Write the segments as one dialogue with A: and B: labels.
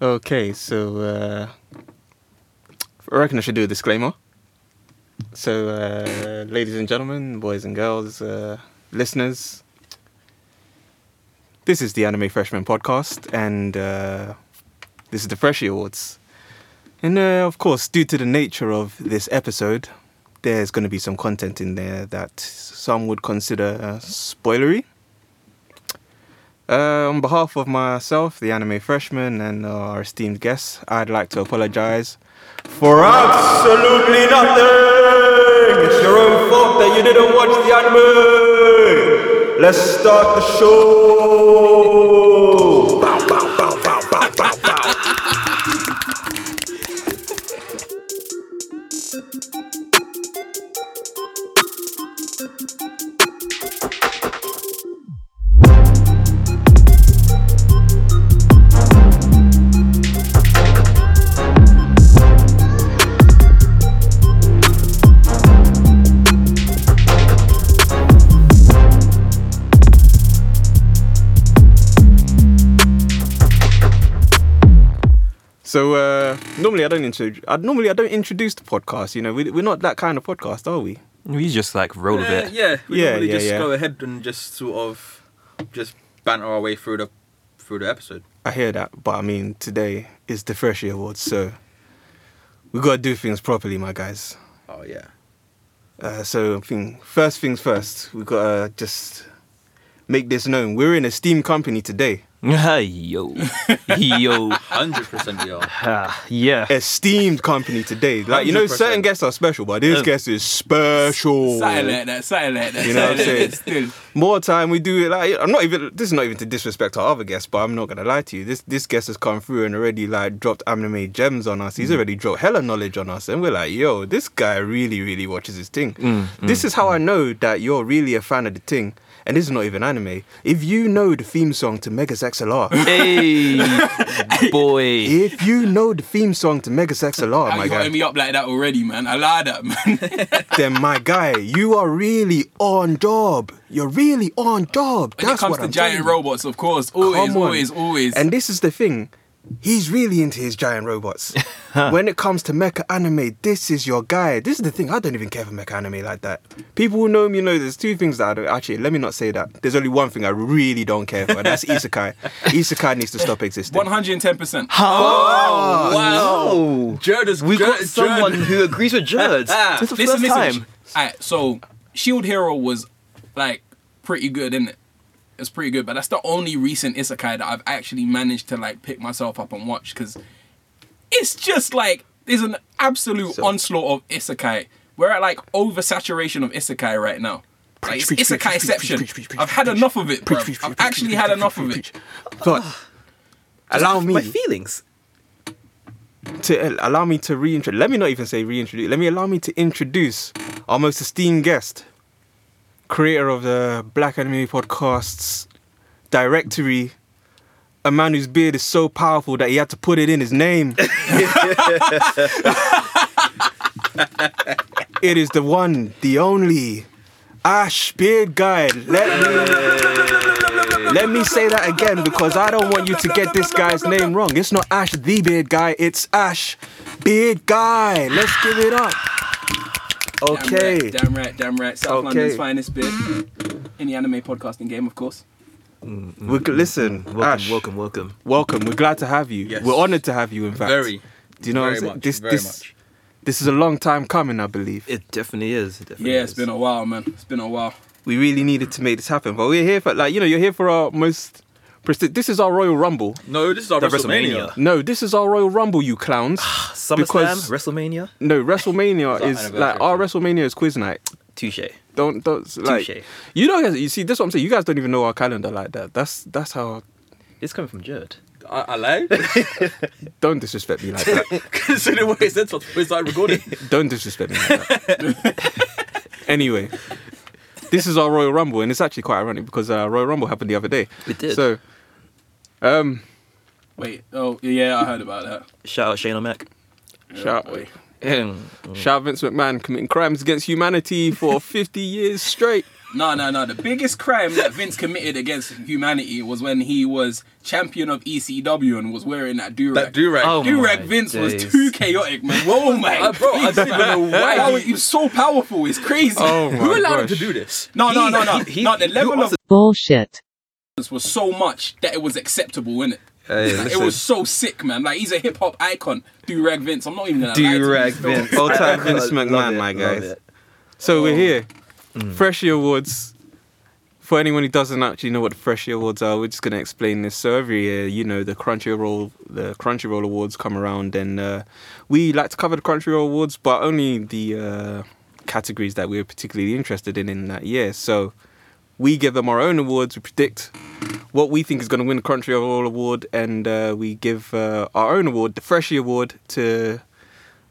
A: Okay, so uh, I reckon I should do a disclaimer. So, uh, ladies and gentlemen, boys and girls, uh, listeners, this is the Anime Freshman Podcast, and uh, this is the Freshie Awards. And uh, of course, due to the nature of this episode, there's going to be some content in there that some would consider uh, spoilery. Uh, on behalf of myself, the anime freshman, and our esteemed guests, I'd like to apologize for absolutely nothing! It's your own fault that you didn't watch the anime! Let's start the show! Bow, bow, bow, bow, bow, bow, bow. So uh, normally I don't intro- I, normally I don't introduce the podcast. You know, we, we're not that kind of podcast, are we?
B: We just like roll a
C: Uh,
B: bit.
C: yeah, we
A: Yeah,
C: normally
A: yeah,
C: just
A: yeah.
C: go ahead and just sort of just banter our way through the through the episode.
A: I hear that, but I mean today is the Freshie Awards, so we gotta do things properly, my guys.
C: Oh yeah,
A: Uh, so I think first things first, we gotta just make this known. We're in a steam company today.
B: yo, yo,
C: Oh, hundred percent we are.
B: Ah, yeah.
A: Esteemed company today. Like you know,
C: 100%.
A: certain guests are special, but this
B: Um,
A: guest is special.
D: Something like that, something like that.
A: You know what I'm
D: something like
A: saying?
D: that Still.
A: More time we do it. Like I'm not even. This is not even to disrespect our other guests, but I'm not gonna lie to you. This this guest has come through and already like dropped anime gems on us. He's
D: Mm.
A: already dropped hella knowledge on us, and we're like, yo, this guy really really watches his thing.
D: Mm,
A: this is how I know that you're really a fan of the thing. And this is not even anime. If you know the theme song to Megas XLR,
B: Hey, boy.
A: if you know the theme song to Megas XLR,
D: How
A: Oh my
D: you
A: guy,
D: hotting me up like that already, man? I lied that, man.
A: then my guy, you are really on job. You're really on job.
D: when it
A: That's
D: comes
A: what
D: to
A: I'm telling
D: giant
A: you.
D: robots, of course. Always,
A: Come on.
D: always, always.
A: And this is the thing. He's really into his giant robots. when it comes to mecha anime, this is your guy. This is the thing. I don't even care for mecha anime like that. People who know me know there's two things that I don't. Actually, let me not say that. There's only one thing I really don't care for, and that's isekai. isekai needs to stop existing.
D: 110%.
B: Oh,
C: Jerd's
B: We got someone who agrees with Jerd.
C: Ah,
B: It's the
D: listen,
B: first
D: listen.
B: time.
D: Alright, so Shield E Hero was like pretty good, innit? It's pretty good, but that's the only recent isekai that I've actually managed to like pick myself up and watch because it's just like there's an absolute
A: So-
D: onslaught of isekai. We're at like oversaturation of isekai right now. Like, it's
A: Preach, preach, preach, preach, preach, preach, preach,
D: isekaiception.
A: preach,
D: I've had
A: preach.
D: enough of it,
A: Preach,
D: bro.
A: preach, preach,
D: I've
A: preach,
D: actually
A: preach,
D: had
A: preach,
D: enough
A: preach,
D: of
A: preach,
D: it.
A: But allow me
B: My feelings.
A: to uh, allow me to reintroduce. Let me not even say reintroduce. Let me allow me to introduce our most esteemed guest, creator of the Black Anime Podcasts directory, a man whose beard is so powerful that he had to put it in his name. it is the one, the only. Ash Beard Guy, let me, let me say that again because I don't want you to get this guy's name wrong. It's not Ash the Beard Guy, it's Ash Beard Guy. Let's give it up.
D: Damn
A: Okay.
D: right, damn right, damn right. South
A: Okay.
D: London's finest bit in the anime podcasting game, of course.
A: We're, g- listen,
B: Welcome,
A: Ash,
B: welcome, welcome.
A: welcome. We're glad to have you.
C: Yes.
A: We're honored to have you. In fact,
C: Very.
A: Do you know
C: very
A: what I'm saying?
C: much,
A: This,
C: very
A: this,
C: much.
A: this is a long time coming, I believe.
B: It definitely is. It definitely
D: Yeah,
B: is.
D: it's been a while, man. It's been a while.
A: we really needed to make this happen, but we're here for like you know you're here for our most. presti- This is our Royal Rumble.
C: No, this is our
B: The
C: WrestleMania.
B: WrestleMania.
A: No, this is our Royal Rumble, you clowns.
B: SummerSlam,
A: because-
B: WrestleMania,
A: No, WrestleMania
C: our
A: is like our WrestleMania is quiz night.
B: touche.
A: Don't don't like
B: Touche.
A: you know you see this is what I'm saying. You guys don't even know our calendar like that. That's that's how.
B: It's coming from Jerd.
C: I, Uh, I lied.
A: Don't disrespect me like that.
C: Considering what it said to us before we started recording.
A: Don't disrespect me like that. anyway, this is our Royal Rumble, and it's actually quite ironic because uh, Royal Rumble happened the other day.
B: It did.
A: So, um,
D: Wait, oh yeah, I heard about that.
B: Shout out Shane O'Mac.
A: shout,
D: boy.
B: Mm.
A: shout Vince McMahon committing crimes against humanity for 50 years straight.
D: No, no, no. The biggest crime that Vince committed against humanity was when he was champion of ECW and was wearing that durag.
C: That do rag.
B: Oh.
D: Durag
B: my
D: Vince was
B: days. Oh
D: too chaotic, man. Whoa, man.
C: Uh, bro, I don't even know why
D: How
C: he-
D: he was so powerful. It's crazy.
A: Oh my
C: Who allowed him to
A: gosh.
C: do this?
D: No, no, no, no.
B: He- he-
D: no, the
B: he-
D: level
B: who
D: of
B: asked
E: Bullshit.
D: violence was so much that it was acceptable, innit?
A: Hey,
D: Like, it
A: listen.
D: was so sick, man. Like he's a hip hop icon. Durag Vince. I'm not even gonna lie to you.
B: Do-rag
D: He's still-
B: Vince.
A: Old time
B: I- I
A: Vince
B: love
A: McMahon,
B: it,
A: my
B: love
A: guys.
B: it. Oh. Mm.
A: So we're here. Freshie Awards. For anyone who doesn't actually know what the Freshie Awards are, we're just going to explain this. So every year, you know, the Crunchyroll, the Crunchyroll Awards come around, and uh, we like to cover the Crunchyroll Awards, but only the uh, categories that we're particularly interested in in that year. So we give them our own awards. We predict what we think is going to win the Crunchyroll Award, and uh, we give uh, our own award, the Freshie Award, to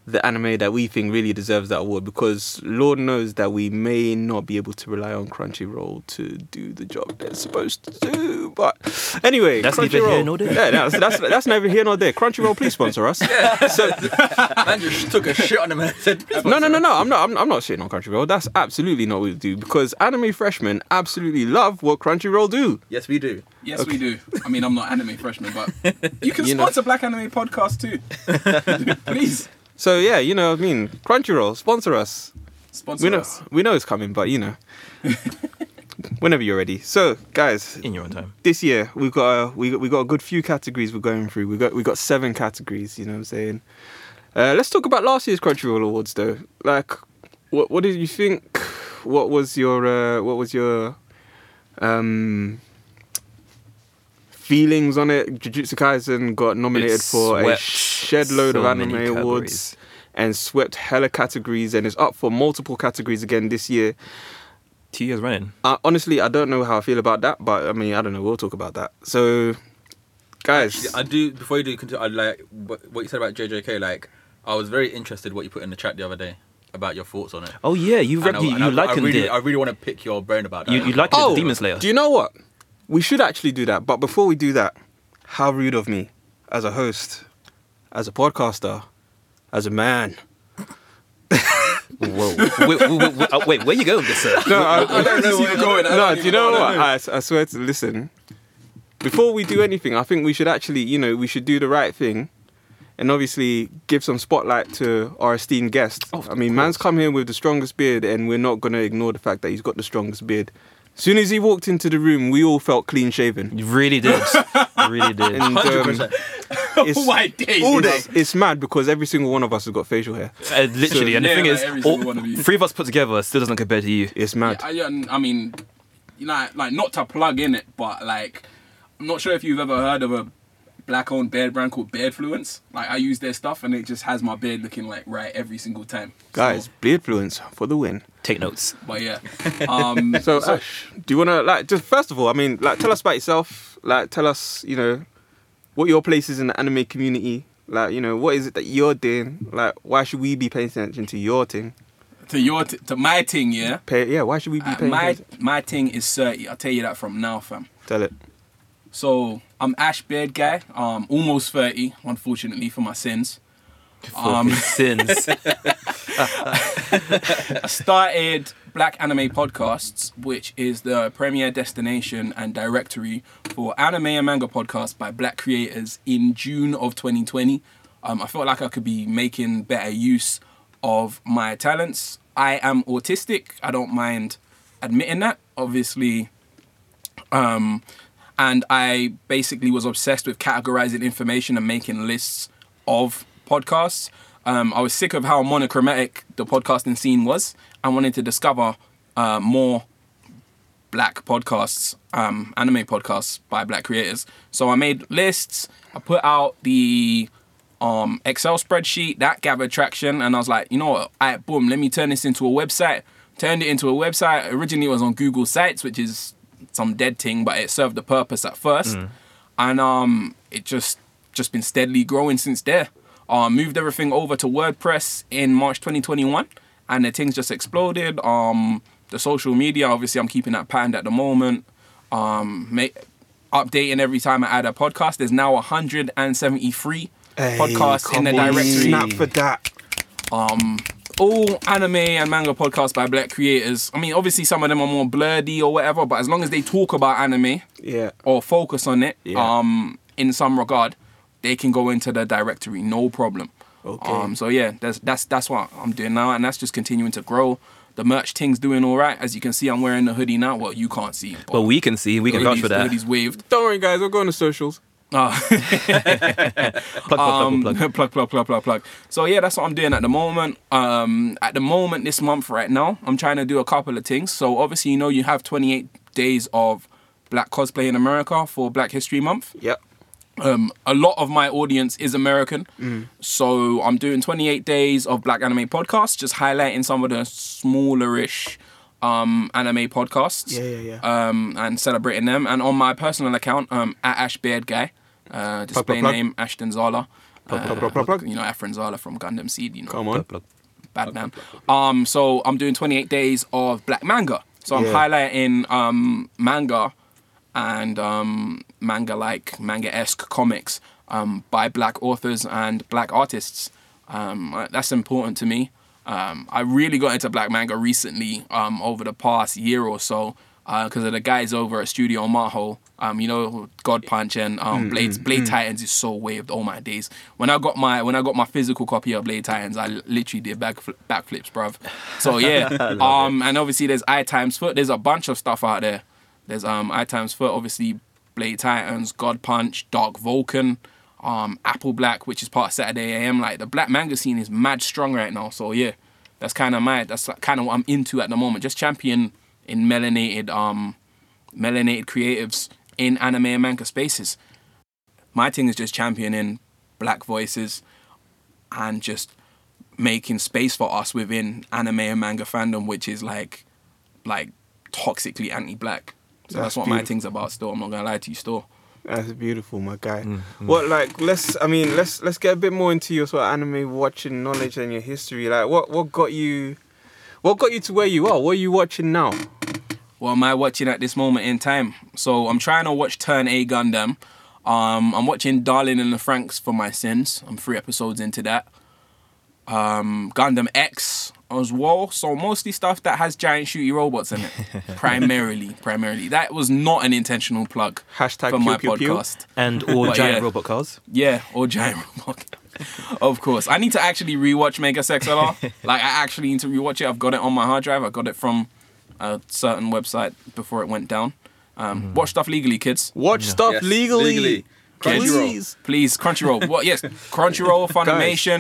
A: the anime that we think really deserves that award because Lord knows that we may not be able to rely on Crunchyroll to do the job they're supposed to do. But anyway,
B: That's neither
A: Crunchyroll.
B: here nor there.
A: Yeah, that's, that's, that's neither here nor there. Crunchyroll, please sponsor us. So,
C: Man just took a shit on him and said,
A: no, no, no, no. I'm not. I'm, I'm not shitting on Crunchyroll. That's absolutely not what we do because anime freshmen absolutely love what Crunchyroll do.
C: Yes, we do.
D: Yes, we do. I mean, I'm not anime freshman, but you can
A: You know.
D: sponsor Black Anime Podcast too. Please
A: So yeah, you know, what I mean, Crunchyroll sponsor us.
D: sponsor
A: We know.
D: us.
A: We know it's coming, but you know, whenever you're ready. So guys,
B: In your own time.
A: this year we've got a, we got, we got a good few categories we're going through. We got we got seven categories. You know what I'm saying? Uh, let's talk about last year's Crunchyroll Awards though. Like, what what did you think? What was your uh, what was your um, feelings on it? Jujutsu Kaisen got nominated
B: It
A: for a
B: swept
A: shed load of
B: so
A: anime
B: many
A: awards
B: categories.
A: and swept hella categories and is up for multiple categories again this year.
B: Two years running.
A: Uh, honestly, I don't know how I feel about that, but I mean, I don't know. We'll talk about that. So, guys,
C: I do. Before you do continue, I like what what you said about JJK. Like, I was very interested what you put in the chat the other day about your thoughts on it.
B: Oh yeah, you
C: And
B: rep-
C: I-
B: you,
C: and
B: you
C: I-
B: likened
C: I really,
B: it.
C: I really want to pick your brain about that.
B: you you likened it
A: oh,
B: to Demon Slayer.
A: do you know what? We should actually do that. But before we do that, how rude of me, as a host, as a podcaster, as a man.
B: Whoa. wait, wait, wait, wait, oh, wait, where you going with this, sir?
A: No, I,
D: I don't know where you're going. I
A: no.
D: don't
A: Do you
D: even
A: know
D: I
A: what?
D: don't
A: I, I swear to listen. Before we do anything, I think we should actually, you know, we should do the right thing, and obviously give some spotlight to our esteemed guest.
B: Of
A: I mean, man's come here with the strongest beard, and we're not going to ignore the fact that he's got the strongest beard. soon as he walked into the room, we all felt clean shaven.
B: You really did. You really did.
A: And, um,
C: 100%.
A: it's,
D: Why days?
A: it's, it's mad because every single one of us has got facial hair.
B: Uh, literally, and the
D: yeah,
B: thing
D: like every
B: is,
D: single
B: all-
D: one of you.
B: three of us put together still doesn't compare to you.
A: It's mad.
D: I, I- I mean, you know, like not to plug in it, but like, I'm not sure if you've ever heard of a black-owned beard brand called Beardfluence. Like, I use their stuff, and it just has my beard looking like right every single time. So,
A: Guys, beard fluence for the win.
B: Take notes.
D: but yeah, um,
A: So, Ash, do you want to like just first of all? I mean, like, tell us about yourself. Like, tell us, you know, what your place is in the anime community. Like, you know, what is it that you're doing? Like, why should we be paying attention to your thing?
D: to your t- to my thing, yeah.
A: Pay, yeah, why should we be
D: Uh,
A: paying?
D: my
A: attention?
D: my thing is thirty. I'll tell you that from now, fam.
A: Tell it.
D: So I'm Ash Beard guy. Um, almost thirty, unfortunately for my sins.
B: For
D: Um,
B: his sins.
D: I started Black Anime Podcasts, which is the premier destination and directory for anime and manga podcasts by black creators in June of 2020. Um, I felt like I could be making better use of my talents. I am autistic, I don't mind admitting that. Obviously, um, and I basically was obsessed with categorizing information and making lists of podcasts. Um, I was sick of how monochromatic the podcasting scene was. I wanted to discover uh, more black podcasts, um, anime podcasts by black creators. So I made lists. I put out the um, Excel spreadsheet that gathered traction, and I was like, you know what? All right, boom. Let me turn this into a website. Turned it into a website. Originally, it was on Google Sites, which is some dead thing, but it served the purpose at first, and um, it just just been steadily growing since there. Uh, moved everything over to WordPress in March 2021 and the things just exploded. Um, the social media, obviously, I'm keeping that pattern at the moment. Um, make, updating every time I add a podcast. There's now 173 podcasts in the
A: Hey,
D: directory.
A: Snap for that.
D: all anime and manga podcasts by black creators. I mean, obviously some of them are more blurdy or whatever, but as long as they talk about anime
A: Yeah.
D: or focus on it,
A: Yeah.
D: um, in some regard, they can go into the directory, no problem.
A: Okay.
D: Um, so yeah, that's that's that's what I'm doing now, and that's just continuing to grow. The merch thing's doing all right, as you can see. I'm wearing the hoodie now. Well, you can't see, but
B: Well, we can see. We can
D: the
B: vouch
D: hoodie's,
B: for
D: the
B: that.
D: hoodie's waved.
A: Don't worry, guys. We're going to socials.
D: Uh,
B: Plug,
D: Um,
B: plug, plug, plug, plug.
A: Um,
D: plug, plug, plug, plug, plug. So yeah, that's what I'm doing at the moment. Um, at the moment this month right now, I'm trying to do a couple of things. So obviously, you know, you have 28 days of black cosplay in America for Black History Month.
A: Yep.
D: Um, a lot of my audience is American,
A: Mm.
D: so I'm doing 28 days of Black Anime podcasts, just highlighting some of the smallerish um, anime podcasts.
A: Yeah, yeah,
D: yeah. Um, and celebrating them. And on my personal account, um, at Ashbeard Guy, uh, display
A: plug.
D: name Ashton Zala.
A: Plug, plug,
D: uh,
A: plug, plug, plug.
D: You know, Efren Zala from Gundam Seed. You know,
A: Come on.
B: plug.
D: bad man. Um, so I'm doing 28 days of black manga. So I'm
A: Yeah.
D: highlighting um, manga and um, manga like manga esque comics um, by black authors and black artists. Um, uh, that's important to me. Um, I really got into black manga recently um, over the past year or so because of Uh, the guys over at Studio Maho. Um, you know, God Punch and um, Blade Blade Titans is so waved. all my days! When I got my when I got my physical copy of Blade Titans, I l- literally did back backflips, bruv. So yeah, um, and obviously there's I Times Foot. There's a bunch of stuff out there. There's um I Times Foot, obviously Blade Titans, God Punch, Dark Vulcan, um Apple Black, which is part of Saturday AM. Like the black manga scene is mad strong right now. So yeah, that's kind of my that's kind of what I'm into at the moment. Just champion in melanated um melanated creatives in anime and manga spaces. My thing is just championing black voices and just making space for us within anime and manga fandom, which is like like toxically anti-black. So that's,
A: That's
D: what my
A: beautiful.
D: thing's about. Still, I'm not gonna lie to you. Still,
A: That's beautiful, my guy.
D: mm,
A: What like let's I mean let's let's get a bit more into your sort of anime watching knowledge and your history. Like what what got you what got you to where you are? What are you watching now?
D: what am I watching at this moment in time? So I'm trying to watch Turn A Gundam. Um, I'm watching Darling and the Franks for my sins. I'm three episodes into that. Um, Gundam X as well. So mostly stuff that has giant shooty robots in it. primarily, primarily. That was not an intentional plug
A: Hashtag
D: for
A: pew,
D: my
A: pew, pew.
D: podcast.
B: And or
D: But
B: giant
D: yeah.
B: robot cars.
D: Yeah, or giant robot. of course. I need to actually rewatch Mega XLR. like I actually need to rewatch it. I've got it on my hard drive. I got it from a certain website before it went down. Um,
A: Mm-hmm.
D: Watch stuff legally, kids.
A: Watch stuff
C: Yes,
A: legally.
C: legally. Crunchyroll.
A: Please.
D: Please, Crunchyroll. what? Yes, Crunchyroll, Funimation,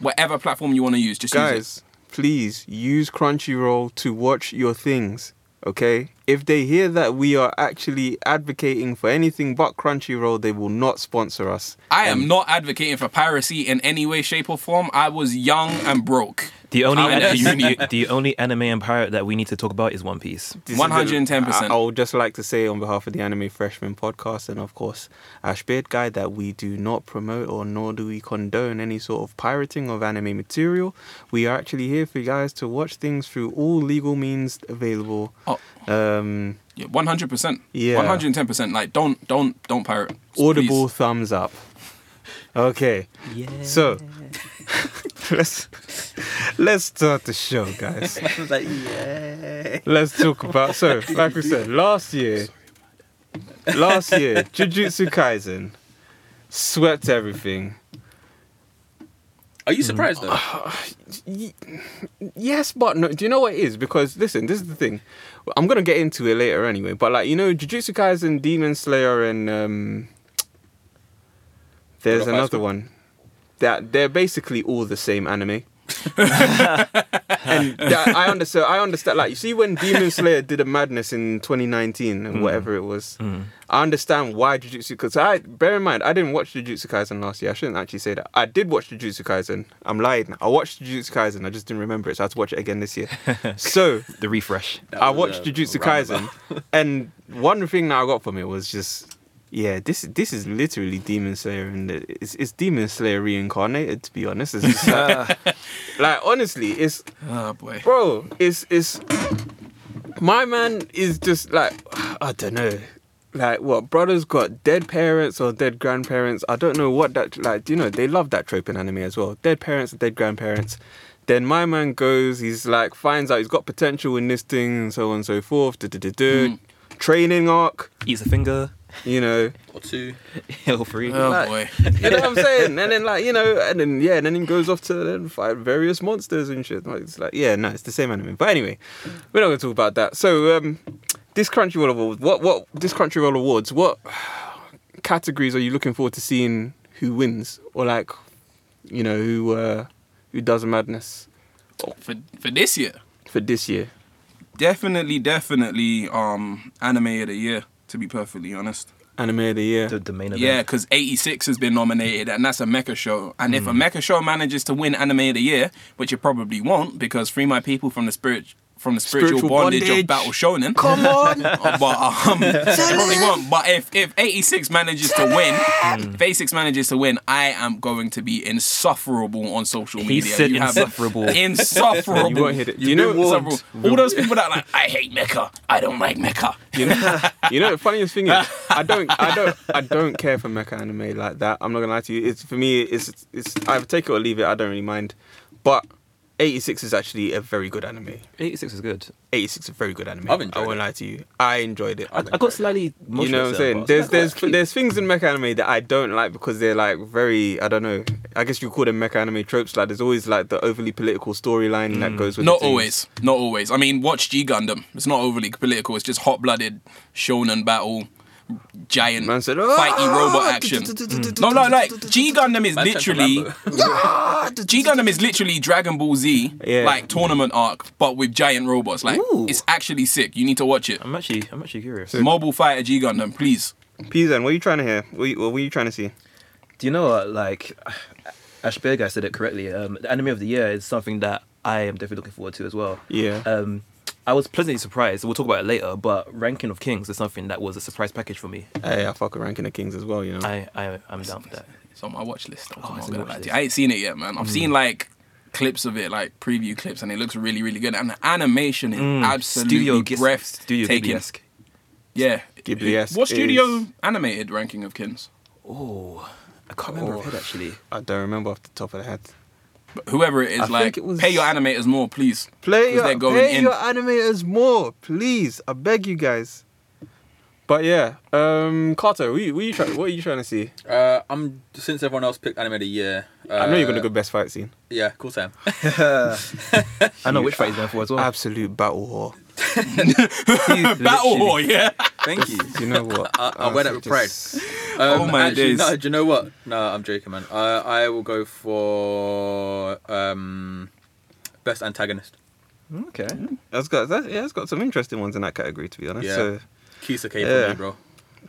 D: whatever platform you want to use. Just use
A: Guys, please use Crunchyroll to watch your things. Okay? If they hear that we are actually advocating for anything but Crunchyroll, they will not sponsor us.
D: it. I am not advocating for piracy in any way, shape, or form. I was young and broke.
B: The only
D: I'm
B: an-
D: an
B: the, the only anime and pirate that we need to talk about is One Piece.
A: This is-
D: 110%.
A: I, I would just like to say, on behalf of the Anime Freshman podcast and, of course, Ashbeard Guy, that we do not promote or nor do we condone any sort of pirating of anime material. We are actually here for you guys to watch things through all legal means available.
D: Oh,
A: Um,
D: yeah, 100%.
A: Yeah.
D: 110%. Like, don't, don't, don't pirate.
A: audible thumbs up. Okay. So let's let's start the show, guys.
C: like, yeah.
A: Let's talk about so, like we said, last year last year, Jujutsu Kaisen swept everything.
C: Are
B: Mm.
C: you surprised though?
A: Y- yes, but no. Do you know what it is? Because listen, this is the thing. I'm gonna get into it later anyway. But like you know, Jujutsu Kaisen, Demon Slayer, and um, there's
C: What about
A: another
C: High School?
A: one. That they're basically all the same anime. and that, I understand. I understand. Like you see, when Demon Slayer did a madness in 2019 and whatever it was, I understand why Jujutsu. Because I bear in mind, I didn't watch Jujutsu Kaisen last year. I shouldn't actually say that. I did watch Jujutsu Kaisen. I'm lying. I watched Jujutsu Kaisen. I just didn't remember it, so I had to watch it again this year. so
B: The refresh.
C: That
A: I
C: was
A: watched
C: a
A: Jujutsu
C: roundabout.
A: Kaisen, and one thing that I got from it was just, yeah, this this is literally Demon Slayer, and it's it's Demon Slayer reincarnated. To be honest, it's just like, like honestly, it's
D: Oh, boy.
A: bro, it's it's my man is just like I don't know, like what brothers got dead parents or dead grandparents. I don't know what that like. You know, they love that trope in anime as well. Dead parents, dead grandparents. Then my man goes, he's like, finds out he's got potential in this thing, and so on and so forth. duh, duh, duh, duh. Training arc,
B: Eats a finger,
A: you know.
C: or two.
B: hill free.
D: Oh boy.
A: You know what I'm saying? And then like, you know, and then yeah, and then he goes off to then fight various monsters and shit. Like, it's like, yeah, no, it's the same anime. But anyway, we're not gonna talk about that. So um this Crunchyroll Awards, what what this Crunchyroll Awards, what categories are you looking forward to seeing who wins? Or like, you know, who uh who does a madness
D: For for this year.
A: for this year?
D: Definitely, definitely um anime of the year, to be perfectly honest.
A: Anime of the year.
B: The, the main event.
D: Yeah, because 86 has been nominated, and that's a mecha show. And
A: Mm.
D: if a mecha show manages to win Anime of the Year, which it probably won't, because Free My People from the Spirit from the spiritual,
A: Spiritual
D: bondage,
A: bondage.
D: of Battle Shonen,
A: Come on!
D: Uh, but um, it probably won't. But if if 86 manages to win,
A: Mm.
D: if 86 manages to win, I am going to be insufferable on social media.
B: said
D: You have-
B: insufferable.
D: insufferable.
A: You won't hit it. Do you
C: You've
A: know
C: been warned.
D: Insufferable. All those people that are like, I hate mecha. I don't like mecha. You know?
A: You know, the funniest thing is, I don't, I don't, I don't care for mecha anime like that. I'm not gonna lie to you. It's for me, it's, it's, either take it or leave it. I don't really mind. But 86 is actually a very good anime.
B: 86 is good.
A: 86 is a very good anime.
C: I've enjoyed
A: I won't
C: it.
A: lie to you. I enjoyed it.
B: I, I got slightly.
A: you know what I'm saying? There's, there's, there's things in mecha anime that I don't like because they're like very, I don't know. I guess you call them mecha anime tropes. Like there's always like the overly political storyline that goes with. the
D: Not
A: things.
D: always. Not always. I mean, watch G Gundam. It's not overly political. It's just hot blooded shonen battle, giant
A: Man said,
D: fighty
A: "Ah!"
D: robot action. No, no, like G Gundam is
C: Man said
D: literally G Gundam is literally Dragon Ball Z
A: Yeah.
D: like tournament arc, but with giant robots. Like
B: Ooh.
D: it's actually sick. You need to watch it.
B: I'm actually, I'm actually curious.
D: Mobile Fighter G Gundam, please.
A: Pizan, what are you trying to hear? What you- what were you trying to see?
B: Do you know what? Like, Ashberga said it correctly. Um, the anime of the year is something that I am definitely looking forward to as well.
A: Yeah.
B: Um, I was pleasantly surprised. We'll talk about it later. But Ranking of Kings is something that was a surprise package for me.
A: Hey, I fuck with Ranking of Kings as well, you know.
B: I, I, I'm down for that.
D: It's on my watch list. I'm
B: Oh,
D: not
B: it's on
D: gonna
B: your
D: lie
B: watch
D: to you. I ain't seen it yet, man. I've seen like clips of it, like preview clips, and it looks really, really good. And the animation is
A: Hmm.
D: absolutely
B: Ghis- Mm. Studio
D: breathtaking.
B: Ghibli-esque.
D: Yeah.
A: Ghibli-esque
D: What studio
A: is-
D: animated ranking of kins?
B: Oh, I can't remember
A: Oh.
B: oh. head actually.
A: I don't remember off the top of the head.
D: But whoever it is,
A: I
D: like
A: think it was-
D: pay your animators more, please.
A: Play
D: 'Cause
A: your,
D: they're going
A: play
D: in.
A: your animators more, please. I beg you guys. But yeah, um, Carter, what, you, what, you try, what are you trying to see?
C: Uh, I'm since everyone else picked anime of the year. Uh,
A: I know you're gonna go best fight scene.
C: Yeah, cool Sam.
B: I know which fight he's going for as
A: oh.
B: well.
A: Absolute battle whore.
D: Battle Boy, yeah.
C: Thank you.
A: Do you know what?
C: I- I wear that with pride.
D: Oh my days.
C: No, do you know what? No, I'm joking, man. I I will go for um, best antagonist.
B: Okay.
A: That's got that, yeah, it's got some interesting ones in that category to be honest.
C: Yeah.
A: So
C: Kisake
A: Yeah.
C: for me, bro.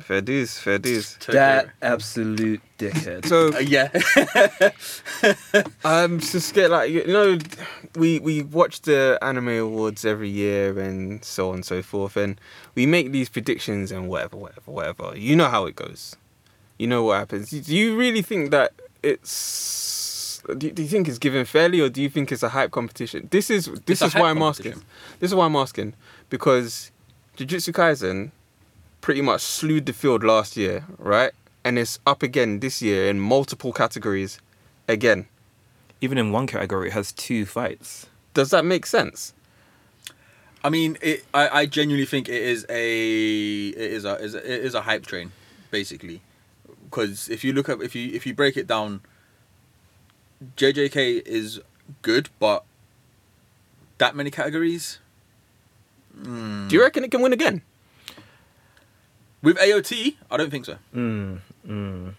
A: fair dues, fair dues.
C: Tokyo.
B: That absolute dickhead.
A: So
C: Uh, yeah.
A: I'm just scared. Like you know, we we watch the anime awards every year and so on and so forth, and we make these predictions and whatever, whatever, whatever. You know how it goes. You know what happens. Do you really think that it's? Do you, do you think it's given fairly, or do you think it's a hype competition? This is this
C: a
A: is why
C: hype
A: I'm asking.
C: competition.
A: This is why I'm asking because Jujutsu Kaisen pretty much slewed the field last year, right? And it's up again this year in multiple categories, again.
B: Even in one category, it has two fights.
A: Does that make sense?
C: I mean, it, I I genuinely think it is a it is a is a- it is a hype train, basically, because if you look up if you if you break it down, JJK is good, but that many categories
A: Do
B: Mm.
A: you reckon it can win again?
C: with AOT, I don't think so.
B: Mm, mm.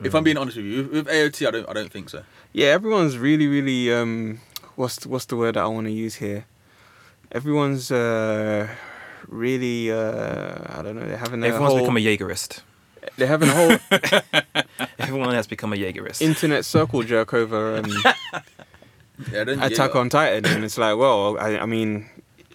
C: If I'm being honest with you, with, with AOT, I don't I don't think so.
A: Yeah, everyone's really, really um, what's what's the word that I want to use here? Everyone's uh, really uh, I don't know. They're having a
B: Everyone's
A: whole,
B: become a Jaegerist.
A: they're having a whole
B: Everyone has become a Jaegerist.
A: internet circle jerk over um,
C: Yeah, I don't,
A: Attack
C: yeah,
A: on Titan, and it's like, well, I, I mean,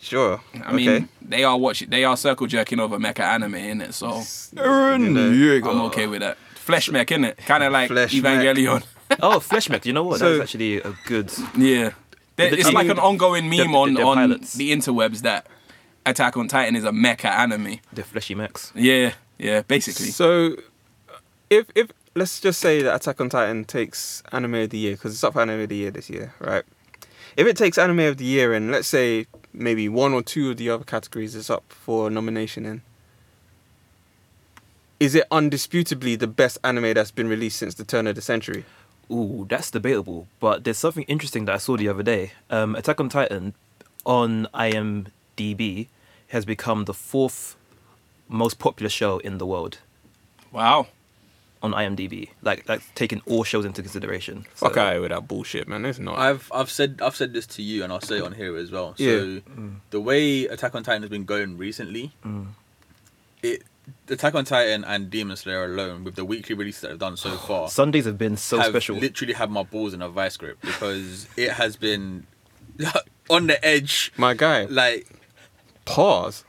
A: sure,
D: I mean,
A: okay.
D: they are watching. They are circle jerking over mecha anime in it, so
A: You know,
D: I'm okay with that. Flesh mech in it, kind of like
A: Flesh mech.
D: Evangelion.
B: oh, Fleshmech. You know what?
A: So-
B: That's actually a good.
D: Yeah. There-
B: The-
D: it's
B: I
D: like
B: mean,
D: an ongoing meme
B: the-
D: on,
B: the
D: on
B: pilots.
D: the interwebs that Attack on Titan is a mecha anime.
B: The fleshy mechs.
D: Yeah, yeah, basically.
A: So, if if let's just say that Attack on Titan takes Anime of the Year because it's up for Anime of the Year this year, right? if it takes anime of the year and let's say maybe one or two of the other categories is up for nomination in, is it undisputably the best anime that's been released since the turn of the century?
B: Ooh, that's debatable. But there's something interesting that I saw the other day. Um, Attack on Titan on IMDb has become the fourth most popular show in the world
D: Wow.
B: on IMDb. Like, like taking all shows into consideration. So-
A: Fuck out with that bullshit, man. It's not.
C: I've I've said I've said this to you, and I'll say it on here as well. So
A: Yeah.
C: the way Attack on Titan has been going recently,
A: Mm.
C: it Attack on Titan and Demon Slayer alone, with the weekly releases that I've done so far,
B: Sundays have been so
C: have
B: special.
C: literally had my balls in a vice grip because it has been on the edge.
A: my guy,
C: Like,
A: pause.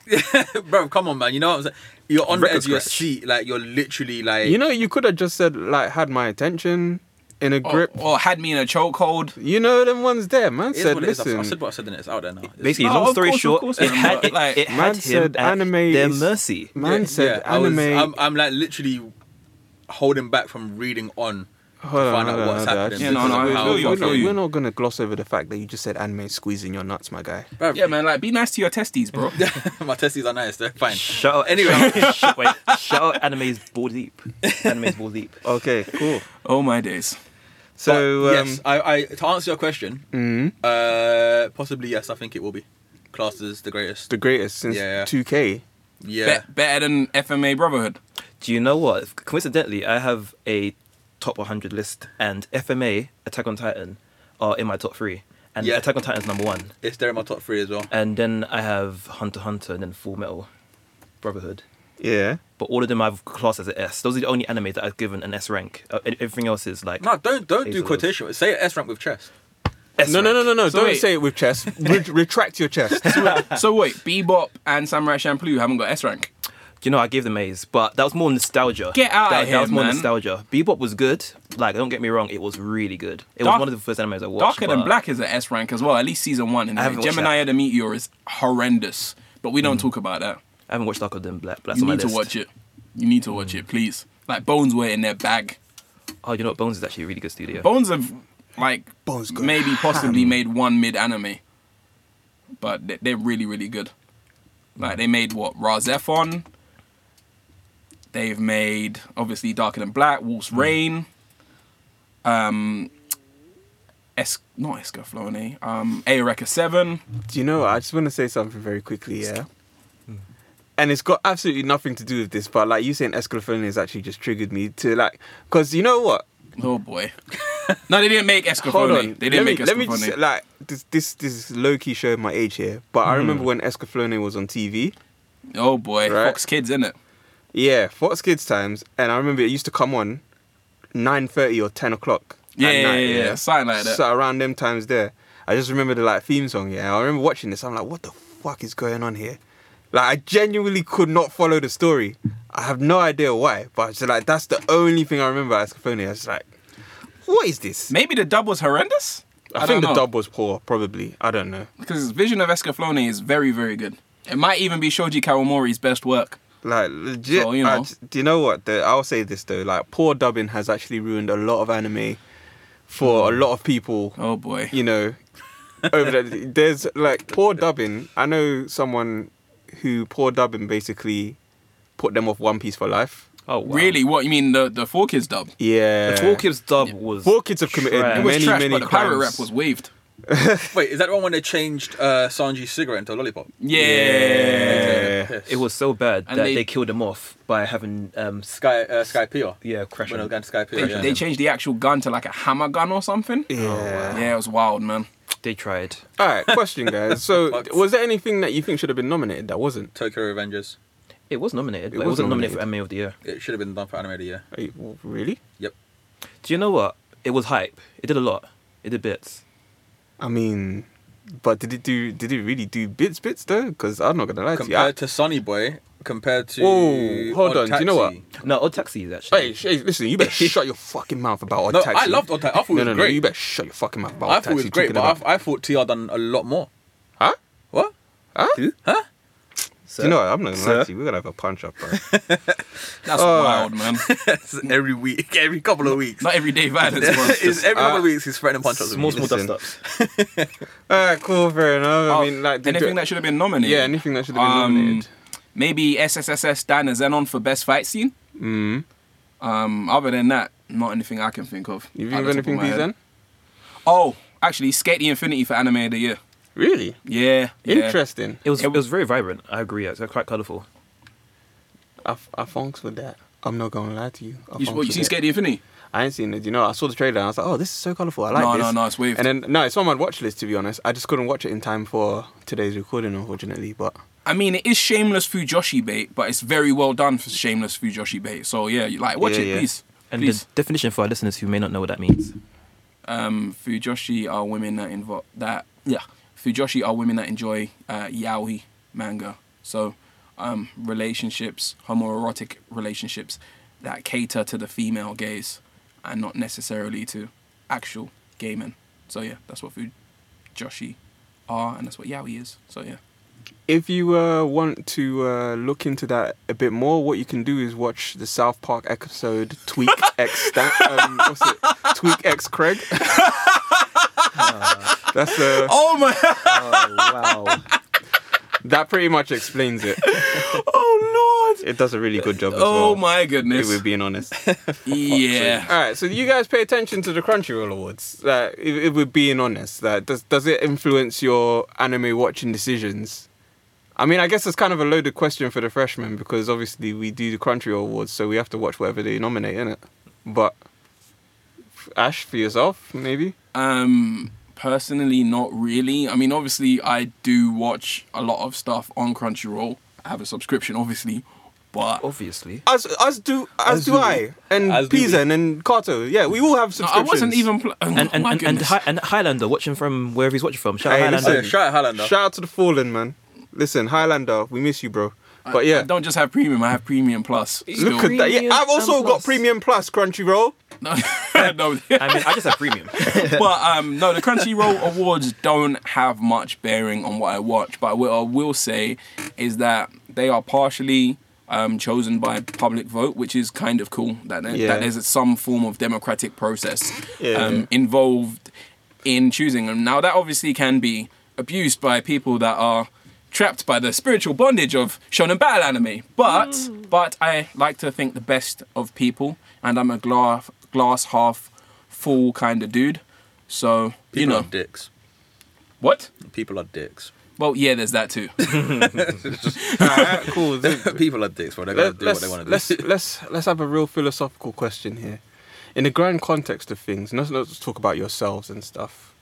C: bro, come on, man. You know what I'm saying? You're on the
A: Record
C: edge of your
A: scratch.
C: seat. Like, you're literally like.
A: You know, you could have just said like had my attention in a
D: Or,
A: grip.
D: or Oh, had me in a chokehold.
A: You know, them ones there, man.
C: it is
A: said,
C: what it is. I've- I've
A: listen,
C: said what I said, and it's out there now. It's-
B: Basically,
D: No,
B: long
D: of
B: story
D: course, of
B: short,
D: course
B: it
D: not.
B: had, it,
D: Like,
B: it
A: man
B: had him
A: said
B: at
A: anime
B: their
A: is-
B: mercy.
A: man said anime.
C: I was, I'm, I'm like literally holding back from reading on
A: Hold
C: to
A: on,
C: find
A: hold
C: out
A: on,
C: what's
A: hold on.
C: happening.
D: Yeah, no, no,
C: because of
D: I
C: how-
D: feel you, I
A: We're
D: feel
A: not-
D: you.
A: we're not gonna gloss over the fact that you just said anime squeezing your nuts, my guy.
C: Bruv,
D: Yeah, man. Like, be nice to your testes, bro.
C: my testes are nice. They're fine.
B: Shout out,
C: Anyway.
B: shout, wait, shout out anime's ball deep. Anime's ball deep.
A: Okay, cool.
D: oh my days.
A: So
C: But
A: um,
C: yes, I, I to answer your question,
A: mhm,
C: uh, possibly yes, I think it will be classed as the greatest.
A: the greatest since
C: Yeah.
A: 2K.
C: yeah,
D: Be- better than FMA Brotherhood.
B: Do you know what? Coincidentally, I have a top 100 list, and FMA, Attack on Titan, are in my top three. And
C: Yeah.
B: Attack on Titan's number one.
C: it's there in my top three as well.
B: And then I have Hunter x Hunter, and then Full Metal Brotherhood.
A: Yeah.
B: But all of them I've classed as an S. Those are the only anime that I've given an S rank. Uh, e- everything else is like
C: No, don't don't do
B: Hazelwood.
C: quotation. marks. Say S rank with chess.
B: S
A: No, no,
B: rank.
A: no, no, no.
D: So
A: Don't
D: wait.
A: say it with chest. Re- retract your chest.
D: so wait, Bebop and Samurai Champloo haven't got S rank.
B: You know, I gave them A's, but that was more nostalgia.
D: Get out
B: that,
D: of
B: That
D: here,
B: was more
D: man.
B: nostalgia. Bebop was good. Like, don't get me wrong, it was really good. It
D: Dark-
B: was one of the first animes I watched.
D: Darker than
B: but-
D: Black is an S rank as well. At least season one. And
B: I haven't watched
D: Gemini the Meteor is horrendous, but we don't talk about that.
B: I haven't watched Darker than Black, but that's
D: You
B: on my
D: need to
B: list.
D: watch it. You need to watch it, please. Like Bones were in their bag.
B: Oh, you know what? Bones is actually a really good studio.
D: Bones have like
A: Bones got
D: maybe possibly made one mid anime, but they- they're really really good. Like they made what Razefon. They've made obviously Darker Than Black, Wolf's
A: Hmm.
D: Rain. Um, es- not Escaflowne. Um, Eureka Seven.
A: Do you know what? I just want to say something very quickly, yeah?
B: Hmm.
A: And it's got absolutely nothing to do with this, but like you saying Escalofone has actually just triggered me to like, because you know what?
D: Oh boy. no, they didn't make
A: Hold on.
D: Escaflowne. They
A: let
D: didn't make
A: me, let me just, uh,
D: Escaflowne.
A: like, this, this, this is low key showing my age here, but
D: Hmm.
A: I remember when Escalofone was on TV.
D: oh boy,
A: Right.
D: Fox Kids, innit?
A: Yeah, Fox Kids times, and I remember it used to come on nine thirty or ten o'clock. at
D: Yeah, yeah, yeah, yeah, something like that.
A: So around them times there, I just remember the like theme song. Yeah, I remember watching this. I'm like, what the fuck is going on here? Like, I genuinely could not follow the story. I have no idea why, but it's like that's the only thing I remember. As Escafone, I was like, what is this?
D: Maybe the dub was horrendous.
A: I,
D: don't
A: think the
D: know.
A: dub was poor, probably. I don't know.
D: because Vision of Escaflowne is very, very good. It might even be Shoji Kawamori's best work.
A: Like legit.
D: So, you
A: I
D: know.
A: just- do you know what? The, I'll say this though. Like poor dubbing has actually ruined a lot of anime for a lot of people.
D: Hmm. Oh boy.
A: you know, over there. There's like poor dubbing. I know someone who poor dubbing basically put them off One Piece for life.
B: Oh, wow.
D: Really? What you mean the the four kids dub?
A: Yeah.
B: The Four Kids dub was.
A: Four Kids have committed
B: trash.
D: It
A: many,
D: was trash,
A: many
D: but the pirate
A: crimes.
D: rap was waved.
C: Wait, is that the one when they changed uh, Sanji's cigarette into a lollipop?
D: Yeah.
A: Yeah.
B: It was so bad
D: And
B: that
D: they-
B: they... killed him off by having um s-
C: Sky uh, Sky Pior.
B: yeah crash.
C: When I
B: him.
C: was going to Sky Pior.
D: They,
C: yeah.
D: they changed the actual gun to like a hammer gun or something.
A: Yeah.
D: Yeah, it was wild, man.
B: They tried.
A: All right, question, guys. So,
C: Fucked.
A: was there anything that you think should have been nominated that wasn't?
C: Tokyo Avengers.
B: It was nominated,
A: It
B: but it
A: was
B: wasn't nominated for
A: nominated.
B: Anime of the Year.
C: It should have been done for anime of the year.
A: Are you- Really?
B: Do you know what? It was hype. It did a lot. It did bits.
A: I mean, but did it do? Did it really do bits, bits though? Because I'm not gonna lie to you. I-
C: Compared to Sonny Boy, compared to
A: Whoa, hold
C: Odd
A: on, do you know what?
C: Taxi.
B: No, Odd Taxi is actually.
A: Hey, sh- hey, listen, you better shut your fucking mouth about Odd
C: No,
A: Taxi.
C: I loved Odd Taxi. I thought it
A: No,
C: was
A: no, no,
C: great.
A: you better shut your fucking mouth about
C: I
A: Odd
C: thought it
A: Taxi.
C: was great,
A: talking
C: but
A: about-
C: I, I thought TR done a lot more.
A: Huh?
C: What?
A: Huh?
B: Who?
C: Huh?
A: Do you know what? I'm not gonna lie
C: Sir?
A: to you. We're gonna have a punch up, bro.
D: That's
A: Oh.
D: wild, man.
C: It's every week, every couple of weeks.
D: Not everyday violence, bro.
C: it's
D: Just-
C: every couple
A: uh,
C: of weeks he's threatening punch ups.
B: Small, small
A: listen.
B: dust ups.
A: All right, cool, fair
C: Oh,
A: enough. I mean, like the
D: anything
A: dra-
D: that should have been nominated.
A: yeah, anything that should have been
D: Um,
A: nominated.
D: Maybe SSSS Dan and Zenon for best fight scene.
A: Mm.
D: Um, other than that, not anything I can think of.
A: You
D: at
A: think
D: the
A: of
D: top of
A: anything,
D: my
A: please?
D: head.
A: Then
D: Oh, actually, Skate the Infinity for Anime of the Year.
A: really
D: Yeah. yeah.
A: interesting.
B: It was it was very vibrant. I agree. It's quite colorful.
A: I, f- I funks with that. I'm not gonna lie to you. I funks
D: You, what, you
A: with
D: seen
A: it.
D: Skate the Infinity?
A: I ain't seen it. You know, I saw the trailer and I was like, oh, this is so colorful. I like
D: no,
A: this.
D: no, no, it's waved.
A: And then no, it's on my watch list to be honest. I just couldn't watch it in time for today's recording, unfortunately. But
D: I mean, it is shameless Fujoshi bait, but it's very well done for shameless Fujoshi bait. So yeah, you like watch
A: Yeah,
D: it,
A: yeah.
D: please.
B: And
D: please.
B: the definition for our listeners who may not know what that means.
D: Um, Fujoshi are women that involve that. Yeah, Fujoshi are women that enjoy uh, yaoi manga. So, um, relationships, homoerotic relationships that cater to the female gaze and not necessarily to actual gay men. So yeah, that's what Fujoshi are, and that's what yaoi is. So yeah.
A: if you uh, want to uh, look into that a bit more, what you can do is watch the South Park episode Tweak X Stan- um, what's it? Tweak X Craig. That's uh,
D: Oh my!
B: Oh wow!
A: that pretty much explains it.
D: Oh lord!
A: It does a really good job as well.
D: Oh my
A: If
D: goodness!
A: we're being honest.
D: Yeah.
A: All right, so you guys pay attention to the Crunchyroll awards. Like, if, if we're being honest, like, does does it influence your anime watching decisions? I mean, I guess it's kind of a loaded question for the freshmen because obviously we do the Crunchyroll awards, so we have to watch whatever they nominate, innit? But Ash, for yourself, maybe.
D: Um, personally, not really. I mean, obviously, I do watch a lot of stuff on Crunchyroll. I have a subscription, obviously, but
A: Oh,
B: Obviously.
A: As as do as,
C: As
A: do
C: do
A: I and
C: As do we.
A: Pizan and Kato. Yeah, we all have
D: No, I
A: subscriptions.
D: wasn't even. Pl- oh,
B: And and
D: my
B: and, and,
D: goodness.
B: Hi- and Highlander watching from wherever he's watching from. Shout out
A: Hey,
B: Highlander.
A: listen.
C: Oh, Shout out Highlander.
A: Shout out to the fallen man. Listen, Highlander, we miss you, bro.
D: I-
A: But yeah,
D: I don't just have premium. I have premium plus.
A: look
D: still.
A: at that. Yeah,
B: Premium
A: I've also
B: and
A: got
B: Plus.
A: Premium Plus Crunchyroll.
D: no,
B: I mean, I just have premium.
D: but um, no, the Crunchyroll awards don't have much bearing on what I watch. But what I will say is that they are partially um, chosen by public vote, which is kind of cool. That, there-
A: Yeah.
D: that there's some form of democratic process
A: Yeah.
D: um, involved in choosing them. Now that obviously can be abused by people that are trapped by the spiritual bondage of shonen battle anime. But but I like to think the best of people, and I'm a glass glass half full kind of dude. So
C: People
D: you know
C: are dicks.
D: what?
C: People are dicks.
D: Well, yeah, there's that too.
A: Alright, cool. Then
C: People are dicks, bro. They're gonna
A: Let,
C: do what
A: us
C: they wanna do.
A: let's let's let's have a real philosophical question here. In the grand context of things, not not just talk about yourselves and stuff,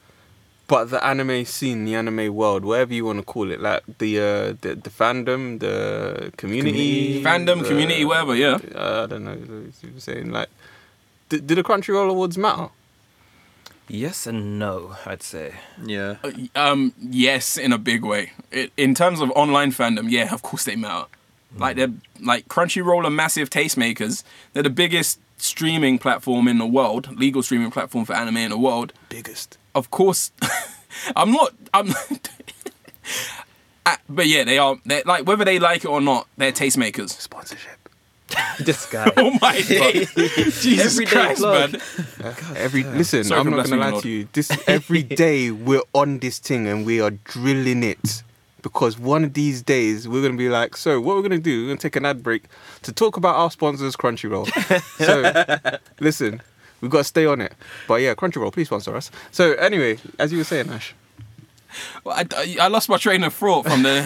A: but the anime scene, the anime world, whatever you want to call it, like the uh, the, the fandom, the community,
D: Fandom,
A: the-
D: community, whatever. Yeah.
A: Uh, I don't know. You were saying like, do, do the Crunchyroll awards matter?
B: yes and no, I'd say.
C: Yeah.
D: Um, yes, in a big way. It, in terms of online fandom, yeah, of course they matter. Like they're like Crunchyroll are massive tastemakers. They're the biggest streaming platform in the world, legal streaming platform for anime in the world.
A: Biggest.
D: Of course, I'm not. I'm. Uh, but yeah, they are. They're, like whether they like it or not, they're tastemakers.
A: Sponsorship.
B: This guy.
D: Oh my god, Jesus
B: Everyday
D: Christ,
B: plug.
D: man!
A: every listen,
D: Sorry
A: I'm
D: for
A: not gonna
D: blaspheming,
A: lie
D: Lord.
A: to you. This every day we're on this thing and we are drilling it because one of these days we're gonna be like, so what we're gonna do? We're gonna take an ad break to talk about our sponsors, Crunchyroll. so listen, we gotta stay on it. But yeah, Crunchyroll, please sponsor us. So anyway, as you were saying, Ash.
D: Well, I, I lost my train of thought from the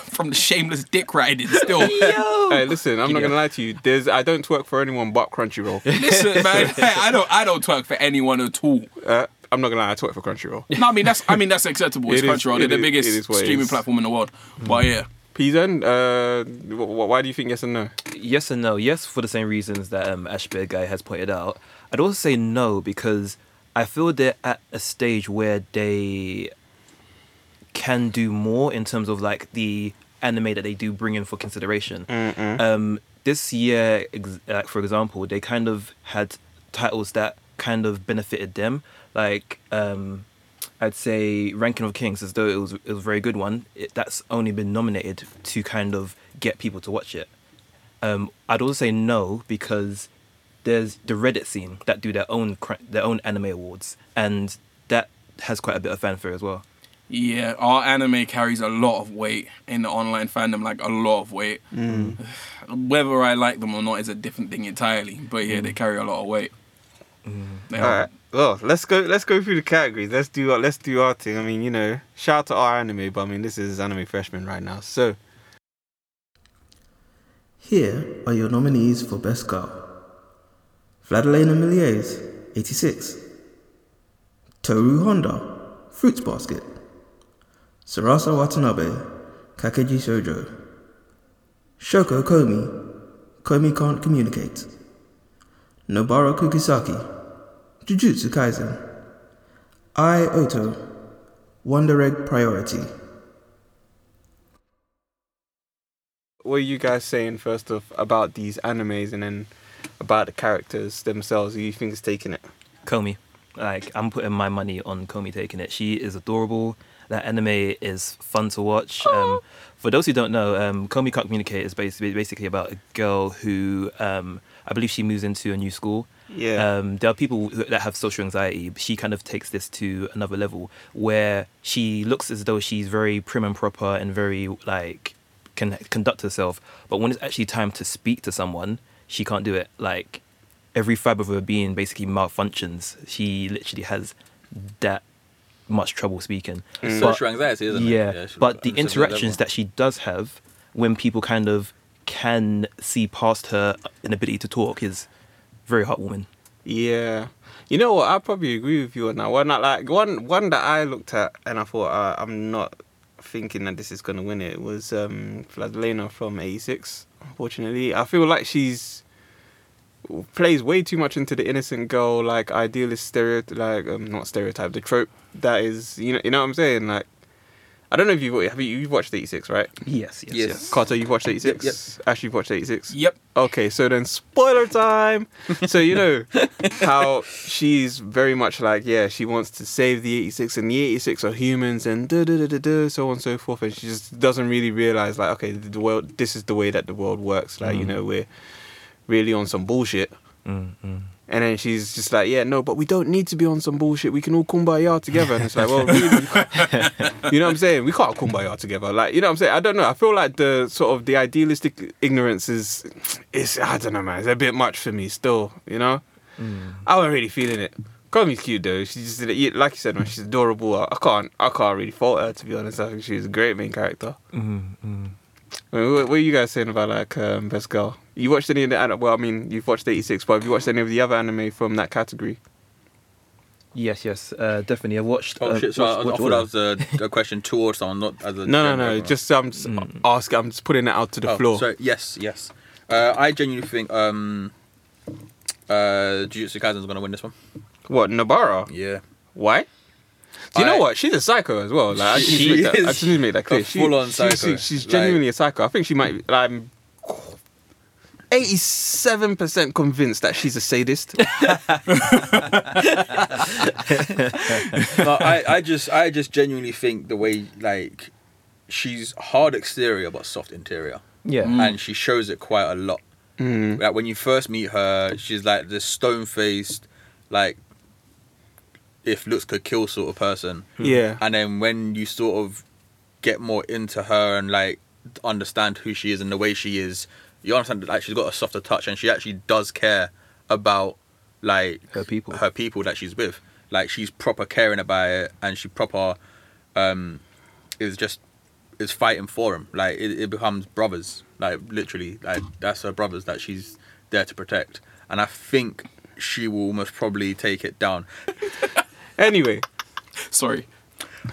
D: from the shameless dick riding. Still,
A: Hey, listen, I'm not gonna lie to you. There's I don't work for anyone but Crunchyroll.
D: Listen, man, I don't, I don't twerk for anyone at all.
A: Uh, I'm not gonna lie, I twerk for Crunchyroll.
D: No, I mean that's, I mean that's acceptable. It's
A: It is-
D: Crunchyroll, they're
A: it
D: the
A: is-
D: biggest
A: it is what it
D: streaming
A: is. Mm.
D: platform in the world. But yeah,
A: Pizen, uh, wh- wh- why do you think yes and no?
B: yes and no. Yes, for the same reasons that um, Ash Bear Guy has pointed out. I'd also say no because I feel they're at a stage where they can do more in terms of like the anime that they do bring in for consideration. Um, this year, ex- like for example, they kind of had titles that kind of benefited them, like um, I'd say Ranking of Kings, as though it was it was a very good one. It, that's only been nominated to kind of get people to watch it. Um, I'd also say no because there's the Reddit scene that do their own cra- their own anime awards, and that has quite a bit of fanfare as well.
D: Yeah, our anime carries a lot of weight in the online fandom, like a lot of weight.
A: Mm.
D: Whether I like them or not is a different thing entirely. But yeah, they carry a lot of weight. They
A: Mm. All
D: are-
A: right. Well, let's go. Let's go through the categories. Let's do. our- Let's do our thing. I mean, you know, shout out to our anime, but I mean, this is anime freshman right now. So,
E: Here are your nominees for Best Girl Vladalena Milliers, 86. Toru Honda, Fruits Basket. Sarasa Watanabe, Kakeji Shoujo. Shoko Komi, Komi Can't Communicate. Nobara Kukisaki, Jujutsu Kaisen. I. Oto, Wonder Egg Priority.
A: what are you guys saying first off about these animes, and then about the characters themselves? Who you think is taking it?
B: Komi. Like I'm putting my money on Komi taking it. She is adorable. That anime is fun to watch. Um, for those who don't know, um, Komi Can't Communicate is basically basically about a girl who um, I believe she moves into a new school.
A: Yeah.
B: Um, there are people who, that have social anxiety. But she kind of takes this to another level where she looks as though she's very prim and proper and very like can conduct herself. But when it's actually time to speak to someone, she can't do it. Like every fiber of her being basically malfunctions. She literally has that much trouble speaking.
A: Mm.
C: It's
B: But-
C: social anxiety, isn't
B: yeah,
C: it? she-
B: but the
C: I'm just a bit
B: interactions
C: level.
B: that she does have when people kind of can see past her inability to talk is very heartwarming.
A: Yeah. You know what? I probably agree with you on that one. Like one one that I looked at and I thought uh, I'm not thinking that this is gonna win it was um Vladlena from '86. Unfortunately, I feel like she's plays way too much into the innocent girl, like idealist stereotype, like um, not stereotype, the trope that is. You know, you know what I'm saying? Like, I don't know if you've have you you've watched '86, right?
B: Yes, yes,
C: Yes.
B: yes.
A: Carter, you've watched
C: yep.
A: 86. Ash, you've watched 86.
D: Yep.
A: Okay, so then spoiler time. so you know how she's very much like, yeah, she wants to save the 86 and the 86 are humans and da da da da da so on and so forth and she just doesn't really realize like, okay, the world this is the way that the world works. Like,
C: Mm.
A: you know, we're really on some bullshit.
C: Mm-hmm.
A: And then she's just like, yeah, no, but we don't need to be on some bullshit. We can all kumbaya together. And it's like, well, really? you know what I'm saying? We can't kumbaya together. Like, you know what I'm saying? I don't know. I feel like the sort of the idealistic ignorance is, it's, I don't know, man. It's a bit much for me still, you know? I wasn't really feeling it. Komi's cute though. She's just, yeah, like you said, man, she's adorable. I I can't, I can't really fault her to be honest. I think she's a great main character. I mean, What, what are you guys saying about like um, best girl? You watched any of the anime? Well, I mean, you've watched eighty six, but have you watched any of the other anime from that category?
B: Yes, yes, uh, definitely. I watched.
C: Oh
B: uh,
C: shit! So I, I
B: watched-
C: thought that was a, a question towards someone, not as
A: No, no,
C: a. general
A: no.
C: everyone.
A: Just I'm just asking. I'm just putting it out to the
C: Oh,
A: floor.
C: So yes, yes. Uh, I genuinely think um, uh, Jujutsu Kaisen's gonna win this one.
A: What Nabara?
C: Yeah.
A: Why? Do you know
C: I-
A: what? She's a psycho as well. Like, I just,
C: She
A: need, to make that, I
C: is
A: just need to make that clear.
C: a full-on
A: she's-
C: psycho.
A: She's, she's
C: Like-
A: genuinely a psycho. I think she might. Like, I'm eighty-seven percent convinced that she's a sadist.
C: no, I, I just I just genuinely think the way like she's hard exterior but soft interior.
B: Yeah.
A: Mm.
C: And she shows it quite a lot. Like when you first meet her, she's like this stone faced, like if looks could kill sort of person.
A: yeah.
C: And then when you sort of get more into her and like understand who she is and the way she is, you understand that like she's got a softer touch and she actually does care about like
B: Her people.
C: her people that she's with. Like she's proper caring about it and she proper um is just is fighting for him. Like it, it becomes brothers. Like literally, like that's her brothers that she's there to protect. And I think she will almost probably take it down.
A: Anyway,
D: Sorry.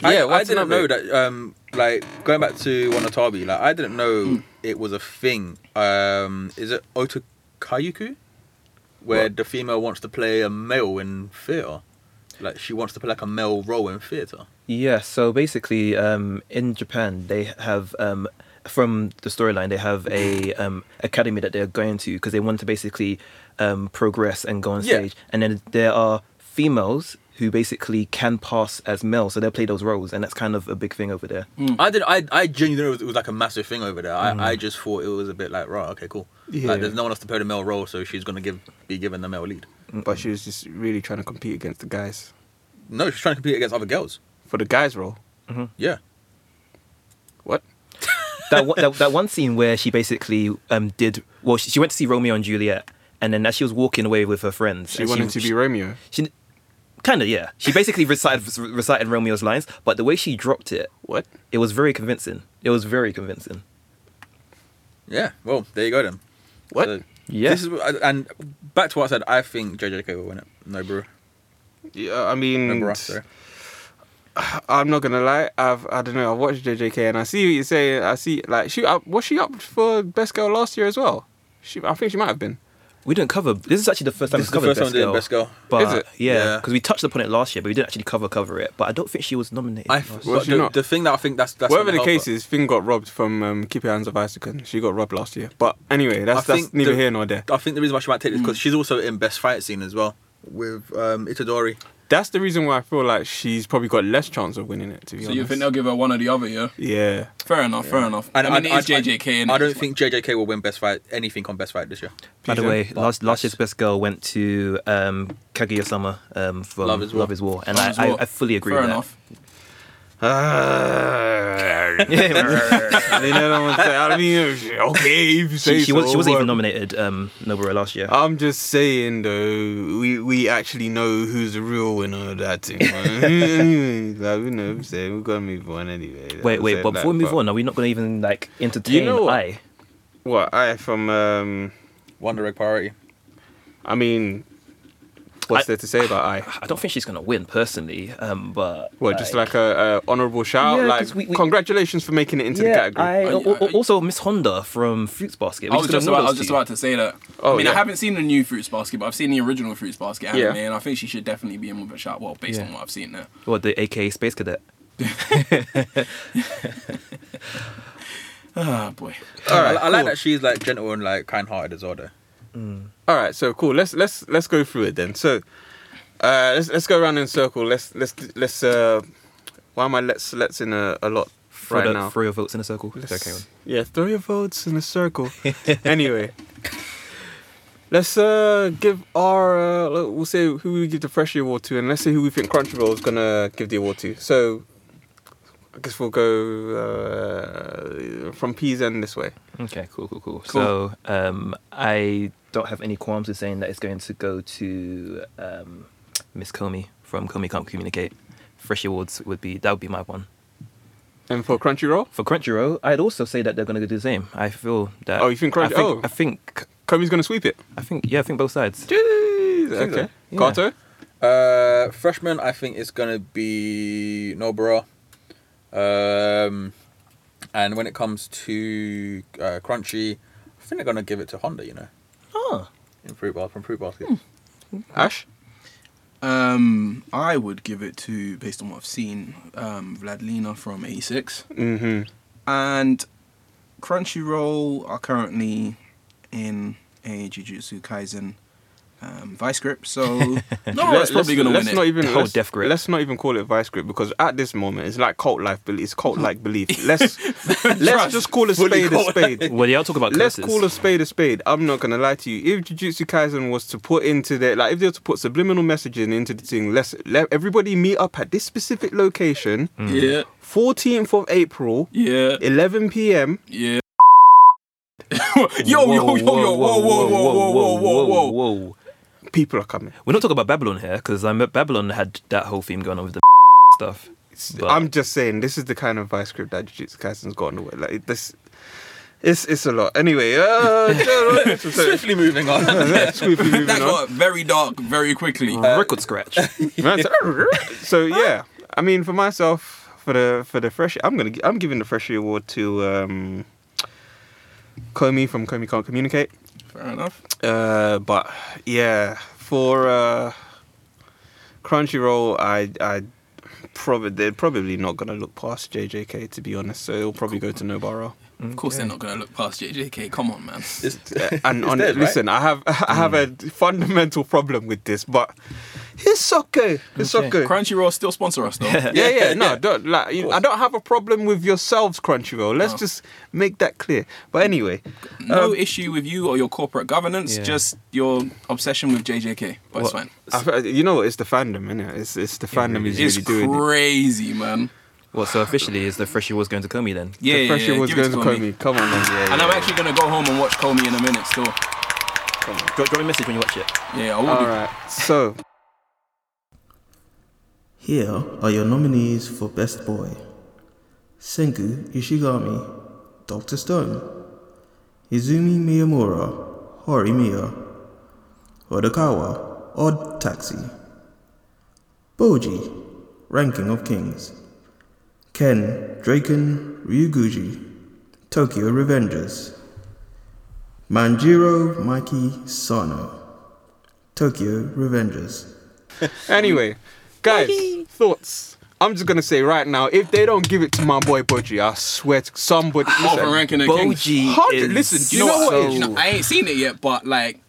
C: Yeah,
A: Yeah,
C: I, I
A: what's
C: didn't know
A: another-
C: that. Um, like going back to Wanatabi, like I didn't know it was a thing. Um, is it Otokayuku, where the female wants to play a male in theatre? Like she wants to play like a male role in theatre.
B: Yeah, so basically, um, in Japan, they have um, from the storyline, they have a um, academy that they're going to because they want to basically um, progress and go on
C: Yeah.
B: stage. And then there are females who basically can pass as male, so they play those roles, and that's kind of a big thing over there.
C: I did. I I genuinely thought it was, it was like a massive thing over there. I, I just thought it was a bit like right, okay, cool.
A: Yeah.
C: Like there's no one else to play the male role, so she's gonna give be given the male lead.
A: But she was just really trying to compete against the guys
C: No, she's trying to compete against other girls.
A: for the guys' role.
C: Yeah.
A: What?
B: that, one, that that one scene where she basically um did well. She, she went to see Romeo and Juliet, and then as she was walking away with her friends,
A: She
B: and
A: wanted to be Romeo.
B: She, kind of yeah. She basically recited recited Romeo's lines, but the way she dropped it,
A: What?
B: it was very convincing. It was very convincing.
C: Yeah. Well, there you go then.
A: What?
C: So,
B: Yeah.
C: This is and back to what I said. I think JJK will win it. No, bro.
A: Yeah, I
C: No,
A: mean,
C: bro. Sorry.
A: I'm not gonna lie. I've I don't know. I've watched JJK and I see what you're saying. I see like she uh, was she up for best girl last year as well. She I think she might have been.
B: We didn't cover. This is actually the first time
C: This
B: we
C: is the
B: covered
C: first time we did
B: Best
C: Best
B: Girl.
C: Girl.
B: But
A: Is it?
B: yeah,
C: Yeah.
B: because we touched upon it last year, but we didn't actually cover cover it. But I don't think she was nominated.
C: I
B: last year.
A: Was
C: but
A: she
C: the,
A: not?
C: the thing that I think that's that's
A: Whatever
C: gonna
A: the
C: help
A: case
C: her.
A: is, Finn got robbed from um, Keep Your Hands Off Isaacson. She got robbed last year. But anyway, that's
C: I
A: that's
C: think
A: neither
C: the-
A: here nor there. Mm.
C: I think the reason why she might take this because she's also in best fight scene as well with um, Itadori.
A: That's the reason why I feel like she's probably got less chance of winning it. To be
D: So
A: honest,
D: you think they'll give her one or the other? Yeah.
A: yeah.
D: Fair enough. Fair enough. I, mean, it's JJK.
C: I, I don't think JJK will win best fight anything on best fight this year.
B: By the
A: Peter,
B: way,
C: but
B: last last
C: that's-
B: year's best girl went to um, Kaguya Sama um, from
C: Love is War.
B: War, and
D: Love
B: I,
D: is War.
B: I, I fully agree
D: Fair
B: with
D: enough.
A: Ah.
B: that.
A: I mean, I don't want to say. I mean, okay, if you say
B: she, she, was,
A: so,
B: she wasn't even
A: but-
B: nominated um, Nobara last year.
A: I'm just saying though, we, we actually know who's the real winner of that thing. man. like we know, what I'm saying we're gonna move on anyway. That's
B: wait,
A: it,
B: wait,
A: like,
B: but before we move
A: but-
B: on, are we not going to even like entertain
A: know what?
B: I?
A: what I from um,
C: Wonder Egg priority.
A: I mean, what's
B: I-
A: there to say about I?
B: I don't think she's going to win personally, um, but
A: What just like a, a honourable shout?
B: Yeah, 'cause
A: like
B: we- we-
A: congratulations for making it into
B: yeah,
A: the category.
B: I,
D: I-
B: al- al-
D: I-
B: also Miss Honda from Fruits Basket. We
D: I was just
B: ignore
D: about, I was
B: those
D: just
B: two.
D: about to say that.
A: Oh,
D: I mean, I
A: yeah.
D: haven't seen the new Fruits Basket, but I've seen the original Fruits Basket anime,
A: Yeah.
D: and I think she should definitely be in with a shot. Well, based
B: Yeah.
D: on what I've seen there.
B: Well, the AKA Space Cadet.
D: Ah, boy.
C: All right, I, I like
A: cool.
C: that she's like gentle and like kind-hearted as well. Though.
A: All right, so cool. Let's let's let's go through it then. So uh, let's let's go around in a circle. Let's let's let's. Uh, why am I let's let's in a, a lot
B: For
A: right
B: the
A: now?
B: three of votes in a circle. Okay,
A: Let's- Yeah, throw your votes in a circle. anyway, let's uh, give our. Uh, we'll say who we give the Freshie Award to, and let's see who we think Crunchyroll is gonna give the award to. So, I guess we'll go uh, from P's end this way.
B: Okay, cool, cool, cool. So um, I don't have any qualms with saying that it's going to go to um, Miss Comey from Comey Can't Communicate. Fresh Awards would be that would be my one.
A: And for Crunchyroll,
B: For Crunchyroll, I'd also say that they're going to do the same. I feel that.
A: Oh, you think
B: I
A: Crunchy-
B: think,
A: oh.
B: I think.
A: Komi's gonna sweep it.
B: I think. Yeah, I think both sides.
A: Jeez.
C: Think so?
A: Okay.
B: Yeah.
A: Kato.
C: Uh, freshman, I think it's gonna be Nobara. Um, and when it comes to uh, Crunchy, I think they're gonna give it to Honda. You know,
B: Oh,
C: in fruit bar from fruit basket.
A: Ash.
D: Um, I would give it to based on what I've seen, um, Vladlina from '86,
A: Mm-hmm.
D: and Crunchyroll are currently in a Jujutsu Kaisen um, vice grip, so
B: Oh,
D: no, that's probably going to win
A: let's
D: it.
A: Not even,
B: The whole
A: let's,
B: death grip.
A: let's not even call it vice grip because at this moment it's like cult life belief. It's cult like belief. Let's let's just call a spade a spade.
B: well, yeah. I'll talk about.
A: Let's
B: curses.
A: call a spade a spade. I'm not gonna lie to you. If Jujutsu Kaisen was to put into their like if they were to put subliminal messaging into the thing, let's let everybody meet up at this specific location,
B: Mm.
D: yeah,
A: 14th of April,
D: yeah,
A: 11 p.m.
D: yeah. yo, yo, yo, yo, whoa, whoa, whoa, whoa, whoa, whoa, whoa.
B: whoa.
A: People are coming.
B: We're not talking about Babylon here because I met Babylon had that whole theme going on with the stuff. But-
A: I'm just saying, this is the kind of vice grip that Jujutsu Kaisen's got on the way. Like it- this, it's it's a lot. Anyway, uh, so,
C: Swiftly moving on.
A: swiftly moving
D: That
A: on.
D: got very dark very quickly.
A: Uh-huh.
B: record scratch.
A: Man, so- so yeah, I mean, for myself, for the for the fresh, I'm gonna gi- I'm giving the freshie award to um, Comey from Comey Can't Communicate.
D: Fair enough.
A: Uh, but yeah, for uh, Crunchyroll, I I probably they're probably not gonna look past JJK to be honest. So it'll probably go to Nobara.
D: Of course, they're not going to look past JJK. Come on, man.
C: It's,
A: and
C: it's
A: on
C: theirs, right? Mm.
A: listen, I have I have a fundamental problem with this, but it's okay. It's
B: Okay.
A: okay.
D: Crunchyroll still sponsor us though.
A: yeah, yeah,
C: Yeah,
A: no,
C: yeah.
A: Don't, like, you- I don't have a problem with yourselves, Crunchyroll. Let's
D: No.
A: just make that clear. But anyway,
D: No
A: Um,
D: issue with you or your corporate governance,
B: Yeah.
D: just your obsession with JJK. But it's
B: Well,
D: fine.
A: I, fe- you know what? It's the fandom, innit? It's it's the fandom is
D: It's
A: really doing it.
D: crazy, man.
B: Well, so officially, is the freshie was going to Komi then?
D: Yeah,
A: the
D: yeah,
A: pressure
D: yeah.
A: was
D: Give it
A: going to
D: Comey.
A: call me. Come on, man. Yeah,
D: And
A: yeah.
D: I'm actually gonna go home and watch Comey in a minute still.
B: Drop, drop me a message when you watch it.
D: Yeah, I will
A: All
D: do.
A: right. So
E: Here are your nominees for Best Boy Sengu Ishigami, Dr. Stone, Izumi Miyamura, Hori Miya, Odakawa, Odd Taxi, Boji, Ranking of Kings, Ken, Draken, Ryuguji, Tokyo Revengers, Manjiro Mikey Sano, Tokyo Revengers.
A: anyway, guys, thoughts. I'm just gonna say right now, if they don't give it to my boy Boji, I swear to somebody.
D: Over
A: Listen,
D: ranking against.
B: Boji
A: Hard-
B: is
A: listen, do
D: You know what?
B: so-
D: you know, I ain't seen it yet, but like,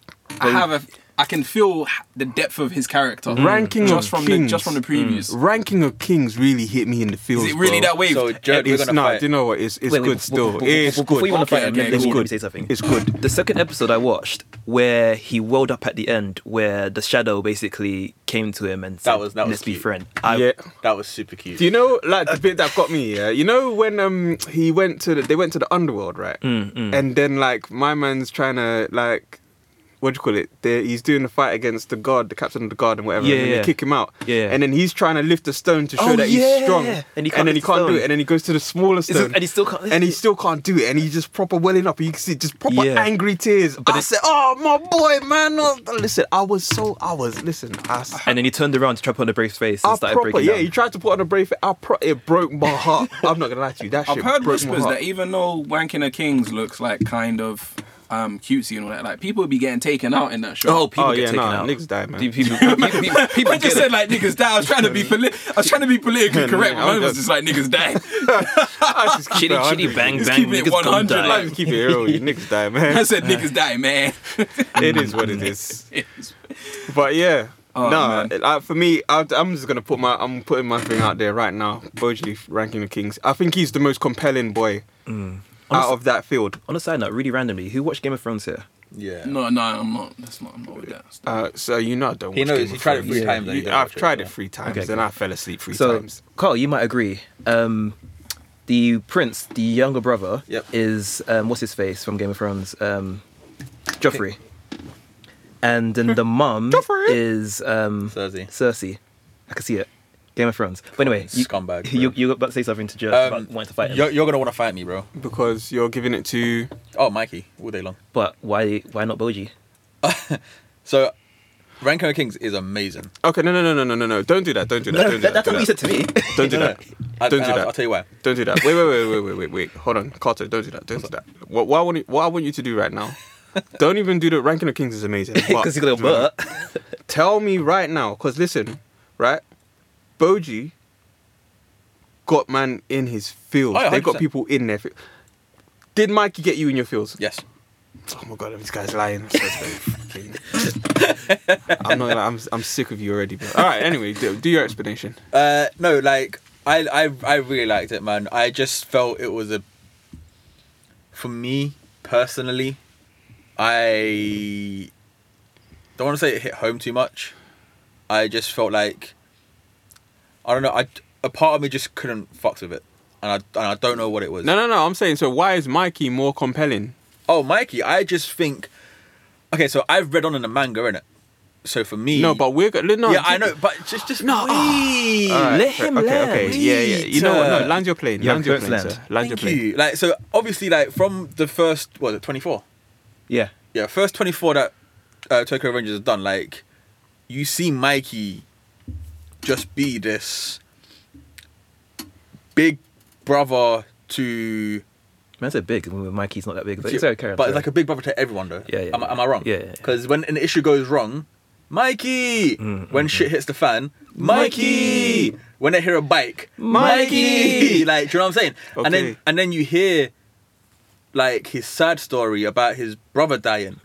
D: I have a. I can feel the depth of his character.
A: Mm. Ranking
D: just
A: of
D: from the
A: Kings.
D: just from the previews.
A: ranking of kings really hit me in the feels.
D: Is it really
A: bro.
D: that wave?
C: So Jared, we're
A: It's
C: gonna
A: not.
C: fight.
A: Do you know what? It's it's
B: Wait, wait,
A: good
B: b-
A: still.
B: b- b-
A: It's
B: before you wanna
A: good.
B: fight
D: Okay,
B: him, let,
D: okay,
B: let
D: it's
B: me, let me
A: good.
B: say something.
A: It's good.
B: The second episode I watched, where he welled up at the end, where the shadow basically came to him and said,
C: was- that was
B: "Let's be
C: cute.
B: friend." I,
A: Yeah.
C: that was super cute.
A: Do you know like the bit that got me? Yeah, you know when um he went to the, they went to the underworld, right?
B: Mm,
A: And then like my man's trying to like what do you call it? they he's doing the fight against the guard, the captain of the guard, and whatever.
B: Yeah,
A: and then
B: yeah.
A: they kick him out.
B: Yeah.
A: And then he's trying to lift the stone to show
B: Oh,
A: that he's
B: yeah.
A: strong.
B: And he can't
A: then he
B: lift the
A: can't do
B: stone.
A: it. And then he goes to the smaller
B: just-
A: stone.
B: and he still can't lift
A: And he
B: it.
A: still can't do it. And he's just proper welling up. You can see just proper
B: Yeah.
A: angry tears. But I said, "Oh my boy, man! oh." listen, I was so I was listen. I, s-
B: and then he turned around to trap on the brave's face
A: I
B: and started
A: proper,
B: breaking
A: yeah,
B: down.
A: he tried to put on a brave. I pro- it broke my heart. I'm not gonna lie to you. That
D: I've
A: shit
D: heard
A: broke
D: whispers
A: my
D: that
A: heart.
D: even though Wanking of Kings looks like kind of um, cutesy and all that, like people be getting taken out in that show.
B: oh, people
A: Oh,
B: get
A: yeah,
B: taken
A: nah,
B: out.
A: niggas die, man.
B: People, people, people, people, people
D: I just
B: get
D: said
B: it.
D: like niggas die. I was trying to be poli- I was trying to be politically correct.
A: I'm
D: but I was
A: just-
D: just like niggas die.
A: I just keep
B: Chitty
A: it 100.
B: chitty bang
D: Just
B: bang,
D: keep it
B: niggas gonna
D: 100,
B: die.
A: Like, keep it real. You niggas die,
D: I
A: man.
D: said niggas die, man.
A: It is what it is. But yeah.
D: Oh,
A: no,
D: man.
A: like, for me, I, I'm just gonna put my I'm putting my thing out there right now. Boji ranking the Kings. I think he's the most compelling boy
C: Mm.
A: out of that field.
B: On a side note, really randomly, who watched Game of Thrones here?
C: yeah.
D: no, no, I'm not. That's not. I'm not with that.
A: Uh, so you know, I don't.
C: He
A: watch
C: knows,
A: Game
C: he
A: of
C: tried it
A: Thrones.
C: three times and he
A: You-
C: don't
A: I've
C: watch it,
A: tried
C: yeah.
A: it three times,
B: Okay,
A: and
B: cool.
A: I fell asleep three
B: So,
A: times.
B: Carl, you might agree. Um, the prince, the younger brother,
C: Yep.
B: is um, what's his face from Game of Thrones, um, Joffrey, and then the mum
A: Joffrey.
B: is um,
C: Cersei.
B: Cersei. I can see it. Game of Thrones. But anyway, you,
C: Scumbag, bro.
B: You, you were about to say something to Joe
C: Um,
B: about wanting to fight him,
C: You're, you're gonna want to fight me, bro.
A: Because you're giving it to
C: Oh, Mikey, all day long.
B: but why? Why not Boji?
C: So, Ranking of Kings is amazing.
A: okay, no, no, no, no, no, no, no. Don't do that. Don't do that.
B: No,
A: don't do
B: that-
A: that.
B: that's
A: do
B: not what you
A: that.
B: said to me.
A: Don't do
C: No,
A: that.
C: no. I-
A: Don't do
C: and I'll-
A: that.
C: I'll tell you why.
A: Don't do that. Wait, wait, wait, wait, wait, wait, wait. Hold on, Carter. Don't do that. Don't do that. What, what I want, you, what I want you to do right now. Don't even do the ranking of kings is amazing.
B: Because he's gonna
A: but
B: but.
A: tell me right now, because listen, right? Boji got man in his fields.
C: Oh, yeah,
A: they got
C: 100%.
A: people in their fields. Did Mikey get you in your fields?
C: Yes.
A: Oh my god, this guy's lying. So it's very fucking- I'm not. gonna- I'm. I'm sick of you already. But all right. Anyway, do, do your explanation.
C: Uh, no, like I, I, I really liked it, man. I just felt it was a. For me personally, I don't want to say it hit home too much. I just felt like I don't know. I a part of me just couldn't fucks with it, and I and I don't know what it was.
A: No, no, no. I'm saying so. Why is Mikey more compelling?
C: Oh, Mikey, I just think. Okay, so I've read on in the manga, innit? So for me,
A: No, but we're go- no.
C: yeah, I know, but just just
A: No.
C: wait.
A: All right,
B: Let
A: fair-
B: him
A: Okay,
B: land.
A: okay. Yeah, yeah. You know what? No, land your plane.
B: You
A: Land
B: have
A: your
B: both
A: plane,
B: land.
A: sir. Land your
C: Thank
A: plane.
C: you. Like so, obviously, like from the first, what, the twenty four?
B: yeah.
C: Yeah, first twenty four that uh, Tokyo Rangers has done. Like, you see Mikey just be this big brother to,
B: Man, I said big. Mikey's not that big, but
C: to-
B: it's okay. I'm
C: but
B: sorry.
C: it's like a big brother to everyone though.
B: Yeah, yeah,
C: Am, I-
B: yeah.
C: am I wrong?
B: Yeah, yeah, yeah.
C: Because when an issue goes wrong, Mikey.
B: Mm,
C: when shit hits the fan, Mikey. When they hear a bike,
B: Mikey.
C: Like, do you know what I'm saying? And
A: Okay.
C: then and then you hear like his sad story about his brother dying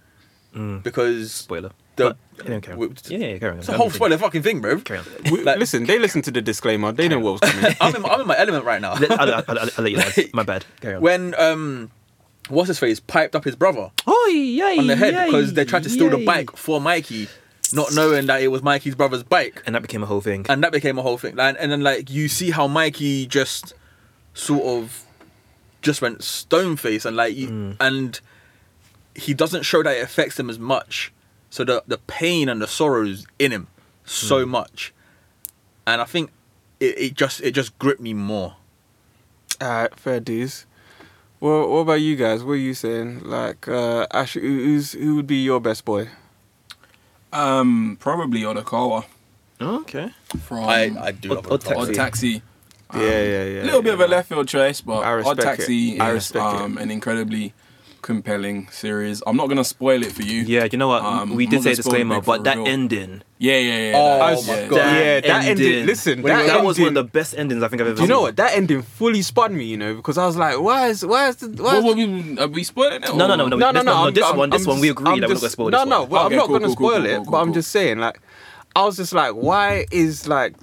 B: Mm.
C: because
B: Spoiler.
C: The-
B: But- yeah, carry on.
C: we-
B: yeah, yeah, carry on.
C: it's a whole spoiler fucking thing, bro.
B: Carry on.
A: We-
C: Like-
A: listen, they listened to the disclaimer. They know what was coming.
C: I'm in, I'm in my element right now.
B: Let- I'll, I'll, I'll, I'll let you know. My bad. Carry on.
C: when um, what's his face piped up his brother
B: oh, yay,
C: on the head
B: yay,
C: because they tried to steal the
B: yay.
C: bike for Mikey, not knowing that it was Mikey's brother's bike,
B: And that became a whole thing.
C: and that became a whole thing. And, and then like you see how Mikey just sort of just went stone face and like you,
B: Mm.
C: and he doesn't show that it affects him as much. So the the pain and the sorrows in him so
B: Mm.
C: much, and I think it, it just it just gripped me more.
A: Alright, fair dues. Well, what about you guys? What are you saying? Like, uh, Ash, who- who's who would be your best boy?
D: Um, probably Odokawa
B: Oh, okay.
D: from
C: I, I do
B: Odd- Odd
C: love Odd Taxi.
D: Odd
B: Taxi.
D: Taxi. Um,
A: Yeah, yeah, yeah.
D: A little bit of a
A: yeah.
D: left field choice, but
A: I
D: Odd
A: respect
D: Taxi
A: it. I
D: is
A: respect it.
D: um, an incredibly compelling series. I'm not gonna spoil it for you.
B: Yeah, you know what?
D: Um,
B: we did
D: Mother's
B: say
D: Bone
B: disclaimer,
D: Big for
B: but that
D: real.
B: ending.
D: yeah, yeah, yeah.
C: Oh,
D: that-
C: my
D: yeah.
C: God.
A: Yeah, that ending. Listen,
B: When-
A: that,
B: that was one of
A: ending-
B: the best endings I think I've ever
A: Do you
B: seen.
A: know what? That ending fully spun me, you know, because I was like, why is why is the why
D: What
A: is
D: were we? Are we spoiling it?
B: No, no,
D: or-
B: no, no. no, no,
A: I'm-
B: this
A: I'm-
B: one- this
A: I'm
B: one we
A: just-
B: agreed
A: I'm
B: that we're
A: just-
B: not gonna spoil
A: No,
B: this
A: no,
B: one.
A: well,
D: Okay,
A: I'm not
D: cool,
A: going to
D: cool, cool,
A: spoil
D: cool,
A: it,
D: cool,
A: but I'm
D: cool.
A: just saying, like, I was just like, why is like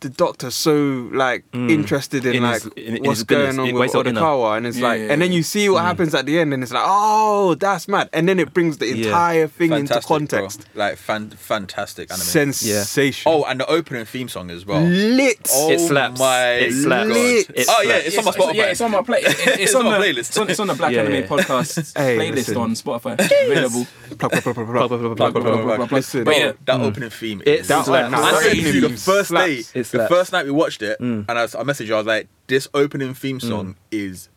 A: the doctor so like interested in,
B: Hmm. In
A: like
B: his- in- in
A: what's
B: his
A: going
B: goodness.
A: on
B: It-
A: with
B: why so inner.
A: Odakawa? And it's
D: Yeah,
A: like,
D: yeah,
A: and then
D: yeah.
A: you see
B: Hmm.
A: what happens at the end, and it's like, oh, that's mad, and then it brings the
B: Yeah.
A: entire thing into
C: Fantastic, bro.
A: context.
C: Like fan, fantastic anime.
A: Sensational.
C: oh, and the opening theme song as well.
A: lit.
C: Oh
B: It slaps.
C: my
B: It slaps.
A: Lit.
B: It
C: Oh, yeah,
B: slaps.
C: it's on my Spotify.
D: Yeah, it's on my play. It's, it's
C: It's on
D: on
C: my
D: the
C: playlist.
D: It's on, it's on the Black
B: Yeah,
D: Anime
B: yeah.
D: Podcast
A: Hey,
D: playlist
A: listen.
D: on Spotify. Available.
A: Plug, plug, plug, plug, plug, plug, plug,
B: plug,
A: plug,
C: plug,
A: plug,
C: plug.
A: plug. Listen,
C: Bro,
D: But yeah.
C: that opening theme.
B: It
C: is-
A: Mm. That
B: slaps.
A: one,
C: I said
A: opening
C: to you the
A: theme
C: first
A: slaps. Mm.
C: day,
B: It
C: the
B: slaps.
C: first night we watched it, and I, s- I messaged you. I was like, "This opening theme song is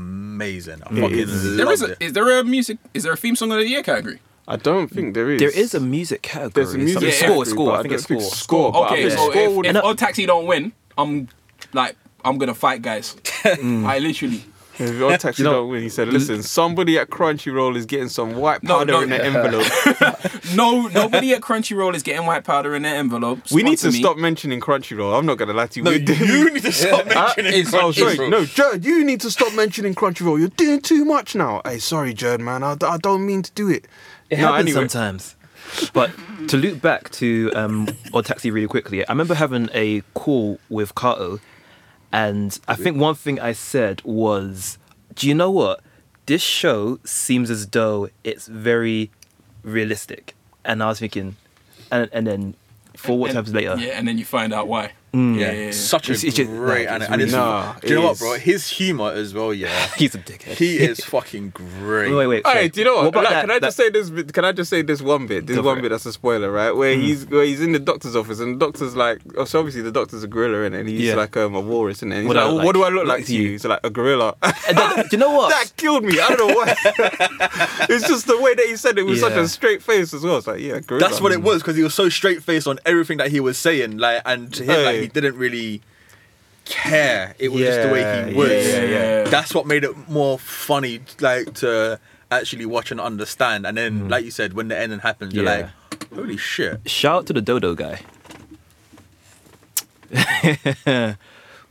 C: amazing. I fucking
A: is.
D: There is
C: loved
D: a,
C: it."
D: is there a music? Is there a theme song of the year category?
A: I don't think there is.
B: There is a music category.
A: There's a music
B: something- score,
D: category,
B: score.
A: but
B: I think
A: I
B: it's
A: don't
B: score.
A: think score, but
D: okay,
A: I
D: so
A: think score
D: if,
A: would-
D: if
B: And I-
D: Odd Taxi don't win, I'm like I'm gonna fight guys. I literally.
A: If your taxi
B: You know-
A: don't win, he said, listen, somebody at Crunchyroll is getting some white
D: No,
A: powder
D: no.
A: in the envelope.
D: No, nobody at Crunchyroll is getting white powder in their envelopes.
A: we need to
D: me.
A: stop mentioning Crunchyroll. I'm not going to lie to you.
C: No,
A: We're doing-
C: you need to stop mentioning
D: it's-
A: Oh, sorry.
C: Crunchyroll.
A: No, Jerd, you need to stop mentioning Crunchyroll. You're doing too much now. Hey, sorry, Jerd, man. I, I don't mean to do it.
B: It
A: no,
B: happens
A: anyway.
B: sometimes. But to loop back to um, Odd Taxi really quickly, I remember having a call with Kato, and I think one thing I said was, "Do you know what? This show seems as though it's very realistic." And I was thinking, and and then four what times later,
D: Yeah, and then you find out why.
C: Mm. Yeah,
D: Yeah, yeah, yeah.
C: such a
B: It's- it's just-
C: great
B: nah,
C: anime.
B: it's
C: And it's,
A: really- Nah,
C: do you know
A: it
C: what,
A: is.
C: bro? His humor as well. Yeah,
B: he's a dickhead.
C: he is fucking great.
B: wait, wait.
A: All
B: sorry.
A: right, do you know what?
B: about
A: Like,
B: that-
A: can I just
B: that-
A: say this? bit- Can I just say this one bit? This
B: Go for
A: one
B: it. Mm.
A: bit that's a spoiler, right? Where he's where he's in the doctor's office, and the doctor's like, oh, so obviously the doctor's a gorilla, innit? and he's
B: Yeah.
A: like um, a walrus, innit? and he's
B: What do
A: like,
B: I
A: "Oh,
B: look
A: what do I
B: like?
A: look like to you? He's like a gorilla.
B: and that- do you know what?
A: that killed me. I don't know why. it's just the way that he said it with such
B: Yeah.
A: a straight face as well. It's like, yeah, gorilla.
C: That's what it was because he was so straight faced on everything that he was saying, like, and to him, like,
A: Hey.
C: he didn't really care. It was just the way he
A: Yeah,
C: was.
A: yeah,
D: yeah.
C: That's what made it more funny, like to actually watch and understand. And then, like you said, when the ending happens, you're
B: Yeah.
C: like, holy shit!
B: Shout out to the Dodo guy.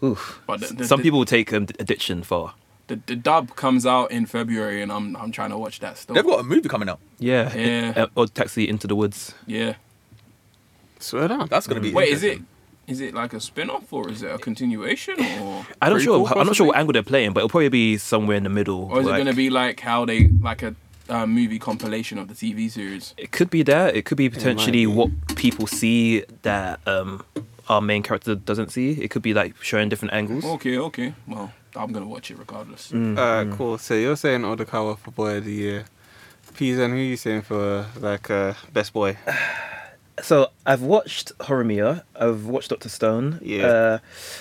B: Oof.
D: But the- the-
B: Some
D: the-
B: people take um, addiction far.
D: The, the dub comes out in February, and I'm I'm trying to watch that still.
C: They've got a movie coming out.
B: Yeah.
D: Yeah.
B: uh, or taxi into the woods.
D: yeah.
A: Swear down.
C: That's gonna be
D: Wait, is it
C: interesting.
D: is it like a spin off or is it a continuation or
B: I'm not sure.
A: Prequel,
B: I'm not sure what
A: possibly?
B: angle they're playing, but it'll probably be somewhere in the middle.
D: or is it
B: like-
D: going to be like how they like a uh, movie compilation of the TV series?
B: It could be that. It could be
A: might
B: potentially
A: be.
B: what people see that um, our main character doesn't see. It could be like showing different angles.
D: Okay, okay. Well, I'm gonna watch it regardless.
F: Mm.
B: Mm,
A: Alright, Uh, cool. So you're saying Odakawa for boy of the year. Pizan, who are you saying for like uh, best boy?
B: So I've watched Horimiya. I've watched Doctor Stone.
A: Yeah.
B: Uh,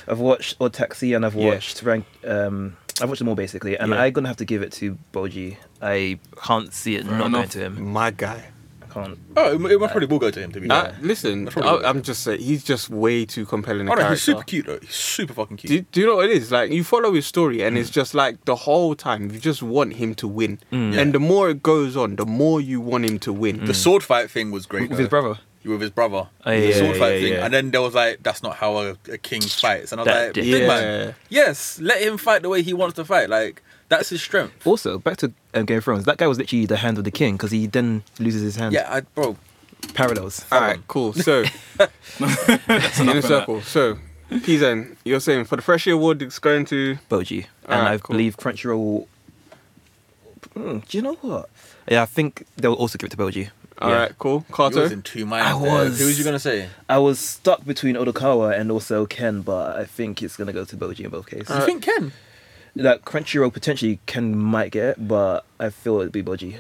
B: I've watched Odd Taxi, and I've
A: Yeah.
B: watched Rank. Um, I've watched them all basically, and
A: Yeah.
B: I'm gonna have to give it to Boji. I can't see it
D: Fair
B: not
D: enough.
B: going to him.
A: My guy.
B: I can't.
C: Oh, it, it probably will go to him to be
A: Uh,
C: fair.
A: listen,
C: That's
A: I,
C: probably-
A: I'm just saying he's just way too compelling. A
C: Oh no,
A: character.
C: he's super cute though. He's super fucking cute.
A: Do, do you know what it is? Like you follow his story, and it's just like the whole time you just want him to win.
D: Mm.
C: Yeah.
A: And the more it goes on, the more you want him to win.
C: The sword fight thing was great.
B: With
C: though.
B: his brother.
C: You with his brother.
B: Oh,
C: the
B: yeah,
C: sword
B: yeah,
C: fight
B: yeah,
C: thing.
B: yeah.
C: And then there was like, that's not how a, a king fights. And I was
B: That
C: like,
B: dick.
C: big
A: Yeah.
C: man, yes, let him fight the way he wants to fight. Like, That's his strength.
B: Also, back to um, Game of Thrones. That guy was literally the hand of the king because he then loses his hand.
C: Yeah, I, bro.
B: Parallels.
F: All right, cool. So, in a circle. So, Pizan, you're saying for the Freshie Award, it's going to.
B: Boji. And
F: Alright,
B: I
F: cool.
B: believe Crunchyroll. Mm, do you know what? Yeah, I think they'll also give it to Boji.
F: All right,
B: yeah.
F: cool.
C: You was
F: Carter.
C: in two minds.
B: I
C: there.
B: was.
C: Who was you gonna say?
B: I was stuck between Odokawa and also Ken, but I think it's gonna go to Boji in both cases.
C: you think Ken?
B: Like Crunchyroll potentially Ken might get, it, but I feel it'd be Boji.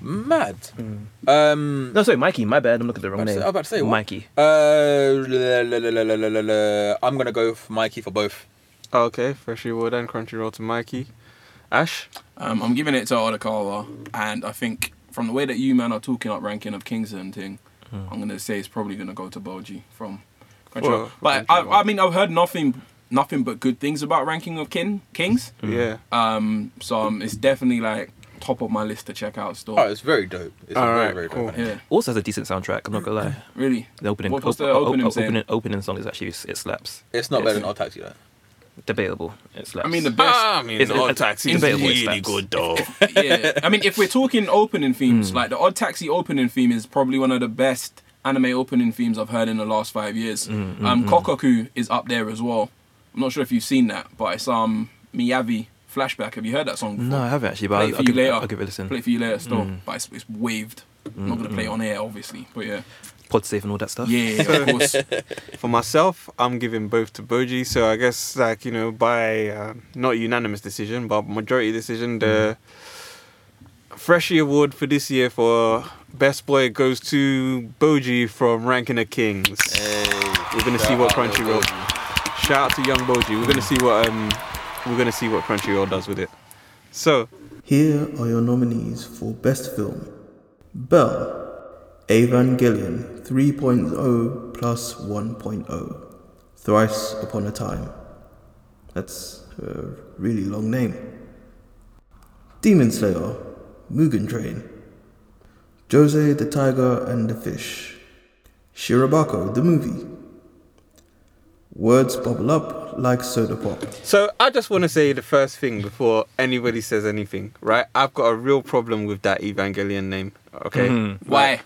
C: Mad. Um.
B: Hmm. No, sorry, Mikey. My bad. I'm looking at the
C: I
B: wrong
C: was
B: name.
C: about to say what?
B: Mikey.
C: Uh, la, la, la, la, la, la, la. I'm gonna go for Mikey for both.
F: Oh, Okay, Freshie Award and Crunchyroll to Mikey. Ash.
D: Um, I'm giving it to Odakawa, and I think from the way that you man are talking up ranking of Kings and thing, I'm gonna say it's probably gonna go to Boji from Crunchyroll.
F: Well,
D: but
F: Crunchyroll.
D: I, I mean, I've heard nothing, nothing but good things about ranking of King Kings.
F: Yeah.
D: Um, so um, it's definitely like top of my list to check out still.
C: Oh, it's very dope. It's a
F: All
C: very
F: right,
C: very
F: cool.
C: dope. anime.
D: Yeah,
B: Also has a decent soundtrack. I'm not gonna lie.
D: really.
B: The opening,
D: What was the
B: op- op-
D: opening
B: op-
D: saying?
B: opening, opening song is actually it slaps.
C: It's not
B: Yes.
C: better than Odd Taxi though.
B: Debatable. It slaps.
D: I mean, the best.
C: Ah,
F: Ah, I mean,
B: It's-
F: the Odd
B: it's
F: Taxi is
B: debatable, it's
F: really
B: facts.
F: good though.
D: yeah, I mean, if we're talking opening
B: Hmm.
D: themes, like the Odd Taxi opening theme is probably one of the best anime opening themes I've heard in the last five years.
B: Hmm,
D: um, Kokoku is up there as well. I'm not sure if you've seen that, but it's um Miyavi flashback. Have you heard that song? Before?
B: no, I haven't actually, but
D: Play
B: I'll,
D: it for
B: I'll
D: you
B: give, it-
D: later.
B: I'll give it a listen. Hmm.
D: Play it for you later, still, but it's, it's waved. I'm not gonna play it on air, obviously, but yeah,
B: Pod safe and all that stuff.
D: yeah, of course.
F: For myself, I'm giving both to Boji. So I guess, like, you know, by uh, not unanimous decision, but majority decision, the Hmm. Freshie Award for this year for Best Boy goes to Boji from Ranking of Kings.
C: Eh.
F: We're going to see what Crunchyroll. Shout out to Young Boji. We're going to see what um, we're going to see what Crunchyroll does with it. So,
E: Here are your nominees for Best Film Bell, Evangelion 3.0 plus 1.0, Thrice Upon a Time. That's a really long name. Demon Slayer, Mugen Train, Jose the Tiger and the Fish, Shirabako the Movie. Words bubble up like soda pop.
F: So I just want to say the first thing before anybody says anything, right? I've got a real problem with that Evangelion name. Okay,
D: Why?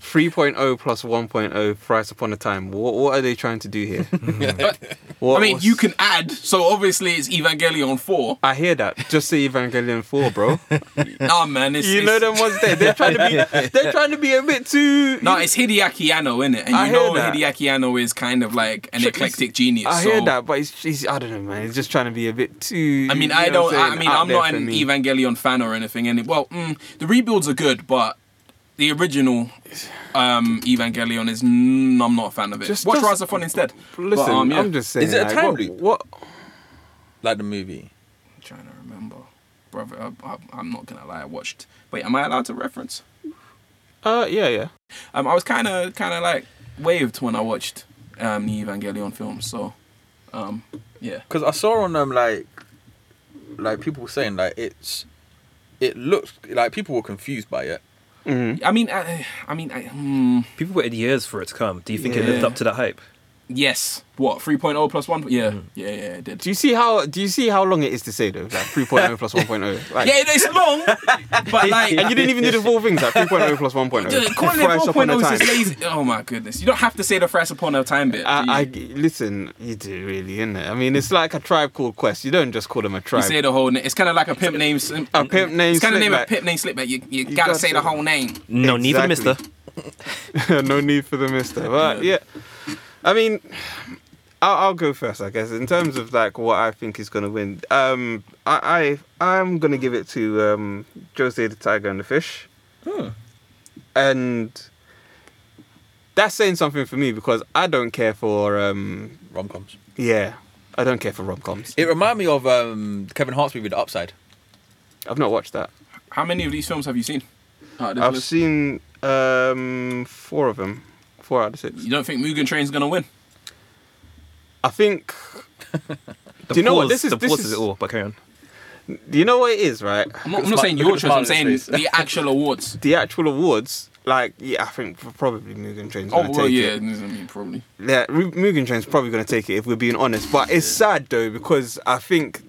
F: 3.0 plus 1.0 thrice upon a time. What, what are they trying to do here? What-
D: I mean,
F: what's-
D: you can add. So obviously, it's Evangelion four.
F: I hear that. Just say Evangelion 4, bro.
D: Nah, man, it's,
F: You
D: it's-
F: know them ones there. They're trying to be. They're trying to be a bit too.
D: No, it's Hideaki Anno, innit? And you
F: I hear
D: know
F: that.
D: Hideaki Anno is kind of like an eclectic genius.
F: I hear
D: so-
F: that, but it's, it's. I don't know, man. It's just trying to be a bit too.
D: I mean,
F: you
D: I
F: know what
D: don't. I
F: saying,
D: mean,
F: out
D: I'm
F: there
D: not
F: for
D: an
F: me.
D: Evangelion fan or anything. And it, well, mm, the rebuilds are good, but the original um, Evangelion is. Mm, I'm not a fan of it.
F: Just-
D: Watch
F: just-
D: Rise of Fun instead.
F: Listen,
D: But, um, yeah.
F: I'm just saying.
C: Is it a
F: like,
C: time
F: what-
C: loop?
F: What?
C: Like the movie.
D: I'm trying to remember, brother. I, I, I'm not gonna lie. I watched. Wait, am I allowed to reference?
F: Uh, yeah, yeah.
D: Um, I was kind of, kind of like waved when I watched um, the Evangelion film. So, um, yeah.
C: Because I saw on them like, like people were saying like it's, it looks like people were confused by it.
D: I mean, I, I mean, I, hmm.
B: People waited years for it to come. Do you think it
D: Yeah.
B: lived up to that hype?
D: Yes. What? 3.0 plus 1? Yeah. Yeah, yeah, it did.
F: Do you see how do you see how long it is to say though? Like 3.0 plus 1.0. Like,
D: Yeah, it's long, but like.
F: and you didn't even do the full things like 3.0 plus oh. 1.0.
D: Dude, calling it
F: Thrice upon a
D: 4.0 is
F: time.
D: just lazy. Oh my goodness. You don't have to say the thrice upon a time bit. do you?
F: I, I listen. You do really, innit? I mean, it's like a tribe called Quest. You don't just call them a
D: you
F: tribe.
D: say the whole name. It's kind of like a pimp name. slim-
F: A pimp name
D: It's kind of name a
F: slip back.
D: pimp name slip back. You, you,
F: You
D: gotta,
F: gotta
D: say the
F: say-
D: whole name.
B: No, neither,
F: Exactly.
B: Mister.
F: no need for the mister. But yeah, I mean, I'll, I'll go first, I guess. In terms of like what I think is gonna win, um, I, I I'm gonna give it to um, Jose the Tiger and the Fish, and that's saying something for me because I don't care for um,
C: Rom coms.
F: yeah, I don't care for rom coms.
C: It reminded me of um, Kevin Hart's movie The Upside.
F: I've not watched that.
D: How many of these films have you seen? Out of Oh, this
F: I've
D: list?
F: seen um, four of them, four out of six.
D: You don't think Mugen Train's gonna win?
F: I think.
B: The
F: Do you know what
B: pause-
F: this is?
B: The
F: This
B: pause
F: is-
B: is it all. But carry on.
F: Do you know what it is, right?
D: I'm not,
C: Look
D: I'm not
C: at
D: saying
C: the smile
D: your choice, I'm
C: on his
D: saying
C: face.
D: the actual awards.
F: The actual awards, like, yeah, I think probably Mugen Train's
D: Oh,
F: gonna
D: well,
F: take
D: yeah, I
F: it.
D: mean, probably.
F: Yeah, Ru- Mugen Train's probably gonna take it if we're being honest. But it's sad though because I think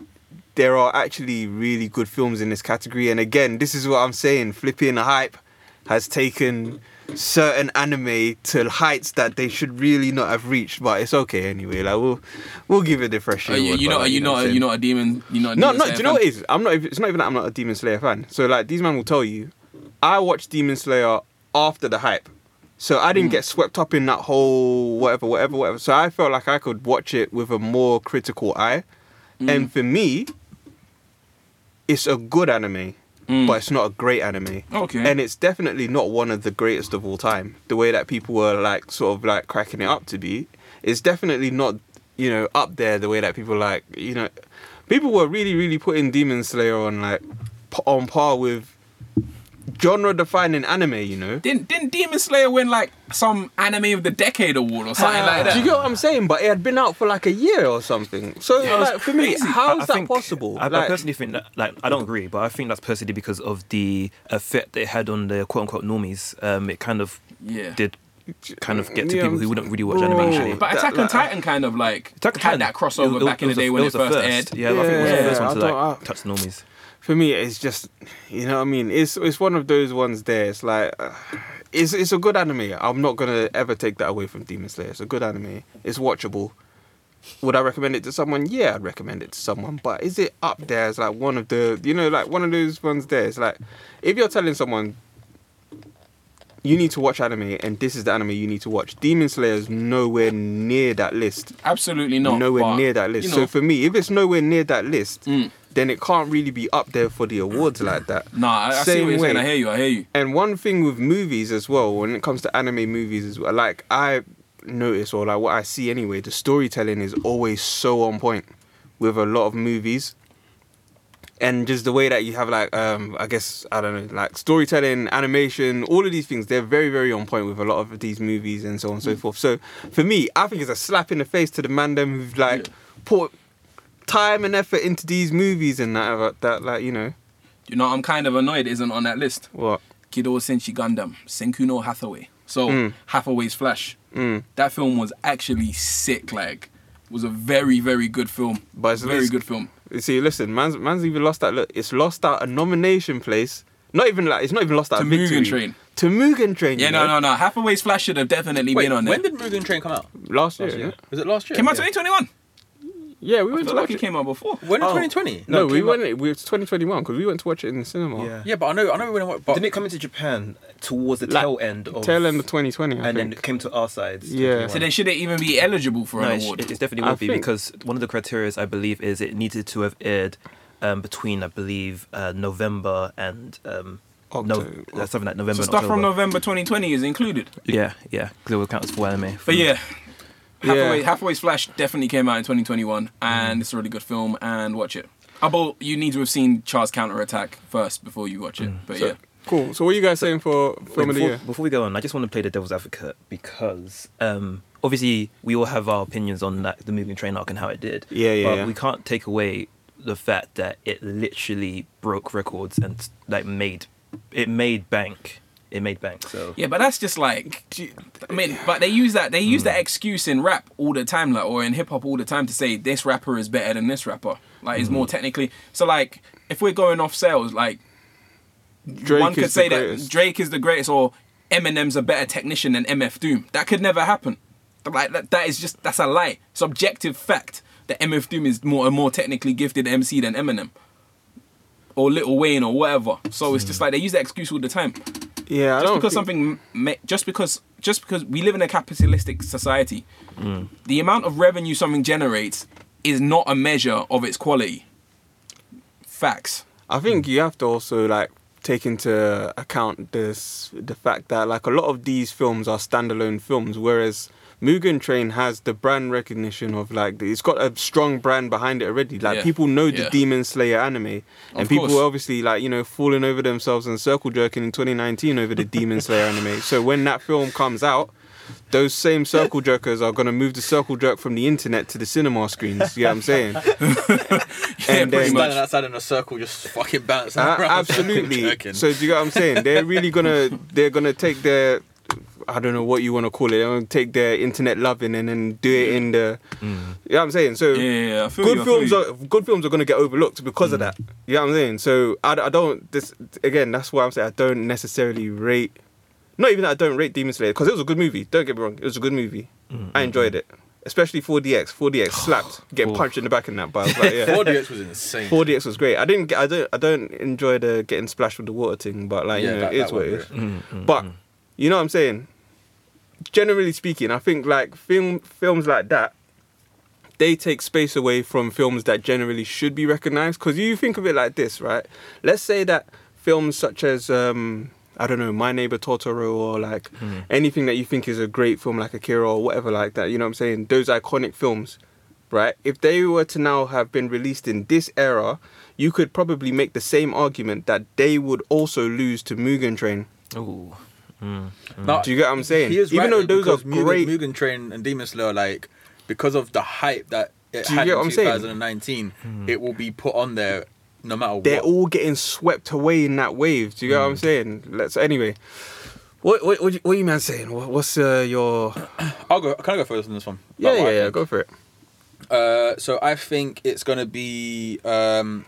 A: there are actually really good films in this category. And again, this
D: Mm.
A: is what I'm saying. Flipping hype has taken certain anime to heights that they should really not have reached. But it's okay anyway. Like we'll we'll give it a fresh.
D: Are you,
A: reward,
D: Uh, you
A: but,
D: know,
A: like,
D: are you
A: what
D: not,
A: I'm
D: a- you
A: saying.
D: not a demon? You not a
A: No,
D: demon
A: no. Do
D: Slayer
A: you know what
D: fan?
A: it is? I'm not. It's not even that I'm not a Demon Slayer fan. So like these men will tell you, I watched Demon Slayer after the hype, so I
D: Hmm.
A: didn't get swept up in that whole whatever, whatever, whatever. So I felt like I could watch it with a more critical eye,
D: Hmm.
A: and for me, it's a good anime,
D: Hmm.
A: but it's not a great anime.
D: Okay.
A: And it's definitely not one of the greatest of all time. The way that people were like sort of like cracking it up to be, it's definitely not you know up there the way that people like you know, people were really really putting Demon Slayer on like p- on par with genre defining anime. You know.
D: Didn't didn't Demon Slayer win like some anime of the decade award or
B: Ah,
D: something like that?
A: Do you get what I'm saying? But it had been out for like a year or something. So like, for me, how is that possible?
B: I, I
A: Like-
B: personally think that, like, I don't agree, but I think that's personally because of the effect they had on the quote unquote normies. Um, it kind of
D: Yeah.
B: did kind of get to
A: Yeah,
B: people
A: I'm-
B: who wouldn't really watch
A: Bro.
B: anime usually.
D: But
A: That-
D: Attack on
A: like-
D: Titan kind of like
B: Attack on
D: had
B: Titan,
D: that crossover
B: it- it-
D: back in
B: it was
D: the day
B: a-
D: when it
B: was a
D: first
B: first.
D: aired.
B: Yeah, I think it was
A: Yeah,
B: the first
A: I
B: one to
A: don't-
B: like
A: I-
B: touch normies.
A: for me it's just you know what i mean it's it's one of those ones there it's like uh, it's it's a good anime i'm not gonna ever take that away from demon slayer it's a good anime it's watchable would i recommend it to someone yeah i'd recommend it to someone but is it up there as like one of the you know like one of those ones there it's like if you're telling someone you need to watch anime and this is the anime you need to watch demon slayer is nowhere near that list
D: Absolutely not.
A: nowhere
D: but,
A: near that list.
D: you know,
A: so
D: Mm.
A: for me, if it's nowhere near that list, then it can't really be up there for the awards like that.
D: nah, I, I see what you're saying. I hear you. I hear you.
A: And one thing with movies as well, when it comes to anime movies as well, like I notice or like what I see anyway, the storytelling is always so on point with a lot of movies. And just the way that you have like um I guess I don't know, like storytelling, animation, all of these things, they're very, very on point with a lot of these movies and so on and
D: Mm.
A: so forth. So for me, I think it's a slap in the face to the man them who've like put time and effort into these movies and that that like, you know,
D: You know, I'm kind of annoyed it isn't on that list.
A: what?
D: Kido Senshi Gundam, Senku no Hathaway. So
A: Hmm.
D: Hathaway's Flash. That film was actually sick. Like, was a very very good film.
A: But it's-
D: very good film.
A: You See, listen, man's man's even lost that. Look, it's lost out a nomination place. Not even like it's not even lost out
D: To
A: a victory.
D: Mugen Train.
A: To Mugen Train.
D: Yeah,
A: you
D: no,
A: know?
D: no, no. Hathaway's Flash should have definitely
C: Wait,
D: been on there.
C: when did Mugen Train come out?
A: Last year.
C: Last year. Was it last year?
D: Came out
C: Yeah.
D: 2021.
A: Yeah, we
D: I
A: went
D: feel
A: to
D: like
A: watch
D: it
A: it.
D: came out before.
C: When in
D: Oh.
C: 2020?
A: No, we
F: came
A: went. It was 2021 because we went to watch it in the cinema.
F: Yeah.
C: Yeah, but I know, I know when I went. But
F: Didn't it come into Japan towards the
A: Like,
F: tail end of
A: Tail end of 2020. I
F: and then
A: think.
F: it came to our sides?
A: Yeah.
D: So they shouldn't even be eligible for
B: No,
D: an
B: it,
D: award.
B: it- it definitely
A: I
B: would be
A: think-
B: because one of the criteria, I believe, is it needed to have aired um, between, I believe, uh, November and um, no-
A: Octo-
B: uh, something like November.
D: so
B: and
D: stuff from
B: October.
D: November 2020 is included.
B: Yeah, yeah, because it would count as full anime.
D: But yeah,
A: Yeah.
D: Hathaway, Hathaway's Flash definitely came out in 2021, and it's a really good film. And watch it. About you need to have seen Char's Counterattack first before you watch it. But yeah,
A: Cool. Mm, So what are you guys saying for
B: Wait,
A: film of the
B: before,
A: year?
B: before we go on, I just want to play the devil's advocate because um, obviously we all have our opinions on like, the moving train arc and how it did.
A: Yeah, yeah,
B: But
A: yeah.
B: we can't take away the fact that it literally broke records and like made it made bank. It made bank. So
D: yeah, but that's just like. I mean, but they use that they use that
A: Mm.
D: excuse in rap all the time, like or in hip hop all the time to say this rapper is better than this rapper. Like, is
A: Mm.
D: more technically. So like, if we're going off sales, like
A: Drake
D: one could
A: is the
D: say that
A: greatest.
D: Drake is the greatest or Eminem's a better technician than MF Doom. That could never happen. Like that, that is just that's a lie. Subjective fact that MF Doom is more a more technically gifted MC than Eminem. Or Little Wayne or whatever. So it's just like they use that excuse all the time.
A: Yeah, Hmm. I
D: Just
A: don't think-
D: because something ma- just because just because we live in a capitalistic society,
A: Hmm.
D: the amount of revenue something generates is not a measure of its quality. Facts.
A: I think
D: Hmm.
A: you have to also like take into account this the fact that like a lot of these films are standalone films, whereas Mugen Train has the brand recognition of like the- it's got a strong brand behind it already. Like
D: Yeah.
A: people know the
D: Yeah.
A: Demon Slayer anime, and
D: Of
A: people
D: course.
A: were obviously like you know falling over themselves and circle jerking in 2019 over the Demon Slayer anime. So when that film comes out. Those same circle jerkers are gonna move the circle jerk from the internet to the cinema screens. You know what I'm saying? and
D: pretty
A: then,
D: much.
C: standing outside in a circle, just fucking bouncing
A: uh,
C: around.
A: absolutely.
C: Jerking.
A: So do you get what I'm saying? They're really gonna they're gonna take their
F: I don't know what you want to call it. They wanna take their internet loving and then do it in the. You know what I'm saying? So
D: Yeah, yeah, yeah, I feel
F: good
D: you, I feel
F: films
D: you.
F: are good films are going to get overlooked because of that. You know what I'm saying? So I, I don't. This again. That's why I'm saying I don't necessarily rate. Not even that I don't rate Demon Slayer because it was a good movie. Don't get me wrong. It was a good movie. I enjoyed it, especially 4DX. 4DX slapped. Getting punched in the back in that, but I was like, yeah.
C: 4DX was insane.
F: 4DX was great. I didn't. Get, I don't. I don't enjoy the getting splashed with the water thing, but like
C: Yeah,
F: you know,
C: that-
F: it is
C: that
F: what it
C: one Mm,
F: is. But you know what I'm saying. Generally speaking, I think like film films like that, they take space away from films that generally should be recognized. Because you think of it like this, right? Let's say that films such as um, I don't know, My Neighbor Totoro, or like anything that you think is a great film, like Akira or whatever, like that. You know what I'm saying? Those iconic films right? If they were to now have been released in this era, you could probably make the same argument that they would also lose to Mugen Train.
B: Ooh.
C: Now,
F: Mm. Do you get what I'm saying?
C: He is
F: Even
C: right
F: though
C: though,
F: those
C: because
F: are great-
C: Mugen, Mugen Train and Demon Slayer, like because of the hype that it
F: Do you
C: had
F: get
C: in
F: what I'm saying? Hmm.
C: 2019, it will be put on there no matter
F: They're
C: what.
F: all getting swept away in that wave. Do you get what I'm saying? Let's anyway. Mm. What what what, you- what are you man saying? What, what's uh, your
C: I'll go. Can I go first on this one?
F: yeah
C: About what
F: yeah
C: I
F: yeah?
C: think.
F: Go for it.
C: Uh, so I think it's gonna be. Um,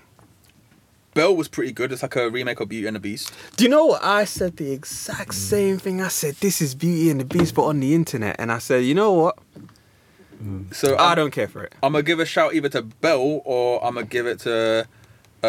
C: Bell was pretty good. It's like a remake of Beauty and the Beast.
F: Do you know what? I said the exact same thing. I said this is Beauty and the Beast, but on the internet, and I said you know what?
C: So
F: I
C: I'm,
F: don't care for it.
C: I'm gonna give a shout either to Bell or I'm gonna give it to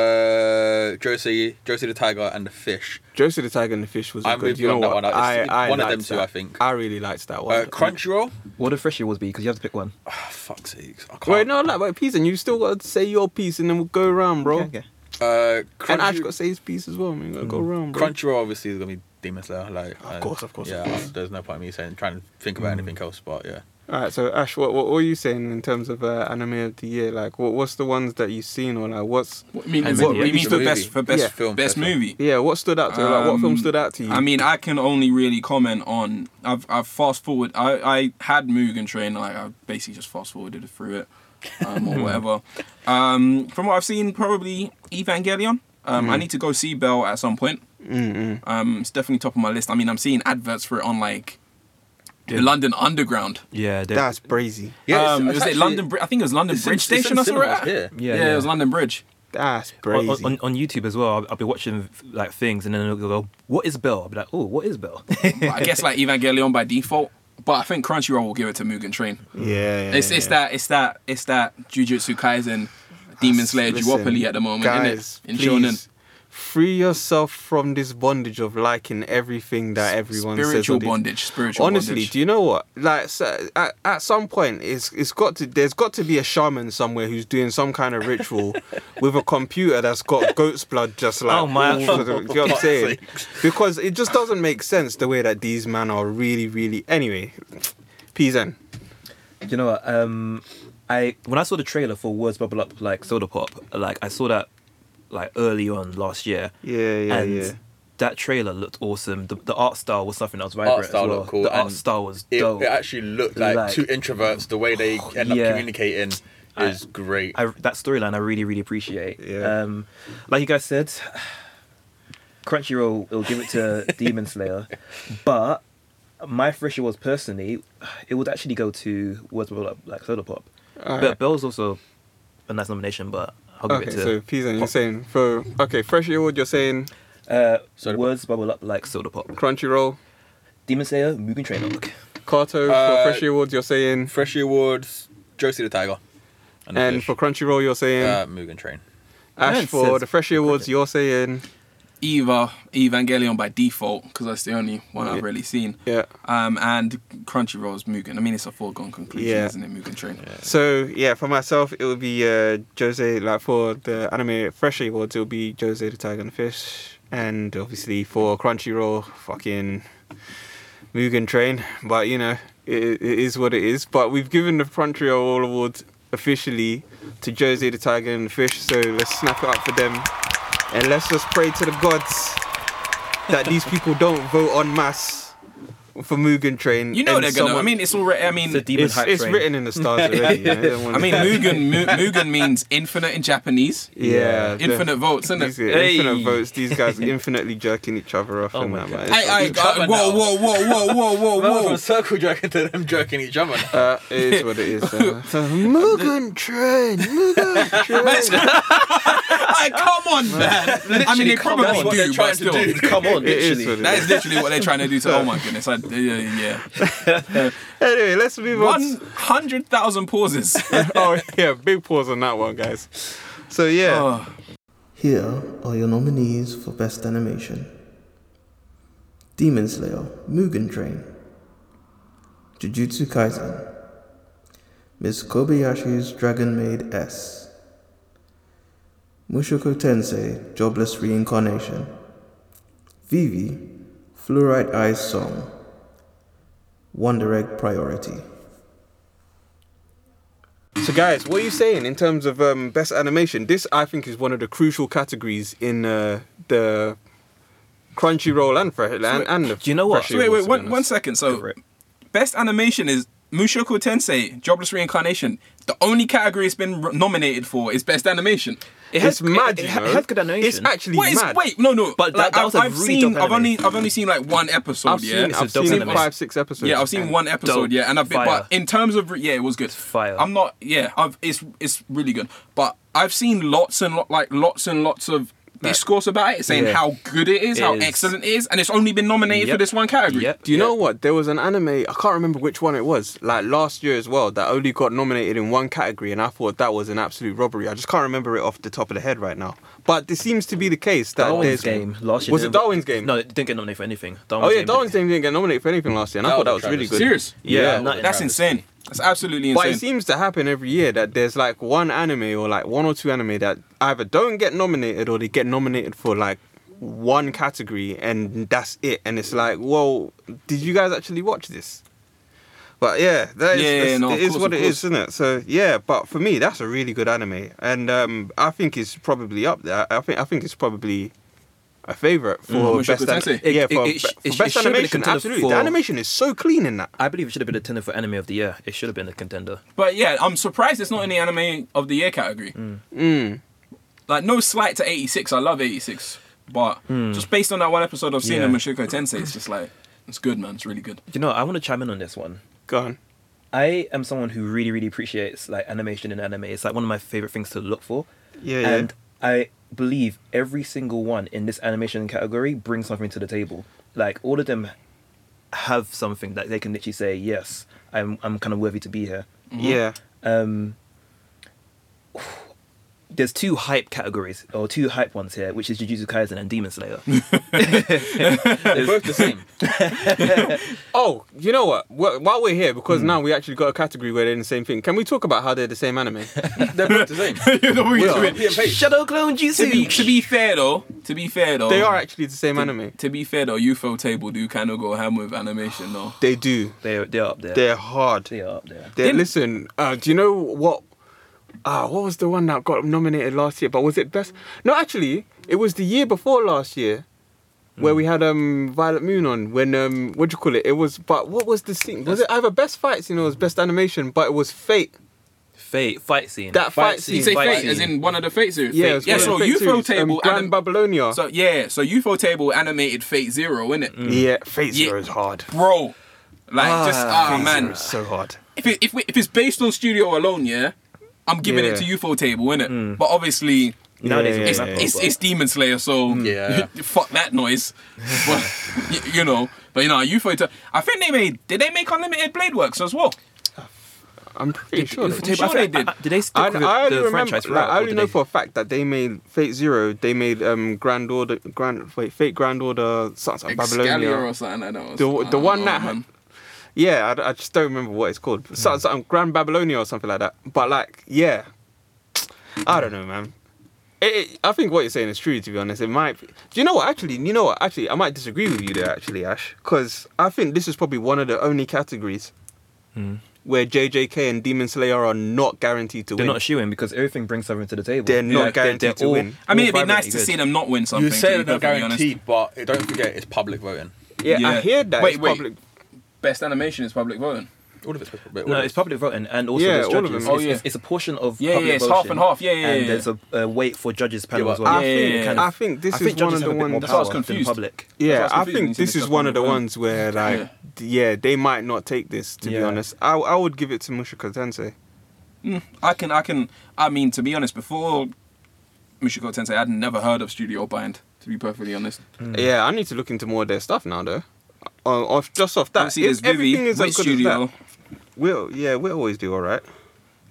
C: uh, Josie, Josie the Tiger and the Fish.
F: Josie the Tiger and the Fish was
C: I'm
F: good.
C: with
F: you
C: you
F: know what?
C: on that one. It's
F: I, I
C: one of
F: liked
C: them two, I
F: that.
C: think.
F: I really liked that one.
C: Uh, Crunchyroll.
B: What a fresh it would be because you have to pick one.
C: Oh, fuck's sakes. I can't.
F: Wait, no, no, wait, peace, and you still got to say your piece, and then we'll go around,
A: Oh.
F: bro.
B: Okay, okay.
C: Uh, Crunchy-
F: And Ash got to say his piece as well. Man, we gotta
C: Mm.
F: go around, bro.
C: Crunchyroll obviously is gonna be Demon Slayer. Like, of
F: course, of course, of
C: Yeah,
F: course. Hmm.
C: there's no point in me saying trying to think about anything else, but yeah.
F: All right, so Ash, what, what were you saying in terms of uh, anime of the year? Like, what, what's the ones that you've seen, or like, what's
D: What, I mean,
B: And
D: what,
B: maybe
D: what you
B: it's
D: mean
B: a
D: for
C: movie.
D: best for best
F: Yeah.
D: film,
C: Film,
D: best
C: best film.
D: movie?
F: yeah, what stood out to you? Like, what film
D: Um,
F: stood out to you?
D: I mean, I can only really comment on. I've I've fast forward. I I had Mugen Train. Like I basically just fast forwarded through it, um, or whatever. Um, from what I've seen, probably Evangelion. Um, I need to go see Bell at some point.
F: Mm-mm.
D: Um, it's definitely top of my list. I mean, I'm seeing adverts for it on like the London Underground.
B: Yeah, they-
F: that's brazy.
C: it's-
D: um,
C: it's
D: was it
C: actually-
D: London? Bri- I think it was London
C: it's in-
D: Bridge
C: it's in
D: Station. I saw it.
C: cinemas
D: at.
C: here.
D: Yeah,
B: yeah,
D: it was London Bridge.
F: That's
B: on,
F: brazy.
B: on, on YouTube as well, I'll, I'll be watching like things, and then they'll go, "What is Bell?" I'll be like, "Oh, what is Bell?"
D: But I guess like Evangelion by default. But I think Crunchyroll will give it to Mugen Train.
F: yeah, yeah,
D: It's it's
F: yeah.
D: that it's that it's that Jujutsu Kaisen, Demon Slayer
F: Listen,
D: duopoly at the moment,
F: guys,
D: innit? In
F: please,
D: Shonen.
F: free yourself from this bondage of liking everything that everyone says.
D: Spiritual
F: on the-
D: bondage. Spiritual
F: Honestly,
D: bondage.
F: do you know what? Like, so, at, at some point, it's it's got to there's got to be a shaman somewhere who's doing some kind of ritual with a computer that's got goat's blood, just like
B: Oh, my-
F: all over the- you know what I'm
C: Fuck's
F: saying?
C: sakes.
F: Because it just doesn't make sense the way that these men are really, really. Anyway, peas in.
B: you know what? Um, I when I saw the trailer for Words Bubble Up Like Soda Pop, like I saw that like early on last year.
F: Yeah, yeah,
B: and
F: yeah.
B: That trailer looked awesome. The, the art style was something I was vibing
C: Art
B: as
C: style
B: well.
C: looked cool,
B: The art
C: and
B: style was
C: It,
B: dope.
C: it actually looked like,
B: Like-
C: two introverts. The way they
F: oh,
C: end
B: Yeah.
C: up communicating is great.
B: I, that storyline I really really appreciate.
F: Yeah.
B: Um, like you guys said, Crunchyroll will give it to Demon Slayer, but my fresh was personally, it would actually go to Words Bubble Up Like Soda Pop. but
F: Alright.
B: Bell's also a nice nomination, but I'll give
F: Okay,
B: it to
F: so peas in. You're saying for okay, fresh award. You're saying
B: Uh,
C: Soda
B: words bubble up like soda pop.
F: Crunchyroll.
B: Demon Slayer, Mugen Train Look.
F: Carto
C: Uh,
F: for fresh awards. You're saying
C: Freshie Awards, Josie the Tiger, and, the
F: and
C: Fish.
F: for Crunchyroll. You're saying
C: uh, Mugen Train.
F: Ash
B: Nonsense.
F: for the fresh awards. You're saying
D: Eva Evangelion by default because that's the only one
F: Yeah.
D: I've really seen.
F: yeah.
D: Um, and Crunchyroll's Mugen. I mean, it's a foregone conclusion,
F: Yeah.
D: isn't it? Mugen Train.
F: So yeah, for myself it would be uh, Jose. Like for the anime Fresh Awards, it would be Jose the Tiger and the Fish, and obviously for Crunchyroll, fucking Mugen Train. But you know, it, it is what it is. But we've given the Crunchyroll Awards officially to Jose the Tiger and the Fish. So let's snap it up for them, and let's just pray to the gods that these people don't vote en masse for Mugen Train.
D: You know
F: and
D: they're gonna. I
F: someone-
D: mean, it's already. I
B: It's a
D: mean,
B: demon
F: it's,
B: hype
F: it's
B: train.
F: written in the stars already. yeah. They don't
D: I
F: wanna-
D: mean, Mugen Mu- Mugen means infinite in Japanese.
F: yeah, the-
D: Infinite votes, isn't
F: These,
D: it?
B: Hey.
F: Infinite votes. These guys infinitely jerking each other off
B: Oh
F: and
B: my
F: that.
B: God.
F: man. It's-
D: Hey, hey,
C: Each other
D: uh, whoa,
C: now.
D: whoa, whoa, whoa, whoa,
F: Oh.
D: whoa, whoa.
C: from circle jerking to them jerking each other.
F: Uh, it is what it is. Uh, Mugen Train, Mugen Train.
D: Hey, come on, man. I mean,
C: Literally,
D: they
C: come on. That's
D: probably
C: what they're
D: do, but
C: trying to
D: still.
C: do.
G: Come on,
F: It is
G: literally.
F: what it
D: That
F: is.
D: is literally what they're trying to do to. Oh my goodness! I, yeah, yeah, yeah.
F: Anyway, let's move
D: One
F: on.
D: hundred thousand pauses.
F: oh yeah, big pause on that one, guys. So yeah,
D: Oh.
E: Here are your nominees for Best Animation Demon Slayer, Mugen Train, Jujutsu Kaisen, Miss Kobayashi's Dragon Maid S, Mushoku Tensei, Jobless Reincarnation, Vivi, Fluorite Eyes Song, Wonder Egg Priority.
F: So, guys, what are you saying in terms of um, best animation? This, I think, is one of the crucial categories in uh, the Crunchyroll and Fresh and, and the
B: do you know what?
F: Fresh
D: So wait,
F: Awards,
D: wait,
F: to be honest.
D: one, one second. So,
B: Correct.
D: best animation is Mushoku Tensei: Jobless Reincarnation. The only category it's been r- nominated for is best animation.
B: It
F: It's mad,
B: It,
F: you
B: it, ha-
F: know.
B: it has good animation.
F: It's actually
D: Wait,
F: mad.
D: wait, no, no.
B: But that- that
D: I've-
B: was a
D: I've
B: really
D: seen,
B: dope
D: I've only,
B: anime.
D: I've only seen like one episode.
F: I've
D: yeah,
F: seen,
B: it's a
F: I've
B: dope
F: seen
B: anime.
F: five, six episodes.
D: yeah, I've seen one episode.
B: dope.
D: Yeah, and I've been,
B: Fire.
D: but in terms of, re- yeah, it was good.
B: Fire.
D: I'm not, yeah, I've, it's, it's really good. But I've seen lots and lot, like lots and lots of. Discourse about it, saying
F: Yeah.
D: how good it is,
B: It
D: how
B: is.
D: excellent it is, and it's only been nominated for
B: Yep.
D: this one category.
B: Yep.
F: Do you know what? There was an anime, I can't remember which one it was, like last year as well, that only got nominated in one category, and I thought that was an absolute robbery. I just can't remember it off the top of the head right now. But this seems to be the case that
B: Darwin's
F: there's.
B: game last year
F: Was it
B: didn't-
F: Darwin's game?
B: No, it didn't get nominated for anything.
F: Oh, yeah,
B: game
F: Darwin's
B: didn't-
F: game didn't get nominated for anything last year, and I
C: That
F: thought that was
C: was a
F: really good.
C: travesty.
D: Serious?
F: Yeah.
B: not-
D: That's
C: Travis.
D: insane. That's absolutely
F: But it
D: insane.
F: seems to happen every year that there's like one anime or like one or two anime that either don't get nominated or they get nominated for like one category and that's it. And it's like, well, did you guys actually watch this? But yeah, that is,
D: Yeah, yeah,
F: that's-
D: no, of
F: it is
D: course,
F: what
D: of
F: it is, isn't it? So yeah, but for me, that's a really good anime, and um, I think it's probably up there. I think I think it's probably a favorite for
D: Mushoku
F: best, an-
D: Tensei.
B: It-
F: yeah, for,
B: it- it sh-
F: for
B: it sh- it
F: best
B: should be the
F: animation.
B: contender
F: Absolutely,
B: for-
F: the animation is so clean in that.
B: I believe it should have been a contender for Anime of the Year. It should have been a contender.
D: But yeah, I'm surprised it's not in the anime of the year category.
B: Mm.
D: Like no slight to 86. I love 86, but just based on that one episode I've seen
B: Hmm. Yeah.
D: of Mushoku Tensei, it's just like it's good, man. It's really good.
B: You know, I want to chime in on this one.
F: Go on.
B: I am someone who really, really appreciates like animation in anime. It's like one of my favorite things to look for.
F: Yeah, yeah.
B: And I believe every single one in this animation category brings something to the table. Like all of them have something that they can literally say, "Yes, I'm, I'm kind of worthy to be here."
F: Yeah.
B: There's two hype categories or two hype ones here, which is Jujutsu Kaisen and Demon Slayer.
C: They're both the same.
F: Oh, you know what? Wh- While we're here, because now we actually got a category where they're in the same thing. Can we talk about how they're the same anime?
C: They're both the same.
D: You know what
C: We're
D: you're doing.
C: copy and paste.
B: Shadow Clone Jutsu.
D: to be to be fair though, to be fair though,
F: Oh. they are actually the same anime.
D: To be fair though, UFO Table do kind of go ham with animation though.
F: They do.
B: they're they're up there.
F: They're hard.
B: They are up there.
F: They're,
D: Didn't-
F: listen, uh, do you know what? Ah, what was the one that got nominated last year? But was it best? No, actually, it was the year before last year, where we had um Violet Moon on. When um, what do you call it? It was. But what was the thing? Was it either best fights? You know, it was best animation, but it was Fate.
B: Fate fight scene.
F: That fight,
B: Fight
F: scene.
B: scene.
D: You say
B: Fight
D: fate
B: scene.
D: as in one of the fate series.
F: Yeah, it
D: Fate-
F: was
D: yeah.
F: one of
D: So
F: the Fate
D: UFO
F: series. Um,
D: Table,
F: Grand
D: anim-
F: Babylonia.
D: so yeah, so UFO Table animated Fate Zero, innit?
F: yeah, Fate
D: Yeah.
F: Zero is hard.
D: Bro, like just ah
F: Fate Zero
D: man,
F: is so hard.
D: if it, if, we, if it's based on studio alone, yeah, I'm giving it to
F: Yeah. Mm.
D: UFO Table, innit? But obviously,
B: Nowadays,
F: Yeah,
B: it's-
F: yeah, yeah.
D: it's, it's Demon Slayer, so
C: Yeah.
D: fuck that noise. but y- you know, but you know, UFO. Table. I think they made. Did they make Unlimited Blade Works as well?
F: I'm pretty sure.
D: Did-
F: they
D: Table-
B: I
D: sure they
B: think-
D: did.
B: I- Did they stick
F: I,
B: with
F: I only
B: the
F: remember.
B: franchise?
F: Like,
B: throughout,
F: I
B: or
F: only
B: did
F: know
B: they-
F: for a fact that they made Fate Zero. They made um Grand Order, Grand wait, Fate Grand Order, something
D: Excalibur
F: Babylonia.
D: or something like that. was-
F: The
D: I
F: the
D: don't
F: one
D: know, Oh,
F: that
D: man.
F: yeah, I, I just don't remember what it's called.
B: Hmm.
F: Something, something Grand Babylonia or something like that. But like yeah, I don't know, man. It, it- I think what you're saying is true. To be honest, it might. Be, do you know what? Actually, you know what? Actually, I might disagree with you there. Actually, Ash, because I think this is probably one of the only categories
B: Hmm.
F: where JJK and Demon Slayer are not guaranteed to
B: They're
F: win.
B: not shooing because everything brings something to the table.
F: They're not guaranteed to
B: all-
F: win.
D: I mean, it'd be
B: all
D: nice
B: vibrantly
D: to
B: good.
D: see them not win something.
C: You
D: to
C: say
D: be
C: they're not
D: perfectly honest.
C: guaranteed, but don't forget it's public voting.
F: Yeah, I
D: Yeah.
F: heard that.
D: Wait,
F: it's
D: wait.
F: public.
D: best animation is public voting.
C: All of it's but all
B: No,
C: of
B: it's public voting and also
F: Yeah,
B: there's
F: all of
B: judges.
F: them. Oh,
B: It's,
D: yeah.
B: it's, it's a portion of
D: Yeah, yeah,
B: public
D: it's
B: voting,
D: half and half. Yeah, yeah,
B: And
D: yeah.
B: there's a, a wait for judges panel
C: Yeah,
B: as
C: but
B: well.
F: I
D: Yeah,
F: think
D: yeah, yeah.
F: I think this
B: I think
F: is one
B: judges
F: of
B: have
F: the
B: a bit more
F: ones.
D: That's why I was
B: power than
D: confused.
B: public.
F: Yeah,
D: That's why
F: I
D: it's confusing
F: think
D: seeing
F: this
D: this
F: is
D: stuff
F: one of
D: on
F: the
D: the
F: ones where like
D: Yeah.
F: d- yeah, they might not take this to be
B: Yeah.
F: honest. I I would give it to Mushika Tensei.
D: I can, I can, I mean, to be honest, before Michiko Tensei, I'd never heard of Studio Bind. To be perfectly honest,
F: Yeah, I need to look into more of their stuff now though. Uh, off, just off that,
D: obviously there's
F: if everything
D: Vivi,
F: is
D: Wit
F: as good as
D: Studio,
F: that, we'll yeah we'll always do all right.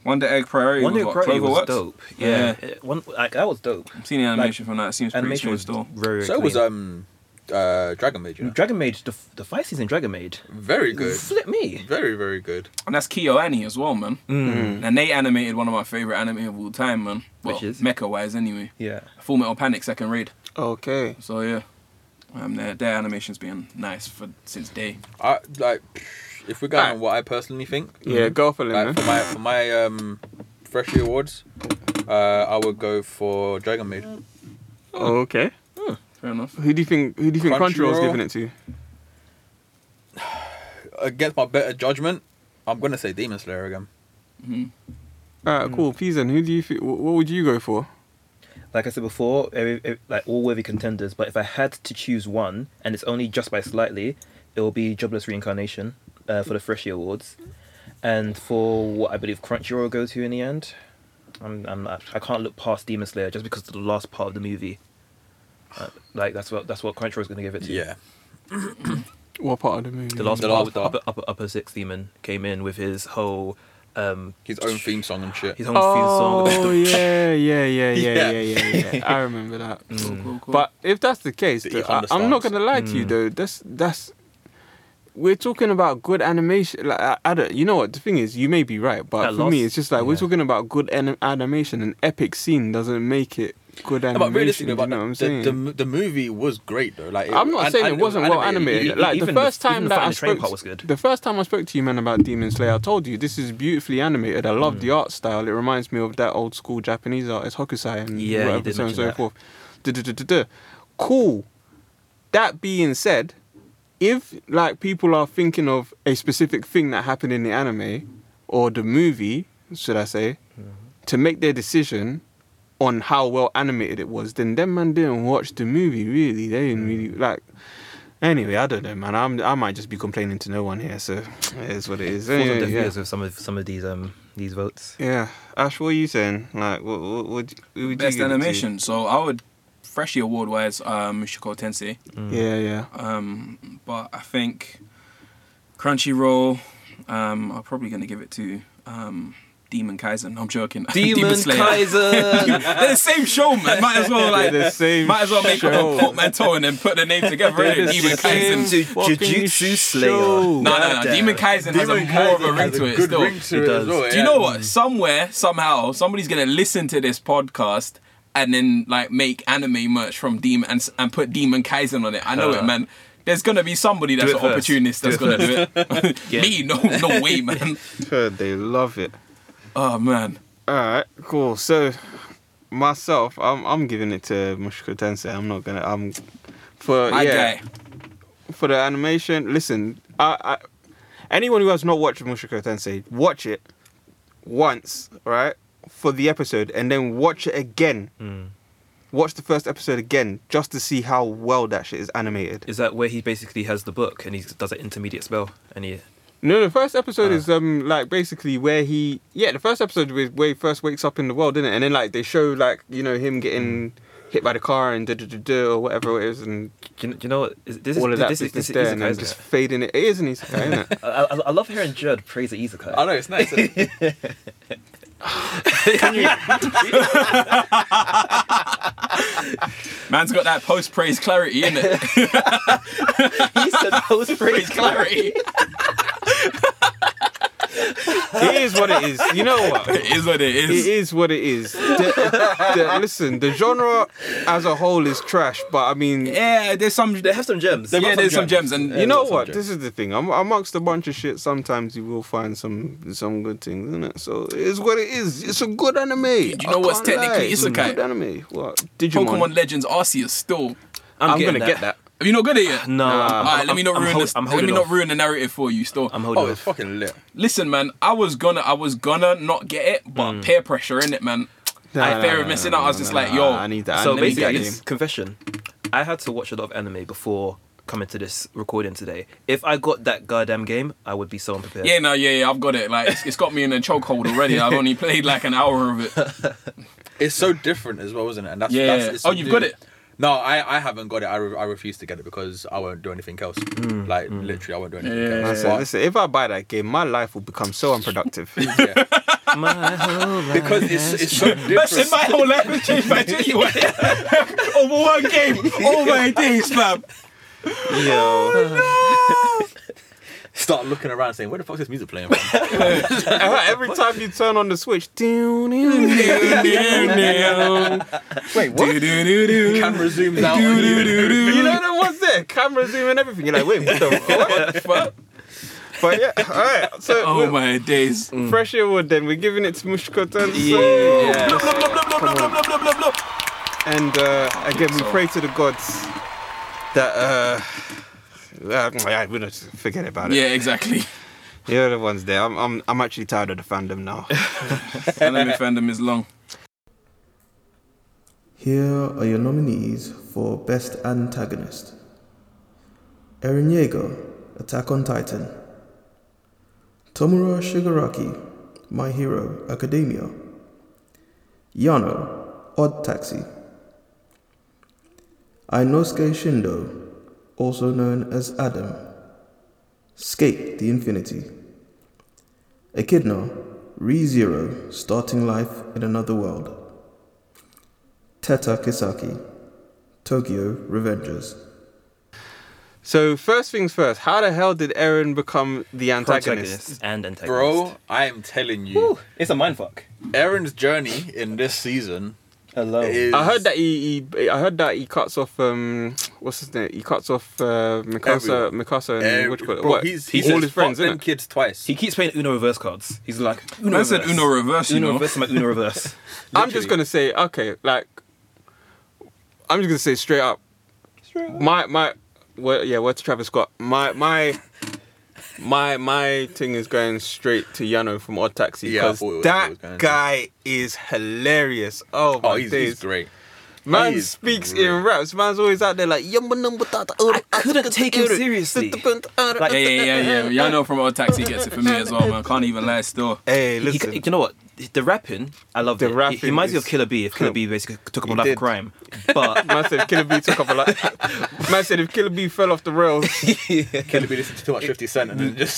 D: Wonder Egg Priority,
B: One
D: Wonder
B: Day
D: what,
B: Priority was
D: Cloverworks?
B: dope. Yeah, It- one like that was dope.
D: I've seen the animation from that. It seems pretty
B: Animation
D: smooth
B: was
D: still.
B: very.
C: it. So was
B: clean.
C: um uh Dragon Maid, you know.
B: Dragon Maid. The, the fight scenes in Dragon Maid.
C: Very good.
B: Flip me.
C: Very, very good.
D: And that's KyoAni as well, man. Mm. And they animated one of my favorite anime of all time, man. Well,
B: Which is?
D: mecha wise, anyway.
B: Yeah.
D: Full Metal Panic second raid.
F: Okay,
D: So yeah, um, their, their animation's been nice for since day.
C: I like if we're going on what I personally think, mm,
F: yeah, go for it,
C: like
F: man.
C: Mm-hmm. for my for my um freshie awards, uh I would go for Dragon Maid.
F: Oh, Okay,
D: Fair enough.
F: who do you think who do you think Crunchyroll's
C: Crunchyroll?
F: giving it to?
C: Against my better judgment, I'm gonna say Demon Slayer again.
F: Alright, cool. Please then, who do you think? What would you go for?
B: Like I said before, every, every- like all worthy contenders. But if I had to choose one, and it's only just by slightly, it will be Jobless Reincarnation uh, for the Freshie Awards, and for what I believe Crunchyroll go to in the end. I'm, I'm not- I can't look past Demon Slayer just because of the last part of the movie. Uh, like that's what that's what Crunchyroll's going to give it to.
C: Yeah.
F: What part of the movie?
B: The last
C: The
B: part
C: last
B: with
C: part.
B: upper, upper upper six demon came in with his whole um
C: His own theme song and shit.
B: his own
F: Oh
B: theme song.
F: yeah, yeah, yeah, yeah, yeah,
C: Yeah. Mm.
F: yeah, yeah. I remember that.
D: Cool, cool, cool.
F: But if that's the case,
C: The
F: though, I,
C: Honda
F: I'm not
C: stance.
F: gonna lie to you though. That's that's we're talking about good animation. Like I, I don't, you know what the thing is, you may be right, but
B: At
F: for me,
B: loss,
F: it's just like we're
B: yeah.
F: talking about good anim- animation. An epic scene doesn't make it good
C: No,
F: animation.
C: but realistically,
F: you
C: but
F: know what I'm
C: the,
F: saying?
C: the, the, the movie was great though. Like it-
F: I'm not
C: and-
F: saying
C: and
F: it wasn't well animated.
B: E-
F: like the
B: even the-
F: first time
B: even the
F: that
B: fight in
F: I
B: the train
F: spoke,
B: part was good.
F: the first time I spoke to you, man, about Demon Slayer, I told you this is beautifully animated. I
B: Mm.
F: love the art style. It reminds me of that old school Japanese artist Hokusai and
B: Yeah, you
F: whatever,
B: did
F: so on and
B: mention
F: so
B: that.
F: forth. Duh-duh-duh-duh-duh. Cool. That being said, if like people are thinking of a specific thing that happened in the anime or the movie, should I say, to make their decision on how well animated it was, then them man didn't watch the movie really. They didn't really
B: Mm.
F: like. Anyway, I don't know, man. I'm I might just be complaining to no one here, so it is what it is.
B: Falls on
F: Anyway,
B: deaf
F: yeah.
B: ears with some of some of these um these votes.
F: Yeah. Ash, what are you saying? Like, what what, what, who would
D: Best
F: you give it to?
D: animation. So I would, freshie award wise, um, Michiko Tensei.
B: Mm.
F: Yeah, yeah.
D: Um, but I think Crunchyroll, um, I'm probably going to give it to um, Demon Kaiser. No, I'm joking. Slayer.
B: Kaiser.
D: They're the same show, man. Might as well like
F: They're the same
D: might as well make
F: show.
D: up a portmanteau and then put the name together.
F: They're
D: innit?
F: the
D: Demon
F: same
D: Kaiser.
F: fucking
B: Jujutsu Slayer.
F: show.
D: No, no, no.
B: Goddamn.
D: Demon Kaiser has a more of a ring to it still.
B: it does.
D: Do you know what? Somewhere, somehow, somebody's gonna listen to this podcast and then like make anime merch from Demon and, s- and put Demon Kaizen on it. I know
B: Uh.
D: it, man. There's gonna be somebody that's
B: it
D: an
B: first.
D: opportunist that's gonna do it.
B: Yeah.
D: Me, no, no way, man.
F: Heard they love it.
D: Oh man.
F: All right, cool. So myself, I'm I'm giving it to Mushiko Tensei. I'm not gonna. I'm for
D: My
F: yeah
D: guy.
F: for the animation. Listen, I, I anyone who has not watched Mushiko Tensei, watch it once, right, for the episode, and then watch it again. Watch the first episode again just to see how well that shit is animated.
B: Is that where he basically has the book and he does an intermediate spell and he
F: No, the first episode
B: Ah.
F: is um like basically where he yeah the first episode was where he first wakes up in the world, isn't it? And then like they show like you know him getting hit by the car and da da da da or whatever it is and
B: do you, do you know what? Is, this
F: all
B: is
F: of that
B: this is
F: business
B: this is
F: there
B: Isekai,
F: and then
B: isn't
F: just
B: it?
F: fading it. It is an isekai, isn't it?
B: I, I, I love hearing Judd praise the Isekai.
C: I know it's nice. isn't it?
D: Man's got that post praise clarity in it.
B: he said post praise
D: Praise clarity.
F: it is what it is. You know what? It
D: it is what it is.
F: is what it is. The- the- listen, the genre as a whole is trash, but I mean,
D: Yeah, there's some
B: They have some gems.
D: yeah,
C: got
D: there's
C: some
D: some gems and
F: you know
C: that's
F: what?
C: subject.
F: This is the thing. Am- amongst a bunch of shit, sometimes you will find some some good things, isn't it? So it is what it is. It's a good anime. You
D: know what's technically
F: It's a
D: isekai?
F: good anime. What? Digimon.
D: Pokemon Legends Arceus still.
F: I'm,
B: getting
F: gonna get that.
D: Have you not got it yet?
B: No,
D: All
B: I'm-
D: right,
B: I'm-
D: let me not
B: I'm
D: ruin
B: hol-
D: this.
B: I'm
D: Let
B: holding
D: me not
B: off.
D: ruin the narrative for you. Still,
B: I'm
C: Oh,
B: holding
C: it's
B: off.
C: fucking lit.
D: listen, man. I was gonna, I was gonna not get it, but
B: Hmm.
D: peer pressure in it, man. I fear of missing out. I was just like, yo,
F: I need that.
B: so
F: I need that
B: basically,
F: game.
B: this confession. I had to watch a lot of anime before coming to this recording today. If I got that goddamn game, I would be so unprepared.
D: Yeah, no, yeah, yeah, I've got it. Like, it's, it's got me in a chokehold already. I've only played like an hour of it.
C: It's so different as well, isn't it? And that's,
D: Yeah.
C: that's it's so
D: Oh, you've got
C: new.
D: it?
C: No, I, I haven't got it. I, re- I refuse to get it because I won't do anything else. like literally, I won't do anything
D: Yeah, yeah,
C: else.
F: Listen, listen, if I buy that game, my life will become so unproductive.
C: But- yeah.
B: My whole life.
C: because it's it's so
D: That's in
C: different.
D: my whole life has changed by genuine. Over one game, all my days, fam.
F: Yo,
C: Start looking around saying, "Where the fuck is this music playing from?"
F: every time you turn on the switch, wait, what?
C: Camera zooms out. on you.
D: Oh
F: You know that was there, camera zoom and everything. You're like, wait, what the fuck? But yeah, all right. So
D: Oh
F: we're-
D: my days.
F: fresh airwood. Then we're giving it to Mushkotan.
B: Yeah.
F: And uh, again, we pray to the gods that. Uh, uh, we're not forget about it.
D: Yeah, exactly.
F: You're the ones there. I'm, I'm, I'm actually tired of the fandom now.
D: Anime fandom is long.
E: Here are your nominees for Best Antagonist Eren Yeager, Attack on Titan. Tomura Shigaraki, My Hero Academia. Yano, Odd Taxi. Ainosuke Shindo, also known as Adam. Skate the Infinity. Echidna, Re Zero, starting life in another world. Teta Kisaki, Tokyo Revengers.
F: so first things first. How the hell did Eren become the antagonist?
B: Protagonist and antagonist.
C: Bro, I am telling you,
H: It's a mindfuck.
C: Aaron's journey in this season
B: Oh.
H: Hello.
C: is.
F: I heard that he, he, I heard that he cuts off. Um, what's his name? He cuts off uh, Mikasa,
C: Everyone.
F: Mikasa, and
C: Every-
F: what you call it?
C: bro,
F: what?
C: He's, he's
F: all his friends,
C: them
F: innit?
C: kids twice.
B: He keeps playing Uno reverse cards. He's like Uno
D: Man said
B: reverse.
D: Uno reverse, you
B: Uno
D: know.
B: reverse, my Uno reverse.
F: I'm just gonna say, okay, like, I'm just gonna say straight up, my my, well, yeah, where to Travis Scott? My my. My my thing is going straight to Yano from Odd Taxi
C: Yeah, I
F: because
C: thought it was- I thought it was
F: that
C: going to.
F: guy is hilarious. Oh my
C: Oh, he's,
F: days!
C: he's great.
F: Man
C: He is
F: speaks
C: great.
F: in raps. Man's always out there like yumba number tata.
B: I couldn't take him seriously.
D: Yeah, yeah, yeah, yeah. Y'all know from Old Taxi gets it for me as well, man. Can't even lie still.
F: Hey,
B: He- he-
F: listen.
B: you know what? The rapping, I love
F: The
B: it. He-
F: rapping
B: he reminds me
F: is-
B: of Killer B. If Killer B basically took up
F: He
B: a life
F: did.
B: of crime, but
F: Man said if Killer B took off a lot. Man said if Killer B fell off the rails,
C: Killer B listened to too much 50 Cent and then just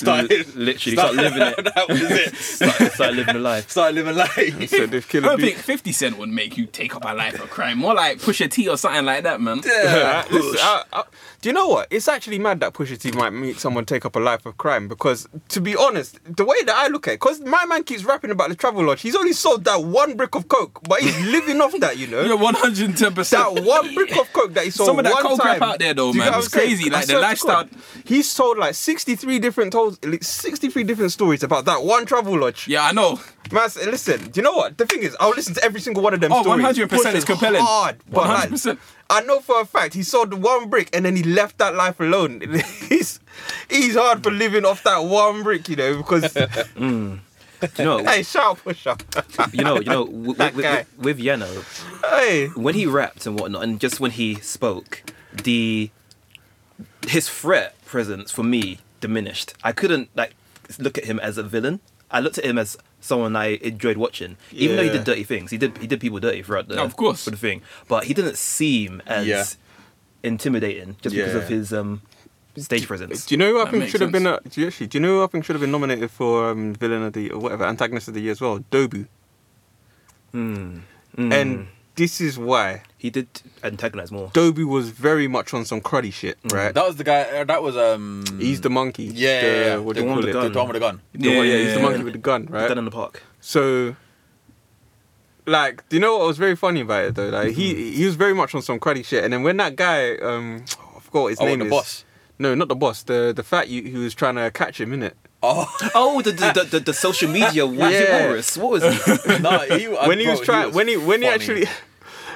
C: started.
B: literally start living it.
C: that was it.
B: Start, start living the life.
C: Started living
F: he
C: life.
F: said if
D: I
F: Killer
D: don't
F: B.
D: think 50 Cent would make you take up a life of crime. More like push a T or something like that, man.
F: Uh, listen, I- I- do you know what? It's actually mad that Pusha T might make someone take up a life of crime because, to be honest, the way that I look at it, because my man keeps rapping about the travel lodge, he's only sold that one brick of coke, but he's living off that, you know.
D: You're 110%.
F: that one brick of coke that he sold
D: Some of that
F: one
D: coke
F: time.
D: crap out there, though,
F: Do you
D: man.
F: get what
D: It's
F: I'm saying?
D: crazy,
F: I
D: like, the
F: swear to
D: lifestyle-
F: God, He sold like 63 different told, 63 different stories about that one travel lodge.
D: Yeah, I know.
F: Man, s- listen, do you know what? The thing is, I'll listen to every single one of them
D: Oh,
F: stories.
D: 100% is
F: Pusha's
D: compelling.
F: Hard, but like,
D: 100%.
F: I know for a fact he sold one brick and then he left that life alone. he's he's hard for living off that one brick, you know, because
B: You know,
F: hey, shout Pusha.
B: you know, you know. With,
F: That
B: with, with,
F: guy.
B: with Yano,
F: hey.
B: when he rapped and whatnot, and just when he spoke, the his threat presence for me diminished. I couldn't like look at him as a villain. I looked at him as someone I enjoyed watching, even though he
F: Yeah.
B: did dirty things. He did he did people dirty throughout the
D: No, of course.
B: for the thing, but he didn't seem as
C: Yeah.
B: intimidating just because of
C: Yeah.
B: his um stage presence.
F: Do you know who I
D: That
F: think
D: makes
F: should have been?
D: sense.
F: A, do you actually? Do you know who I think should have been nominated for um, villain of the or whatever antagonist of the year as well? Dobu.
C: Hmm.
F: And this is why
B: He did antagonize more.
F: Dobu was very much on some cruddy shit, right?
C: That was the guy. uh, That was um.
F: he's the monkey.
C: yeah,
F: the,
C: yeah, yeah.
F: What
C: the,
F: do you
C: one
F: call
C: with
F: it?
C: the gun. the one with the gun.
F: The one- yeah, he's the
D: Yeah.
F: monkey with the gun,
B: Right.
F: right?
B: in the park.
F: So, like, do you know what was very funny about it though? Like, he
C: Mm-hmm.
F: he was very much on some cruddy shit, and then when that guy, um, I forgot what his
C: Oh, what,
F: name
C: the
F: is.
C: boss?
F: No, not the boss. The the fat you who was trying to catch him, innit?
C: Oh
B: Oh, the the, the, the, the social media was
F: Yeah.
B: Walrus. What was he?
C: no! He,
F: when he was trying, when he when he
C: funny.
F: actually,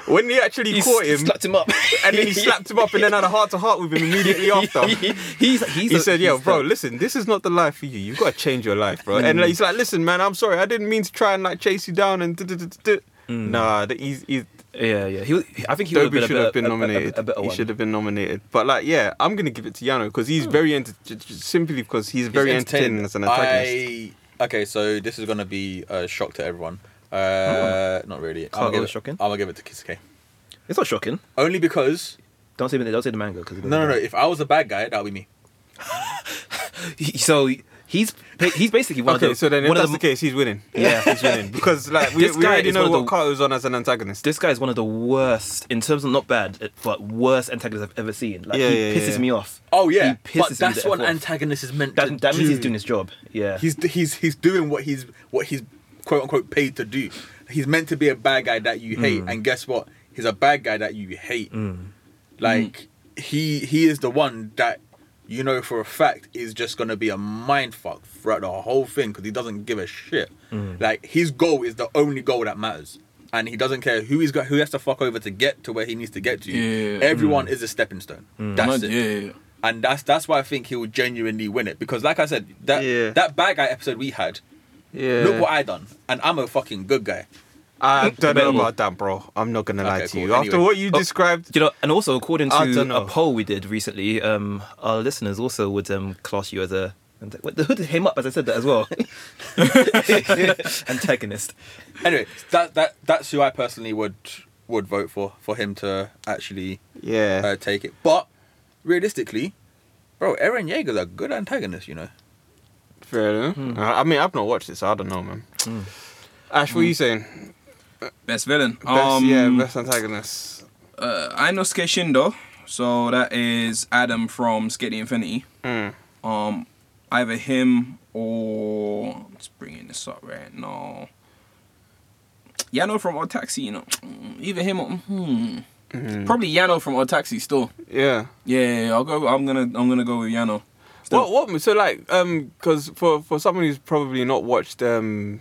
F: When he actually
I: He
F: caught
I: s-
F: him,
I: slapped him up,
F: and then he slapped him up, and then had a heart to heart with him immediately after.
B: he's, he's
F: He
B: a-
F: said, "Yo,
B: he's
F: bro,
B: a-
F: listen, this is not the life for you. You've got to change your life, bro." And like, he's like, "Listen, man, I'm sorry. I didn't mean to try and like chase you down and." da-da-da-da-da." Nah, the, he's, he's,
B: yeah, yeah. He, was- I think he would have
F: Dobie
B: Mm. been, a
F: should have
B: better-
F: been
B: a- a- a-
F: nominated.
B: A, better
F: he
B: one. Hmm.
F: should have been nominated. But like, yeah, I'm gonna give it to Yano because he's very enter- j- j- simply because he's very entertaining as an antagonist.
C: I, okay, so this is gonna be a shock to everyone. Uh,
F: Hmm.
C: Not really. I'm
B: Oh,
C: gonna, give
B: it
C: it,
B: was shocking?
C: I'm gonna give it to Kisuke.
B: It's not shocking.
C: Only because
B: Don't say the- don't say the manga because
C: no, no, no. If I was the bad guy, that would be me.
B: He, so he's he's basically one of
F: Okay,
B: the
F: so then if
B: one of
F: that's
B: the,
F: the case, he's winning.
B: Yeah.
F: he's winning because like we,
B: This
F: we
B: guy
F: already
B: is
F: know
B: one of
F: what
B: the-
F: Kato's on as an antagonist.
B: This guy is one of the worst in terms of not bad, eh, but worst antagonists I've ever seen. Like
F: Yeah,
B: he
F: yeah,
B: pisses
F: yeah.
B: me off.
C: Oh yeah,
B: he pisses
C: but
B: me
C: that's
B: the F
C: what an
B: off.
C: antagonist is meant to
B: That, that
C: do.
B: means he's doing his job. Yeah,
C: He's he's he's doing what he's what he's quote unquote paid to do. He's meant to be a bad guy that you hate, and guess what? He's a bad guy that you hate. Like he he is the one that you know for a fact is just gonna be a mind fuck throughout the whole thing because he doesn't give a shit. Like his goal is the only goal that matters. And he doesn't care who he's got, who he has to fuck over to get to where he needs to get to.
D: Yeah.
C: Everyone is a stepping stone. That's it
D: Yeah, yeah, yeah.
C: and that's that's why I think he will genuinely win it because, like I said, that
F: Yeah.
C: that bad guy episode we had.
F: Yeah.
C: Look what I done, and I'm a fucking good guy.
F: I don't know about that, bro. I'm not gonna lie
C: Okay,
F: to
C: cool.
F: you.
C: Anyway.
F: After what you
B: Oh,
F: described,
B: you know, and also according
F: I don't
B: to
F: know.
B: a poll we did recently, um, our listeners also would um, class you as a. and- What, the hood came up as I said that as well. Antagonist.
C: Anyway, that that that's who I personally would would vote for for him to actually
F: yeah,
C: uh, take it. But realistically, bro, Eren Yeager's a good antagonist, you know.
F: fair enough.
D: Hmm.
F: Uh, I mean, I've not watched it, so I don't know, man. Ash, what are you saying?
D: Best villain.
F: Best,
D: Hmm. um,
F: yeah, best antagonist.
D: uh, Ainosuke Shindo. So that is Adam from Skate the Infinity.
C: Hmm.
F: Mm.
D: Um, either him or let's bring in this up right now. Yano from Otaxi, you know, Mm, either him or hmm. probably Yano from Otaxi. Still,
F: Yeah.
D: yeah, yeah, yeah, I'll go. I'm gonna, I'm gonna go with Yano.
F: What? What? So like, um, because for for someone who's probably not watched um,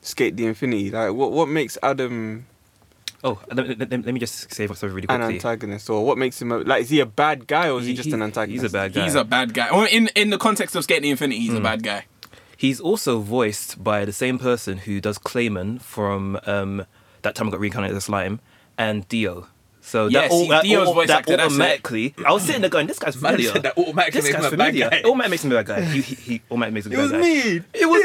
F: Skate the Infinity, like, what what makes Adam
B: Oh, let, let- let- let me just say something really
F: an
B: quickly.
F: antagonist, or what makes him a, like? Is he a bad guy, or is he, just an antagonist?
B: He's a bad guy.
D: He's a bad guy. Or in in the context of Skate the Infinity,
C: Hmm.
D: he's a bad guy.
B: He's also voiced by the same person who does Clayman from um, that time I got reincarnated as a slime and Dio. So
D: Yes,
B: that, all,
D: he-
B: that,
D: Dio's
B: all-
D: voice
B: that
D: actor, that's it.
B: automatically, I was sitting there going, "This guy's
C: Man
B: familiar."
C: said that automatically
B: this
C: makes
B: guy's
C: him a bad
B: familiar.
C: guy.
B: It automatically makes him a bad guy. He, he, he automatically makes him a bad
C: was
B: guy.
C: me.
B: It was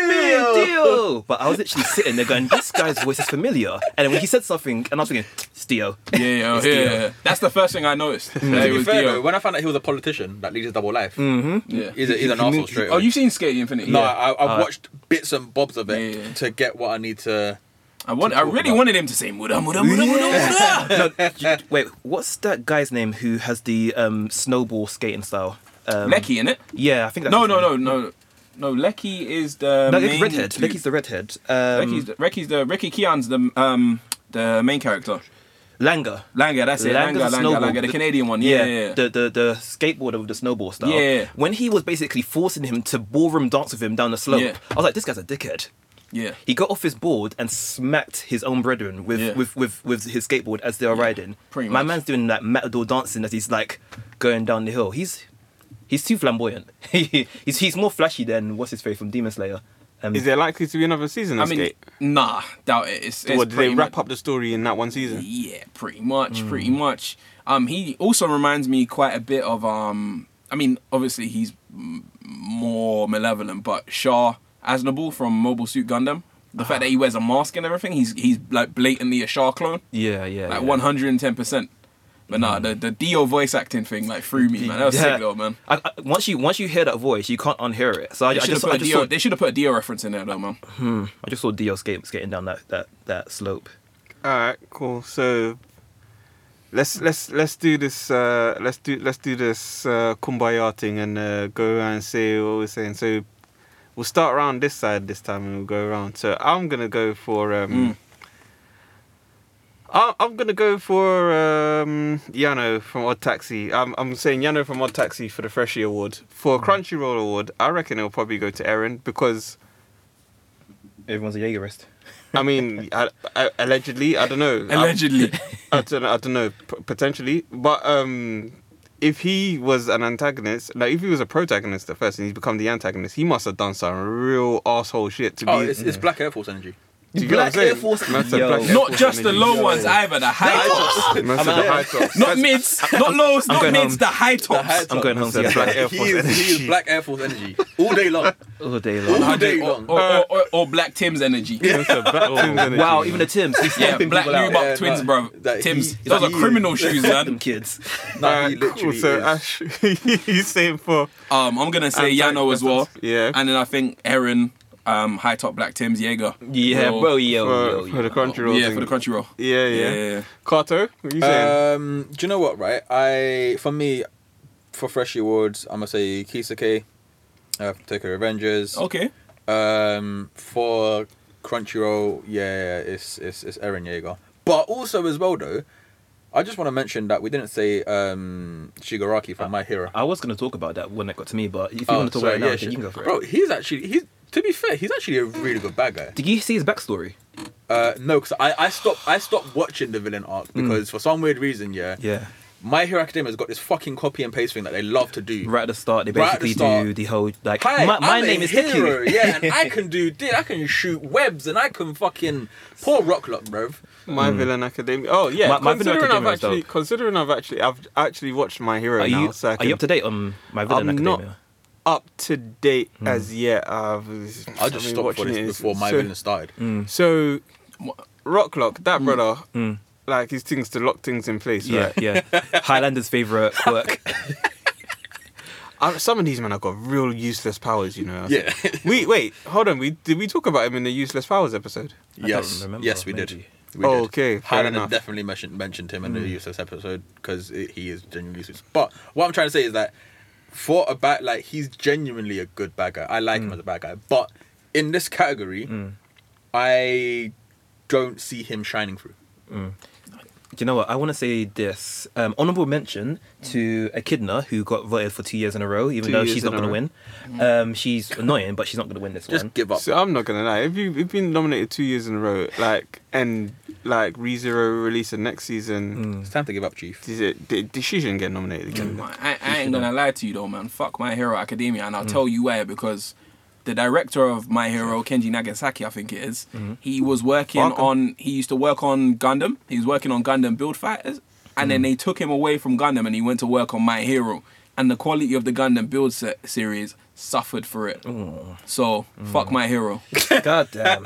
C: Dio.
B: me, Dio. But I was literally sitting there going, "This guy's voice is familiar." And when he said something, and I was thinking, "It's Dio."
D: Yeah, yeah,
B: It's
D: yeah,
B: Dio.
D: yeah. That's the first thing I noticed. That it
C: to be
D: was
C: fair,
D: Dio.
C: though, when I found out he was a politician that leads a double life,
D: Yeah.
C: he's, a, he's an asshole straight
D: Oh,
C: away.
D: you've seen Skate the Infinity?
C: no,
D: Yeah.
C: I, I've watched bits and bobs of it
D: Yeah, yeah.
C: to get what I need to.
D: I want. I
C: talk
D: really
C: about.
D: wanted him to say muda muda muda muda. muda.
B: No, you- wait, what's that guy's name who has the um, snowball skating style? Um,
D: Lecky in it?
B: Yeah, I think that's
D: No,
B: his
D: no,
B: name.
D: no, no, no. Lecky is the
B: No,
D: main
B: it's redhead.
D: dude.
B: Lecky's the redhead. Um,
D: Lecky's the, Lecky's the Ricky Keon's the um the main character.
B: Langer.
D: Langa, that's it.
B: Langa's
D: Langa,
B: a
D: Langa,
B: snowball.
D: Langa, the Canadian one. Yeah, yeah.
B: The, the the skateboarder with the snowball style.
D: Yeah.
B: When he was basically forcing him to ballroom dance with him down the slope,
D: Yeah.
B: I was like, this guy's a dickhead.
D: yeah.
B: He got off his board and smacked his own brethren with,
D: Yeah.
B: with, with, with his skateboard as they were riding.
D: pretty
B: My
D: much.
B: man's doing like matador dancing as he's like going down the hill. He's he's too flamboyant. he's he's more flashy than what's his face from Demon Slayer. Um,
F: Is there likely to be another season?
D: I
F: Of
D: mean,
F: Skate?
D: nah, doubt it. It's, it's
F: Or did they
D: pretty
F: wrap
D: much-
F: up the story in that one season?
D: Yeah, pretty much, pretty
B: Hmm.
D: much. Um, he also reminds me quite a bit of um. I mean, obviously he's m- more malevolent, but Shah Aznable from Mobile Suit Gundam. The
B: Ah.
D: fact that he wears a mask and everything, he's he's like blatantly a Shah clone,
B: yeah, yeah.
D: like
B: yeah.
D: one hundred and ten percent. But nah, the the Dio voice acting thing like threw me, man. That was
B: Yeah.
D: sick though, man.
B: I, I, once you once you hear that voice, you can't unhear it. So I, I
D: They should have
B: just
D: put,
B: I
D: a
B: just,
D: Dio-
B: saw, hmm,
D: they should have put a Dio reference in there though, man.
B: I just saw Dio skate, skating down that, that, that slope.
F: All right, cool. So let's let's let's do this. Uh, let's do let's do this uh, kumbaya thing and uh, go around and see what we're saying. So we'll start around this side this time, and we'll go around. So I'm gonna go for. Um, I- I'm gonna go for um, Yano from Odd Taxi. I'm, I'm saying Yano from Odd Taxi for the Freshie Award. For Crunchyroll Award, I reckon it'll probably go to Aaron because Everyone's a Jaegerist.
A: I mean, I, I, allegedly, I don't know.
D: Allegedly.
A: I, I don't, know- I don't know, p- potentially. But um, if he was an antagonist, like if he was a protagonist at first and he's become the antagonist, he must have done some real asshole shit to
C: Oh,
A: be.
C: it's, it's Black Air Force energy.
A: do you
F: Black
A: get what I'm
F: Air
A: saying?
F: Force-
A: Man said
F: Yo.
A: Black Air
D: not
A: Force
D: just the
A: energy.
D: low ones either, the high tops.
A: Man said the high tops.
D: Not mids, not lows, not
B: going
D: mids,
B: home.
D: the high
C: The
D: tops.
C: high
B: I'm
C: top.
B: going home
A: Said
B: to
A: Black Air
C: He
A: Force
C: is, he is
A: energy.
C: Black Air Force energy all day long.
B: all day long.
C: All
D: Or-
C: day
D: or,
C: long.
D: or, or, or black Tim's energy. Yeah,
A: Man said Black Tim's energy.
B: Wow, even the Tims. He's stamping
D: black
B: people out.
D: Lube Up
C: Yeah,
D: twins,
C: no,
D: bro.
C: that
D: Tim's.
C: he-
D: Those
C: that
D: are
C: he
D: criminal
C: is.
D: shoes, man.
F: Them kids.
C: No,
A: Alright,
C: he
A: cool.
C: literally
A: So
C: is.
A: Ash, he's saying for
D: Um, I'm gonna say
A: Antac-
D: Yano as well.
A: yeah.
D: And then I think Aaron, um, high top black Tim's Jaeger.
B: Yeah,
D: Will-
B: bro, yo, yo,
A: for,
B: yo.
A: for the country roll
D: Yeah,
A: thing.
D: for the country roll.
A: Yeah, yeah.
D: Yeah.
A: Carter, what are you saying?
C: Um, do you know what? Right, I for me, for Freshie Awards, I'm gonna say Kisake, uh, Tokyo Avengers.
D: Okay.
C: Um, for Crunchyroll, yeah, it's it's it's Eren Yeager. But also as well though, I just want to mention that we didn't say um Shigaraki from My Hero.
B: I was gonna talk about that when it got to me, but if Uh, you
C: Oh,
B: want to talk about
C: sorry,
B: it now,
C: yeah,
B: I think you
C: shit.
B: can go for it.
C: Bro, he's actually he's to be fair, he's actually a really good bad guy.
B: Did you see his backstory?
C: Uh, no, because I, I stopped I stopped watching the villain arc because for some weird reason, yeah,
B: Mm. Yeah.
C: My Hero Academia's got this fucking copy and paste thing that they love to do.
B: Right at the start, they
C: Right at the
B: basically do
C: start.
B: the whole like
C: Hi,
B: my, my
C: I'm
B: name
C: a
B: is
C: hero.
B: Hiku.
C: yeah, and I can do this. I can shoot webs, and I can fucking poor Rocklock, bruv.
A: My Villain Academia. Oh yeah,
B: Hmm. My- My Villain
A: considering I've
B: Academia is
A: actually,
B: dope.
A: considering I've actually, I've actually watched My Hero
B: Are
A: now.
B: you
A: so I
B: are you up to date on my villain
A: I'm
B: academia? Hmm.
A: not up to date as yet. I've, I've
C: I just
A: been
C: stopped for
A: watching
C: this
A: it.
C: before my
A: so,
C: villain started.
A: So, Rocklock, that brother,
B: Mm.
A: like his things to lock things in place.
B: Yeah,
A: Right.
B: yeah. Highlander's favorite quirk.
A: I, some of these men have got real useless powers. You know. I was
C: Yeah,
A: like- We wait. Hold on. We did we talk about him in the useless powers episode?
C: yes,
B: remember,
C: yes, we did.
B: maybe.
C: We did.
A: Oh, Okay, fair
C: Highlander
A: enough.
C: definitely mentioned mentioned him in the useless episode because he is genuinely useless. But what I'm trying to say is that for a bad, like he's genuinely a good bad guy. I like him as a bad guy, but in this category, I don't see him shining through.
B: Do you know what? I want to say this. Um, honorable mention to Echidna, who got voted for two years in a row, even
A: Two
B: though
A: years
B: she's not
A: in a
B: going to win. Um, she's annoying, but she's not going to win this
C: Mm-hmm. Just
B: one.
C: give up.
A: So I'm not gonna lie. If you if you've been nominated two years in a row, like and like Rezero releasing next
B: Hmm.
A: season,
C: it's time to give up, Chief.
A: is it, d- d- she shouldn't get nominated again.
D: I, I ain't gonna lie to you though, man. Fuck My Hero Academia, and I'll tell you why because the director of My Hero, Kenji Nagasaki, I think it is, he was working
A: Welcome.
D: on. He used to work on Gundam. He was working on Gundam Build Fighters, and then they took him away from Gundam, and he went to work on My Hero. And the quality of the Gundam Build se- series suffered for it. So fuck My Hero.
B: God damn.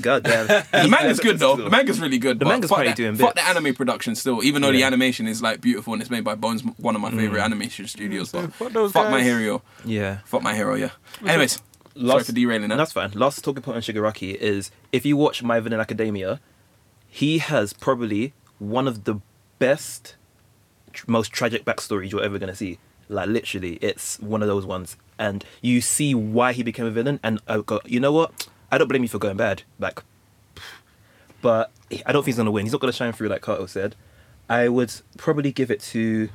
B: God damn.
D: The manga's good though. The manga's really good.
B: The
D: but
B: manga's
D: fuck
B: probably
D: that-
B: doing
D: Fuck the
B: bits.
D: anime production still, even though the
B: Yeah.
D: animation is like beautiful and it's made by Bones, one of my favorite animation studios. But
A: Fuck
D: fuck
A: those
D: my
A: guys.
D: hero.
B: Yeah.
D: Fuck my hero. Yeah. Anyways, sorry for derailing that.
B: That's fine. Last talking point on Shigaraki is if you watch My Villain Academia, he has probably one of the best, tr- most tragic backstories you're ever going to see. Like, literally, it's one of those ones. And you see why he became a villain. And I go, you know what? I don't blame you for going bad. Like, but I don't think he's going to win. He's not going to shine through, like Carto said. I would probably give it to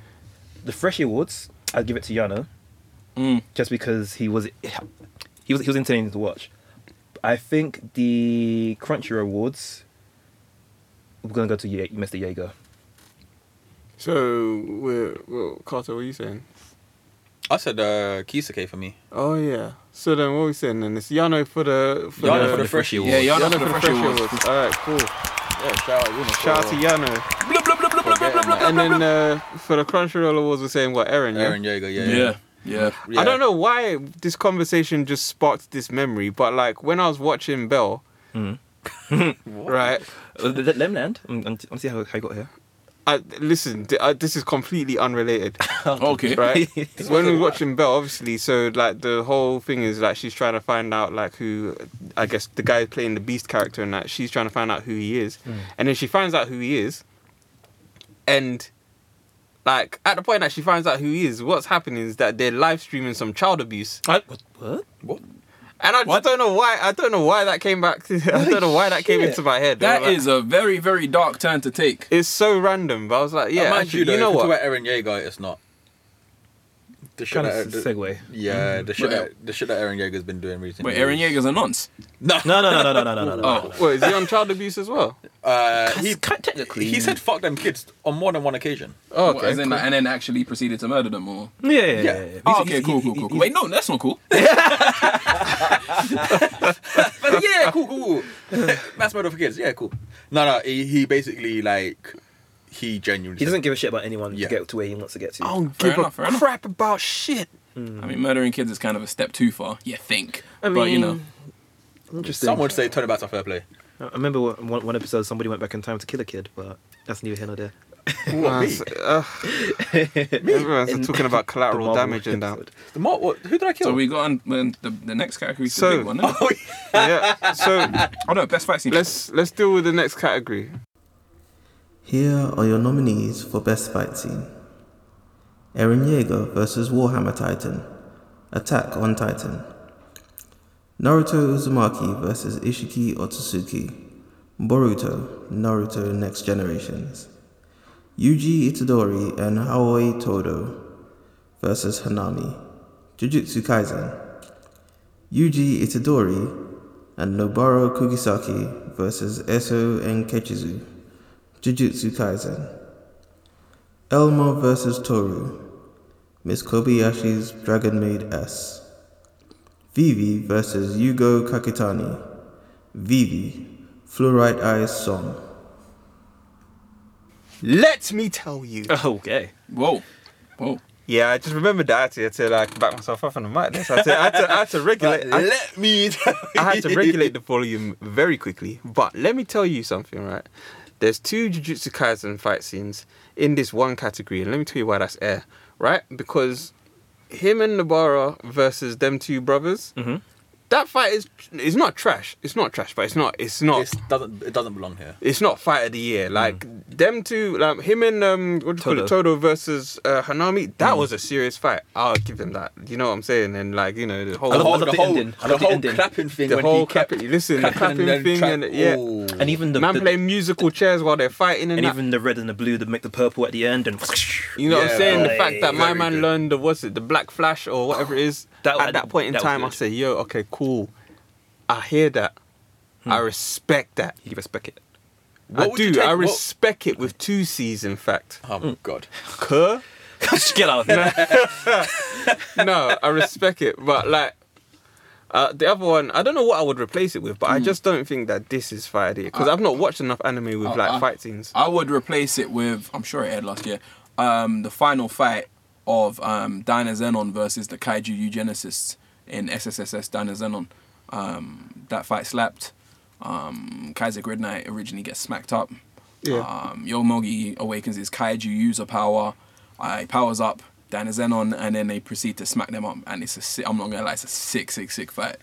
B: the Fresh Awards. I'd give it to Yano
D: Mm.
B: just because he was he was he was entertaining to watch. I think the Crunchyroll Awards. We're gonna go to Ye- Mr. Jaeger.
A: So, we're, well, Carter, what are you saying?
C: I said uh, Kisake for me.
A: Oh yeah. So then, what are we saying? Then it's Yano for the for
C: Yano
A: the,
C: for
B: Freshie
C: the Freshie
B: Award.
C: Award.
D: Yeah, y'all know
A: Yano
D: for the fresh awards.
A: awards. All right, cool.
C: Yeah, shout out, Yuna,
A: Shout out
C: for-
A: to Yano.
D: Blah, blah, blah, blah, blah, blah, blah, blah,
A: And
D: blah,
A: then uh, for the Crunchyroll Awards, we're saying what Aaron. Yeah?
C: uh, Aaron Yeager, yeah.
D: blah. Yeah. Yeah.
A: I don't know why this conversation just sparked this memory, but like when I was watching Bell, right?
B: Uh, Let let him land. I'm, I'm, I'm see how, how he got here.
A: I listen. th- I, this is completely unrelated,
D: Okay.
A: right? when we were watching Bell, obviously, so like the whole thing is like she's trying to find out like who, I guess the guy playing the Beast character and that she's trying to find out who he is, and then she finds out who he is, and. Like at the point that she finds out who he is, what's happening is that they're live streaming some child abuse.
B: I, what? what?
A: And I just
D: What?
A: don't know why. I don't know why that came back. I don't know why that came
B: shit.
A: into my head.
D: That
A: Like,
D: is a very, very dark turn to take.
A: It's so random, but I was like, yeah,
C: mind
A: actually,
C: you, though,
A: you know
C: if you
A: what?
C: talk about Aaron Yeager, it's not. the shit
B: Kind of
C: that, the,
B: segue.
C: yeah, the shit
D: But-
C: that the shit that Aaron Yeager's been doing recently.
D: But Aaron
C: is-
D: Yeager's a nonce.
C: no,
B: No, no, no, no, no, no, no, no, no.
D: Oh,
F: Well, is he on child abuse as well?
C: uh, he
B: He, technically,
C: he said "fuck them kids" on more than one occasion.
F: Oh,
D: What,
F: okay.
D: as in,
F: cool.
D: like, and then actually proceeded to murder them all.
B: Yeah, yeah, yeah.
C: Yeah.
B: yeah.
D: Oh,
B: He's-
D: okay,
B: he's-
D: cool,
B: he- he-
D: cool, cool, cool.
B: he's-
D: Wait, no, that's not cool.
C: But yeah, cool, cool, cool. Mass murder for kids. Yeah, cool. No, no, he, he basically like he genuinely.
J: He doesn't give a shit about anyone
C: Yeah.
J: to get to where he wants to get to.
F: I
B: Oh,
F: don't
D: Fair
F: give
D: enough,
F: a
D: fair enough.
F: crap about shit.
D: I mean, murdering kids is kind of a step too far. You think, but you know,
J: Interesting.
C: Some would say turn it back to fair play.
B: I I remember one, one one episode somebody went back in time to kill a kid, but that's neither here nor there.
F: Nah,
C: What, me?
F: it's- ugh. Everyone's talking about
B: The
F: collateral
B: Marvel
F: damage and that.
B: episode.
C: The more, what, who did I kill?
D: so we got on when the, the next category. Is
F: So- Oh,
D: the big one, isn't it?
F: Yeah. So
D: oh no, best fight scene.
F: let's let's deal with the next category.
E: Here are your nominees for Best Fight Scene Eren Yeager vs. Warhammer Titan, Attack on Titan. Naruto Uzumaki vs. Ishiki Otsutsuki, Boruto, Naruto Next Generations. Yuji Itadori and Haoi Todo vs. Hanami, Jujutsu Kaisen. Yuji Itadori and Noboru Kugisaki vs. Eso Enkechizu, Jujutsu Kaisen. Elmo vs. Toru. Miss Kobayashi's Dragon Maid S. Vivi vs. Yugo Kakitani. Vivi, Fluorite Eyes Song.
F: Let me tell you.
B: Okay.
D: Whoa, whoa.
F: Yeah, I just remembered that actually until I had to like back myself up on the mic. So I, had to, I, had to, I had to regulate. I,
C: Let me.
F: I had to regulate the volume very quickly. But let me tell you something, right? There's two Jujutsu Kaisen fight scenes in this one category, and let me tell you why that's air, right? Because him and Nabara versus them two brothers, that fight is is not trash. It's not trash, but it's not. It's not.
C: It's, doesn't it doesn't belong here?
F: It's not fight of the year. Like them two, like him and um, what do you call it, Todo versus uh, Hanami. That was a serious fight. I'll give them that. You know what I'm saying? And like you know the whole.
J: I love-
C: whole,
J: the
C: whole,
J: ending. I love the
C: whole
J: ending.
C: clapping thing.
F: The
C: when
F: whole
C: he kept
F: clapping- listen, the clapping
C: then oh,
F: thing
C: trap-
F: and- yeah.
C: Ooh.
B: And even the
F: Man
B: the-
F: playing musical chairs while they're fighting and,
B: and
F: that.
B: even the red and the blue that make the purple at the end, and
F: you know what
C: Yeah,
F: I'm saying? the
C: right.
F: fact that my
C: Very
F: man
C: good.
F: learned the what's it, the Black Flash or whatever it is.
B: That-
F: at that point in
B: that was
F: time, I
B: good.
F: say, yo, okay, cool. I hear that. I respect that.
B: you respect it.
F: I
C: What would you
F: do.
C: take-
F: I
C: what-
F: respect it with two C's. In fact,
C: Oh my god.
F: Kerr.
B: Get out! Man.
F: no, I respect it, but like uh, the other one, I don't know what I would replace it with, but
C: Hmm.
F: I just don't think that this is Fire because
C: Uh,
F: I've not watched enough anime with
D: I-
F: like
D: I-
F: fight scenes.
D: I would replace it with I'm sure it aired last year. Um, the final fight of um, Dino Zenon versus the Kaiju eugenicists in SSSS Dino Zenon. Um, that fight slapped. Um, Kaiser Grid Knight originally gets smacked up.
F: Yeah.
D: Um, Yomogi awakens his Kaiju user power. Uh, he powers up Dino Zenon, and then they proceed to smack them up. And it's a si- I'm not gonna lie, it's a sick, sick, sick fight.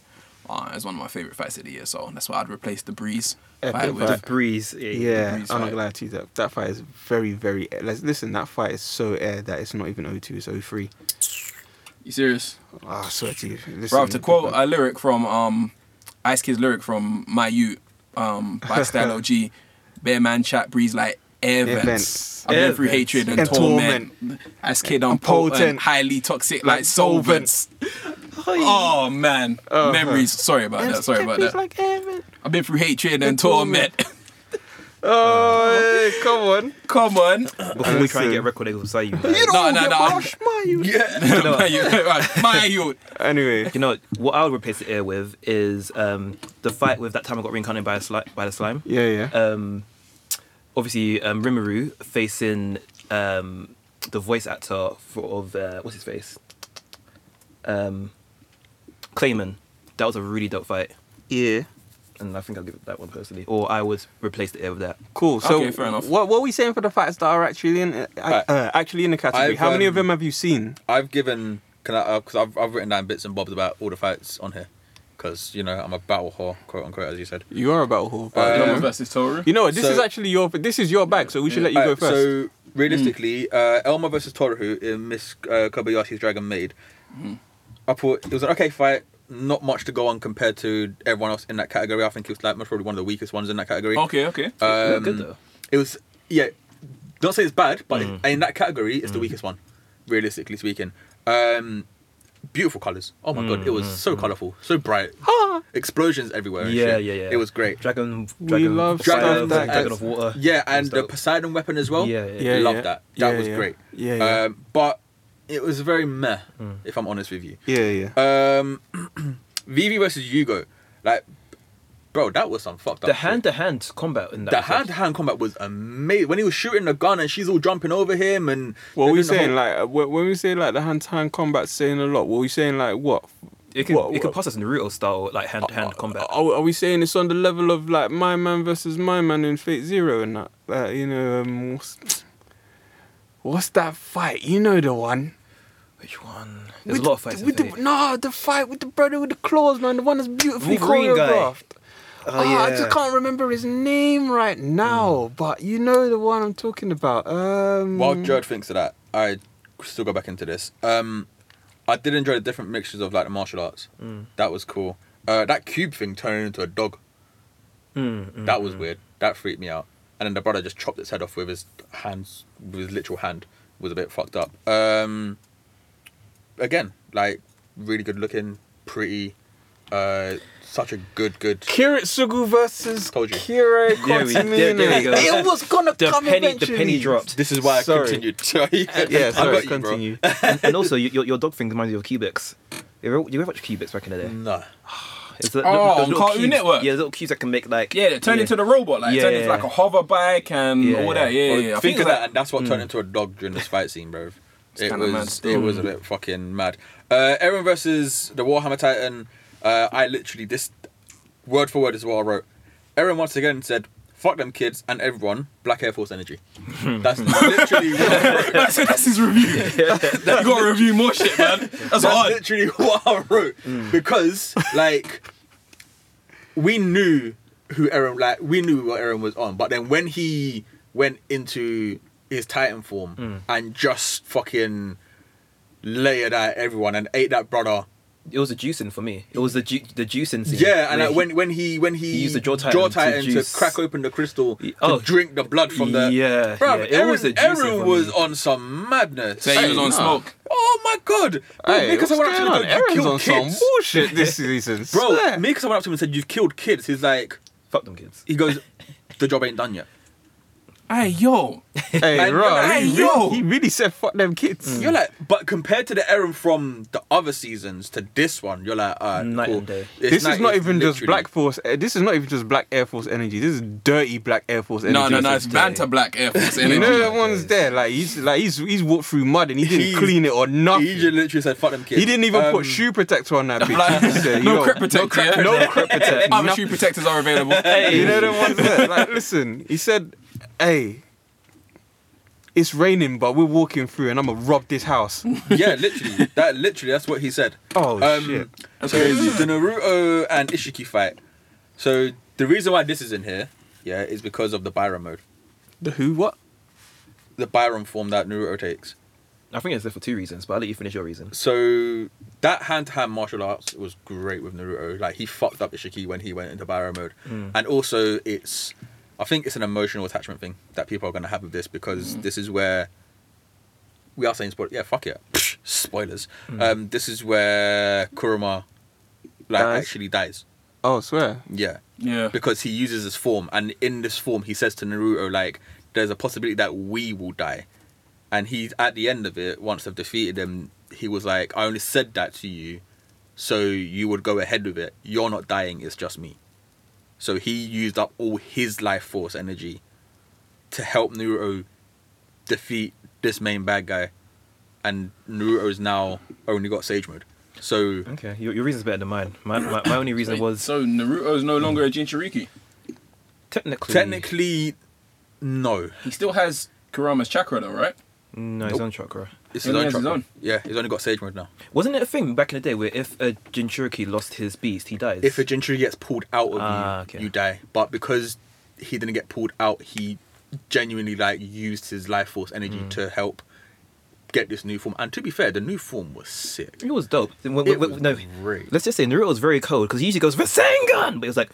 D: Uh, it's one of my favorite fights of the year, so that's why I'd replace the Breeze
F: Epic
D: fight with.
F: fight.
B: Breeze. eh,
F: yeah,
D: Breeze
F: I'm not
D: fight.
F: gonna lie to you. That that fight is very, very. Let's listen. That fight is so air that it's not even 02, it's 03.
D: You serious?
F: Ah, I swear to you. Listen,
D: Bro, to quote uh, a lyric from um, Ice Kid's lyric from My You, um, by Style OG, Bear Man Chat Breeze like air vents.
F: Events.
D: I've been through
B: Events.
D: hatred and,
F: And
D: torment. Ice Kid, I'm potent,
F: potent.
D: highly toxic
F: Like
D: like solvents. Oh man,
F: Uh-huh.
D: memories. Sorry about that. Sorry about that.
F: Like, Evan.
D: I've been through hatred and
F: torment.
D: torment.
F: Oh, hey, come on.
D: Come on,
B: Before we try and
F: Listen.
B: get a record label beside you,
F: You
B: man.
D: No,
F: don't
D: no,
F: get
D: no, I'm-
F: washed, man, you-
D: my youth, my youth.
F: Anyway,
B: You know what I would replace it here with is um, the fight with that time I got reincarnated by a sli- by the slime.
F: yeah, yeah.
B: um, obviously um, Rimuru facing um, the voice actor for, of uh, what's his face, um, Clayman. That was a really dope fight,
F: yeah.
B: and I think I'll give it that one personally. Or I would replace it with that.
F: Cool. So,
D: Okay, fair enough.
F: What, what are we saying for the fights that are actually in uh, uh, actually in the category?
C: I've,
F: How many of
C: um,
F: them have you seen?
C: I've given can I because I've, I've written down bits and bobs about all the fights on here because you know I'm a battle whore quote unquote as you said.
F: You are about whore,
C: Uh,
F: but
D: Elmo versus Toru.
F: Um, you know what? This
C: so-
F: is actually your this is your bag, so we should let you go
C: Alright,
F: first.
C: So realistically, uh, Elma versus Toru in Miss uh, Kobayashi's Dragon Maid. I thought it was an okay fight. Not much to go on compared to everyone else in that category. I think it was like most probably one of the weakest ones in that category.
D: Okay, okay.
C: Um,
B: good though.
C: It was
B: Mm.
C: yeah. Don't say it's bad, but in that category, it's the weakest one, realistically speaking. Um, beautiful colors. Oh my
B: Mm,
C: god, it was so colorful, so bright. Explosions everywhere. and
B: Yeah,
C: Oh, shit.
B: yeah, yeah.
C: It was great.
B: Dragon,
A: We
B: dragon,
A: love
B: fire,
A: stuff that-
B: dragon of water.
C: Yeah,
B: That
C: and
B: was
C: the
B: dope.
C: Poseidon weapon as well.
B: Yeah,
A: Yeah,
B: yeah.
C: Love
A: yeah.
C: that. That
A: Yeah,
C: was
A: yeah.
C: great.
A: Yeah, yeah.
C: Um, but it was very meh,
B: Mm.
C: if I'm honest with you.
A: Yeah, yeah.
C: Um, Vivi versus Hugo, like, bro, that was some fucked up.
B: the
C: shit.
B: hand to hand combat in that.
C: The
B: was
C: hand to hand combat was amazing. When he was shooting the gun and she's all jumping over him and.
A: What
C: they're
A: are we
C: doing the
A: saying?
C: whole-
F: uh,
A: Like when when we say like the hand to hand combat's saying a lot. What are we saying? Like what?
B: It could
A: What-
B: it
A: what-
B: could pass as Naruto style like hand to
C: Oh,
B: hand combat.
A: Are, are we saying it's on the level of like my man versus my man in Fate Zero and that? Like you know, um, what's, what's that fight? You know the one.
B: Which one? There's
A: With
B: a lot of
A: the-
B: fights. in
A: With the,
B: Fate.
A: no, the fight with the brother with the claws, man. The one that's beautifully
F: Wolverine guy.
A: choreographed.
F: Oh,
A: Ah, I
F: yeah.
A: just can't remember his name right now, but you know the one I'm talking about. Um,
C: While Jared thinks of that, I still go back into this. Um, I did enjoy the different mixtures of like the martial arts.
A: Mm.
C: That was cool. Uh, that cube thing turning into a dog.
A: Mm,
C: that was weird. That freaked me out. And then the brother just chopped its head off with his hands, with his literal hand. Was a bit fucked up. Um, again, like really good looking, pretty. Uh, such a good, good.
A: Kiritsugu versus
C: Told you.
A: Kira
B: There we- there- there we go.
A: It was gonna
B: The
A: come
B: penny- the
A: eventually.
B: penny dropped.
C: This is why I
A: Sorry.
C: continued. sorry,
A: Yeah,
C: I
A: sorry,
C: got you, bro.
A: continue.
B: and, and also your, your- your dog thing reminds me of Cubex. You ever, you ever watch Cubex back in the day?
C: No.
B: It's the-
D: Mm. Oh,
B: those
D: on
B: little
D: Cartoon
B: cubes-
D: Network?
B: Yeah, little cubes that can make like
D: Yeah, they turn into the robot, like
B: Yeah,
D: turn into
B: yeah.
D: like a hover bike and
B: Yeah,
D: all that.
B: yeah.
D: Yeah,
C: Well,
D: yeah. I
C: think
D: think
C: of
D: it's
C: that,
D: like, mm.
C: and that's what turned into a dog during this fight scene, bro. it
D: kinda
C: was
D: mad
C: it
D: still.
C: was a bit fucking mad. Uh, Aaron versus the Warhammer Titan. Uh, I literally this word for word is what I wrote. Aaron once again said, "Fuck them kids and everyone." Black Air Force energy. That's literally what I wrote.
D: that's, that's his review. you gotta review more shit, man. That's
C: That's
D: hard.
C: literally what I wrote
B: Mm.
C: because like we knew who Aaron like we knew what Aaron was on, but then when he went into his Titan form
B: Mm.
C: and just fucking layered out everyone and ate that brother.
B: It was the juicing for me. It was the ju- the juicing scene.
C: Yeah,
B: where
C: and like,
B: he-
C: when when he when he,
B: he used the Jaw Titan to
C: to,
B: juice-
C: crack open the crystal
B: oh.
C: to drink the blood from the
B: Yeah,
C: Bruv,
B: yeah, it
C: Aaron,
B: was the juicing for
C: Aaron was
B: me.
C: on some madness.
D: Say he was on
C: Hey,
D: smoke.
C: Oh my god! Bro,
A: Hey,
C: because
A: what's
C: I went up to
A: going
C: him
A: on?
C: and go, "You
A: Aaron's
C: killed
A: on some
C: kids."
A: bullshit this season.
C: Bro,
A: Swear.
C: me someone up to him and said, You've killed kids. He's like,
B: fuck them kids.
C: He goes, The job ain't done yet.
D: Hey, yo.
A: hey,
C: and you're
A: bro,
C: like,
A: he
D: "Hey, yo."
A: really- he really said fuck them kids.
C: You're like, But compared to the Aaron from the other seasons to this one, you're like, All right,
B: Night
C: cool.
B: and day.
C: It's
A: this
C: night-
A: is not
C: it's
A: even just
C: literally-
A: Black Force. eh, This is not even just Black Air Force energy. This is dirty Black Air Force energy.
D: No, no, no. It's
B: day.
D: banter black Air Force
A: You
D: energy.
A: know that one's there. Like he's like he's he's walked through mud and he didn't
C: He-
A: clean it or nothing.
C: He just literally said, Fuck them kids.
A: He didn't even
C: Um,
A: put shoe protector on that bitch.
D: Like,
A: He just said,
D: no
A: "Yo,
D: crep protector. yeah?
A: No crep protector.
D: Other shoe protectors are available.
A: You know the ones that like listen, he said, Hey, it's raining, but we're walking through and I'ma rob this house.
C: Yeah, literally. That literally, that's what he said.
A: Oh shit.
C: That's crazy. The Naruto and Ishiki fight. So the reason why this is in here, yeah, is because of the Byron mode.
A: The who what?
C: The Byron form that Naruto takes.
B: I think it's there for two reasons, but I'll let you finish your reason.
C: So that hand to hand martial arts was great with Naruto. Like he fucked up Ishiki when he went into Barrow mode. And also it's I think it's an emotional attachment thing that people are gonna have with this because this is where we are saying spoilers. Yeah, fuck it. spoilers. Um this is where Kurama like
A: Dies.
C: actually dies.
A: Oh swear.
C: Yeah.
D: Yeah.
C: Because he uses his form and in this form he says to Naruto like there's a possibility that we will die. And he at the end of it, once they've defeated them, he was like, I only said that to you so you would go ahead with it. You're not dying, it's just me. So he used up all his life force energy to help Naruto defeat this main bad guy. And Naruto's now only got Sage mode. So
B: Okay, your, your reason's better than mine. My, my, my only reason was
D: So Naruto is no longer a Jinchuriki.
B: technically.
C: technically, no.
D: He still has Kurama's chakra though, right?
B: No, his own chakra.
C: It's his
D: He only
C: own,
D: has his
C: chakra.
D: own.
C: Yeah, he's only got Sage mode now.
B: Wasn't it a thing back in the day where if a Jinchuriki lost his beast, he dies?
C: If a Jinchuriki gets pulled out of
B: Ah,
C: you,
B: okay.
C: you die. But because he didn't get pulled out, he genuinely like used his life force energy
B: Mm.
C: to help get this new form. And to be fair, the new form was sick.
B: It was dope. Then when-
C: It
B: when-
C: was
B: no,
C: great.
B: let's just say Naruto was very cold because he usually goes Rasengan, but it was like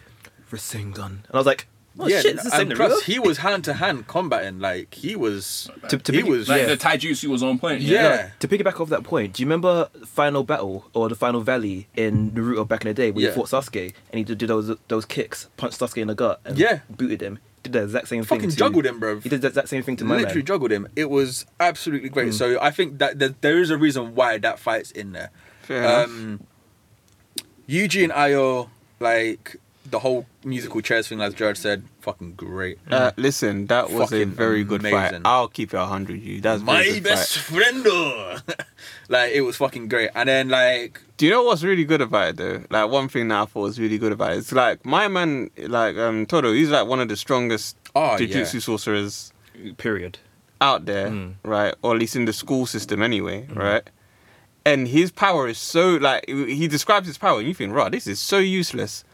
B: Rasengan, and I was like, Oh,
C: yeah,
B: shit, is this
C: and
B: Naruto?
C: plus he was hand to hand combating. Like he was,
B: To- to
C: he
B: begin-
C: was,
D: Like
C: yeah.
D: the Taijutsu was on point.
C: Yeah.
B: To piggyback off that point, do you remember Final Battle or the Final Valley in Naruto back in the day where
C: Yeah.
B: he fought Sasuke and he did did those those kicks, punched Sasuke in the gut and
C: Yeah.
B: booted him? Did the exact same
C: Fucking
B: thing. to-
C: juggled him, bruv.
B: He did the exact same thing to my Mm.
C: literally
B: man.
C: juggled him. It was absolutely great. So I think that there, there is a reason why that fight's in there.
F: Fair enough.
C: Um, Yuji and Ayo, like the whole musical chairs thing, as Jared said, fucking great.
B: Mm.
F: Uh, listen, that was a
C: Fucking
F: very good fight.
C: amazing.
F: I'll keep it 100 you. That's a very
C: My
F: good
C: best
F: Fight.
C: friend, oh. like it was fucking great. And then like
F: Do you know what's really good about it though? Like one thing that I thought was really good about it. It's like my man, like um Todo, he's like one of the strongest
C: Oh,
F: jujutsu
C: yeah.
F: sorcerers
B: Period.
F: out there,
B: Mm.
F: right? Or at least in the school system anyway,
B: Mm-hmm.
F: right? And his power is so like he describes his power and you think, right, this is so useless.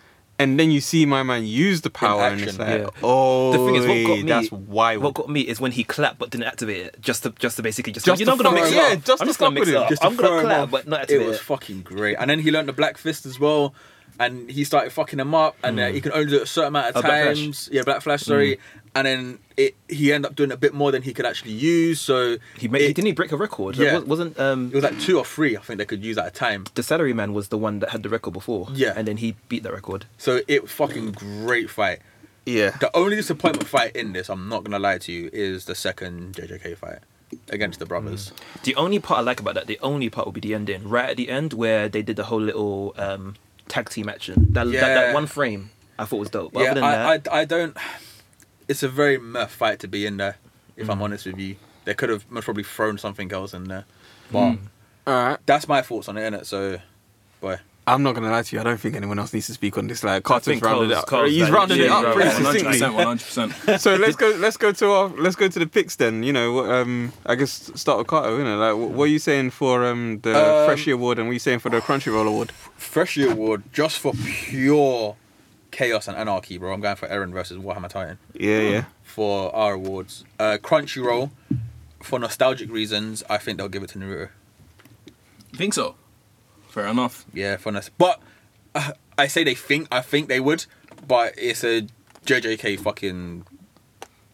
F: And then you see my man use the power and it's like,
C: action,
B: yeah.
F: oh,
B: The thing is, what got me,
F: that's wild.
B: What got me is when he clapped but didn't activate it, just to just to basically just,
F: Just
B: you're
F: to
B: not gonna
F: fuck
B: mix
F: with
B: it
F: him.
B: up.
F: Yeah, just
B: I'm
F: to
B: just gonna
F: fuck
B: mix
F: with
B: it
F: him.
B: up.
F: Just
B: I'm gonna
C: throw him
B: clap
C: off.
B: but not
C: It
B: activate
C: was
B: it.
C: fucking great. And then he learned the black fist as well, and he started fucking him up. And uh, he can only do it a certain amount of
B: Oh, Black Flash.
C: times. Yeah, black flash. Sorry. And then it he ended up doing a bit more than he could actually use. So
B: He made.
C: it,
B: didn't he break a record?
C: Yeah.
B: Wa- Wasn't um
C: It was like two or three. I think they could use at a time.
B: the salary man was the one that had the record before?
C: Yeah.
B: And then he beat that record.
C: So it fucking great fight.
F: yeah.
C: The only disappointment fight in this, I'm not gonna lie to you, is the second JJK fight against the
B: Mm.
C: brothers.
B: The only part I like about that, the only part would be the ending, right at the end where they did the whole little um, tag team action. That, that,
C: Yeah.
B: that one frame I thought was dope. But
C: yeah,
B: other than
C: I,
B: that,
C: I, I don't. It's a very meh fight to be in there. If
B: Mm.
C: I'm honest with you, they could have most probably thrown something else in there. But
B: Mm.
F: All right.
C: that's my thoughts on it, innit? So, boy,
F: I'm not gonna lie to you. I don't think anyone else needs to speak on this. Like, Carter's
B: think
F: rounded
B: Cole's-
F: up.
B: Cole's
F: He's
B: like,
F: rounded it
B: yeah,
F: up
B: yeah,
F: pretty
B: yeah.
F: succinctly.
D: 100%. 100%.
F: so let's go. Let's go to our. Let's go to the picks then. You know, what, um, I guess start with Carter. You know, like what, what are you saying for um the
C: Um,
F: Freshie Award and what are you saying for the Crunchyroll Award?
C: Freshie Award just for pure chaos and anarchy, bro. I'm going for Eren versus Warhammer Titan.
F: Yeah, yeah.
C: for our awards. Uh, Crunchyroll, for nostalgic reasons, I think they'll give it to Naruto.
D: Think so. Fair enough.
C: Yeah, for nos- But uh, I say they think. I think they would, but it's a JJK fucking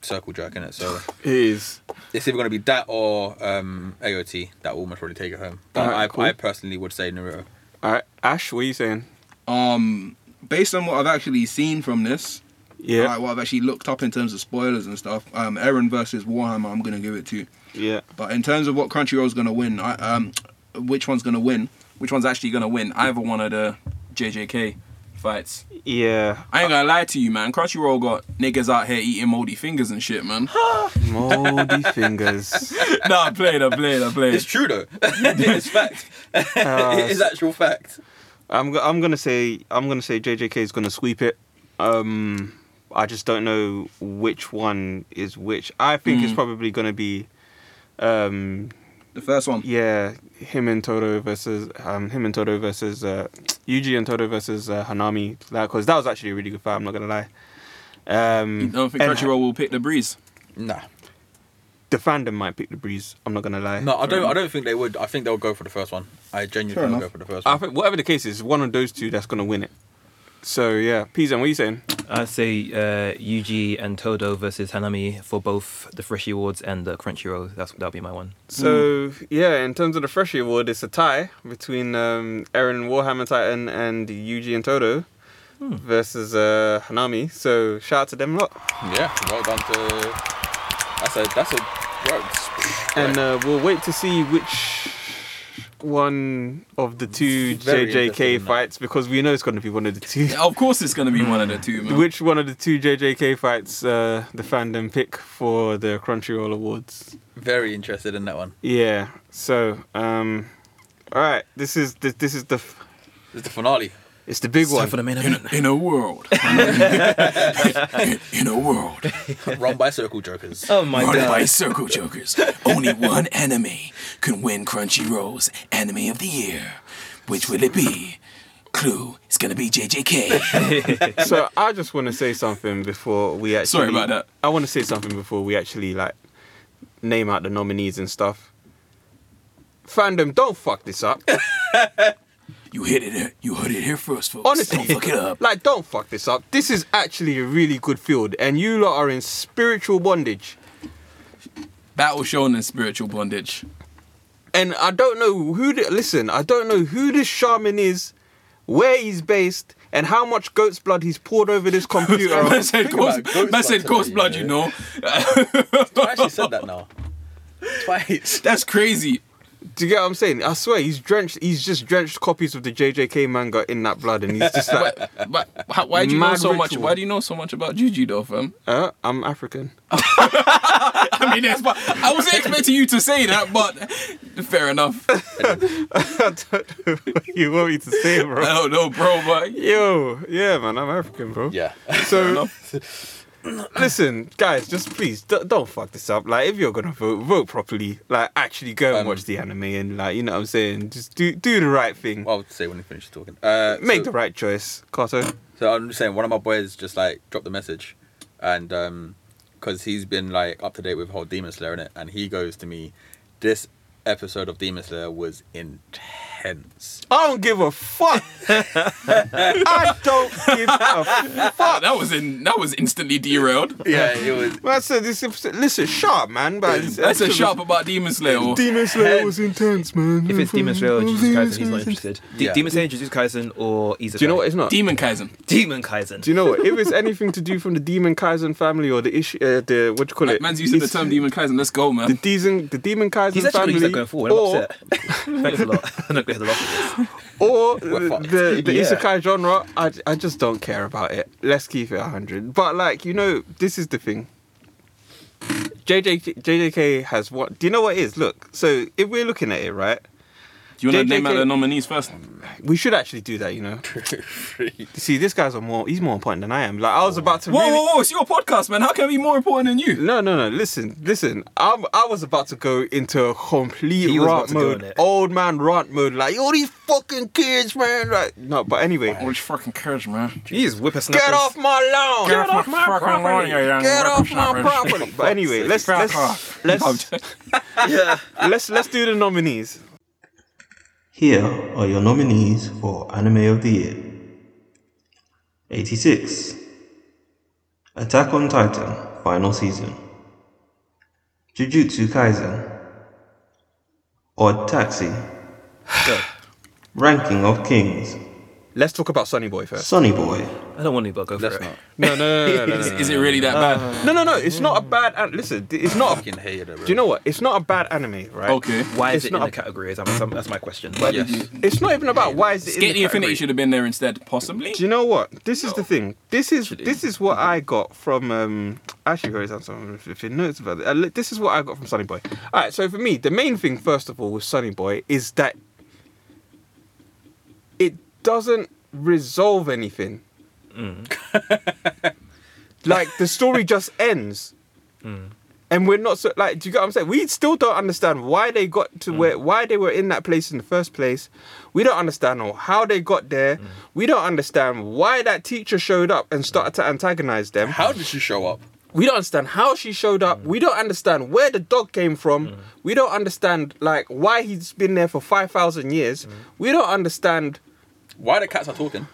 C: circle jerk in it. So
F: It is.
C: it's either going to be that or um, AOT that will most probably take it home. But
F: Alright,
C: I,
F: cool.
C: I personally would say Naruto.
F: All right, Ash, what are you saying?
D: Um, based on what I've actually seen from this,
F: Yeah,
D: like what I've actually looked up in terms of spoilers and stuff, um, Eren versus Warhammer, I'm gonna give it to.
F: yeah.
D: But in terms of what Crunchyroll's gonna win, I, um, which one's gonna win? Which one's actually gonna win? Either one of the JJK fights.
F: Yeah.
D: I ain't gonna lie to you, man. Crunchyroll got niggas out here eating moldy fingers and shit, man.
F: Moldy fingers.
D: nah, I played, I played, I played.
C: It's true though. it's fact. it is actual fact.
F: I'm go- I'm gonna say I'm gonna say JJK is gonna sweep it. Um, I just don't know which one is which. I think it's probably gonna be, um,
D: The first one.
F: yeah, him and Toto versus um him and Toto versus uh, Yuji and Toto versus uh, Hanami. That because that was actually a really good fight. I'm not gonna lie.
D: You
F: Um,
D: don't think
F: and
D: Crunchyroll will pick the breeze?
C: Nah.
F: the fandom might pick the breeze. I'm not gonna lie.
C: No, I don't. I don't think they would. I think they'll go for the first one. I genuinely think
D: enough.
C: they'll go for the first one.
F: I think whatever the case is, one of those two that's gonna win it. So yeah, Pizan, what are you saying?
B: I say uh, Yuji and Todo versus Hanami for both the Freshie Awards and the Crunchyroll. That's that'll be my one.
F: So
D: Mm.
F: yeah, in terms of the Freshie Award, it's a tie between um, Aaron Warhammer Titan and Yuji and Todo
D: Hmm.
F: versus uh, Hanami. So shout out to them lot,
C: Yeah, well done to. That's a that's a. Right.
F: and uh, we'll wait to see which one of the two
C: Very interested in
F: JJK
C: that.
F: fights because we know it's going to be one of the two.
D: Yeah, of course, it's gonna be one of the two, man.
F: Which one of the two JJK fights uh, the fandom pick for the Crunchyroll Awards?
C: very interested in that one.
F: Yeah. So, um, all right. This is this, this is the f-
C: It's the finale.
F: it's the big
B: It's
F: one.
B: time for the main
D: in,
B: event.
D: a- in a world. in, in a world
C: Run by Circle Jokers.
B: Oh my
D: run by
B: god!
D: circle jokers, only one anime can win Crunchyroll's Anime of the Year. Which will it be? Clue. It's gonna be JJK.
F: so I just want to say something before we actually.
D: Sorry about that.
F: I want to say something before we actually like name out the nominees and stuff. Fandom, don't fuck this up.
D: You hit it. here- You heard it here first, folks.
A: Honestly,
D: don't fuck it up.
A: like don't fuck this up. This is actually a really good field, and you lot are in spiritual bondage.
D: Battle shown in spiritual bondage.
A: And I don't know who. The, listen, I don't know who this shaman is, where he's based, and how much goat's blood he's poured over this computer.
D: Man said
C: Think about
D: ghost,
C: ghost
D: man
C: blood
D: said
C: today,
D: ghost
C: you
D: blood.
C: know.
D: You know,
C: I actually said that now. Twice.
D: that's crazy.
A: Do you get what I'm saying? I swear, he's drenched. He's just drenched copies of the JJK manga in that blood, and he's just like,
D: But how, why do you know
A: Mad
D: so much?
A: ritual.
D: Why do you know so much about Juju though, fam?
A: uh, I'm African.
D: I mean, that's what I wasn't expecting you to say that, but fair enough. I
A: you want me to say, bro?
D: don't know, bro, but
A: Yo, yeah, man, I'm African, bro.
C: Yeah.
A: So, listen, guys, just please d- don't fuck this up. Like, if you're gonna vote, vote properly. Like, actually go and
C: Um,
A: watch the anime, and like, you know what I'm saying. Just do do the right thing.
C: Well, I would say when he finishes talking. Uh,
A: Make
C: so,
A: the right choice, Kato.
C: So I'm just saying, one of my boys just like dropped the message, and um, because he's been like up to date with whole Demon Slayer in it, and he goes to me, this episode of Demon Slayer was intense.
A: I don't give a fuck. I don't give a
D: Ah, that was in that was instantly derailed.
C: Yeah, it was.
A: Man, I said this episode. Listen, sharp, man. But it's-
D: That's a sharp about Demon Slayer. or-
A: Demon Slayer was intense, man.
B: If it's Demon Slayer or Jujutsu Kaisen, he's not interested. D-
C: Yeah.
B: Demon Slayer, Jujutsu Kaisen, or Izakai.
A: Do you know what? It's not.
D: Demon Kaisen.
B: Demon Kaisen.
A: do you know what? If it's anything to do from the Demon Kaisen family or the issue, uh, the what do you call it?
D: Man's using the
A: It's-
D: term Demon Kaisen. Let's go,
A: The
D: man.
A: Demon, the Demon Kaisen
B: He's actually
A: family,
B: going to use that going forward. I'm
A: or,
B: upset. Thanks a lot. I'm not going to have the loss of this.
A: or
C: We're fucked.
A: the, the
B: Yeah.
A: isekai genre, I, I just don't care about it. Let's keep it 100. But, like, you know, this is the thing. JJ, JJK has what? Do you know what it is? Look, so if we're looking at it, right?
D: Do you want to
A: JJK
D: name out the nominees first?
A: We should actually do that, you know? See, this guy's on more, he's more important than I am. Like, I was about to
D: Whoa,
A: really-
D: whoa, whoa! It's your podcast, man. How can I be more important than you?
A: No, no, no. Listen, listen. I'm, I was about to go into a complete
B: He was about
A: rant
B: to go
A: mode,
B: on it.
A: old man rant mode. Like all these fucking kids, man. Like no, but anyway,
D: All these Oh, fucking curse, man.
B: He is whippersnappers.
A: get off my lawn.
D: Get, off my fucking lawn, you young
A: Get off my
D: whippersnappers.
A: property. But anyway, let's
D: Fuck
A: let's
D: off.
A: let's, let's let's do the nominees.
E: Here are your nominees for Anime of the Year 86 Attack on Titan Final Season, Jujutsu Kaisen, Odd Taxi, Ranking of Kings,
A: Let's talk about Sonny Boy first.
E: Sonny Boy,
B: I don't want to, but go for
C: Let's
B: it.
C: not.
A: No, no, no, no, no,
D: Is,
A: no,
D: is it really that bad?
A: no, no, no, no. It's not a bad. An- listen, it's not. A,
C: Fucking hated it. Bro.
A: do you know what? It's not a bad anime, right?
D: Okay.
B: Why
A: It's
B: is it
A: not
B: in
A: a-
B: the categories? I'm, I'm- that's my question. But
C: Yes.
A: It's not even about why is it. in
D: Skate the
A: category.
D: Infinity should have been there instead, possibly.
A: Do you know what? This is the thing. This is this is what I got from um actually very something if you notice about it. Uh, li- This is what I got from Sunny Boy. Alright, so for me, the main thing first of all with Sunny Boy is that it doesn't resolve anything. like the story just ends. And we're not so like. Do you get what I'm saying? We still don't understand why they got to where, why they were in that place in the first place. We don't understand or how they got there. We don't understand why that teacher showed up and started to antagonize them.
C: How did she show up?
A: We don't understand how she showed up. We don't understand where the dog came from. We don't understand like why he's been there for five thousand years. We don't understand.
C: Why the cats are talking?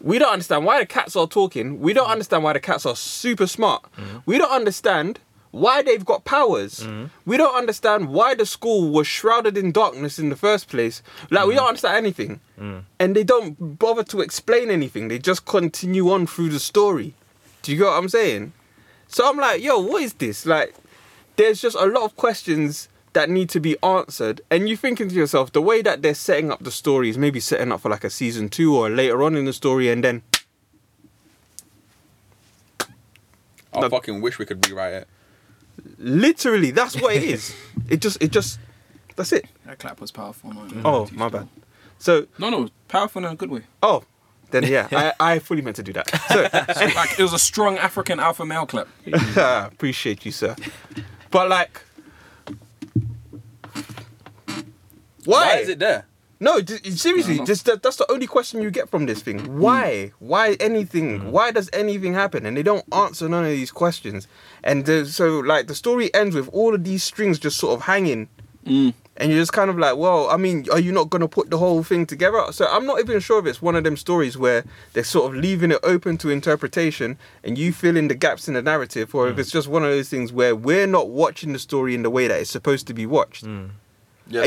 A: We don't understand why the cats are talking. We don't understand why the cats are super smart. We don't understand why they've got powers. We don't understand why the school was shrouded in darkness in the first place. Like, we don't understand anything. And they don't bother to explain anything. They just continue on through the story. Do you get what I'm saying? So I'm like, yo, what is this? Like, there's just a lot of questions that need to be answered. And you're thinking to yourself, the way that they're setting up the story is maybe setting up for like a season two or later on in the story, and then
C: I
A: No.
C: fucking wish we could rewrite it.
A: literally that's what it is. it just, it just, that's it.
D: That clap was powerful, man.
A: Oh, my bad. So,
D: No, no, powerful in a good way.
A: oh, then yeah, I, I fully meant to do that. So,
D: like it was a strong African alpha male clap.
A: Ah, appreciate you, sir. But like, why?
C: Why is it there?
A: No, Hmm. d- seriously, just that, that's the only question you get from this thing. Why? Why anything? Why does anything happen? And they don't answer none of these questions. And the, so, like, the story ends with all of these strings just sort of hanging And you're just kind of like, well, I mean, are you not going to put the whole thing together? So I'm not even sure if it's one of them stories where they're sort of leaving it open to interpretation and you fill in the gaps in the Hmm. narrative, or if it's just one of those things where we're not watching the story in the way that it's supposed to be watched.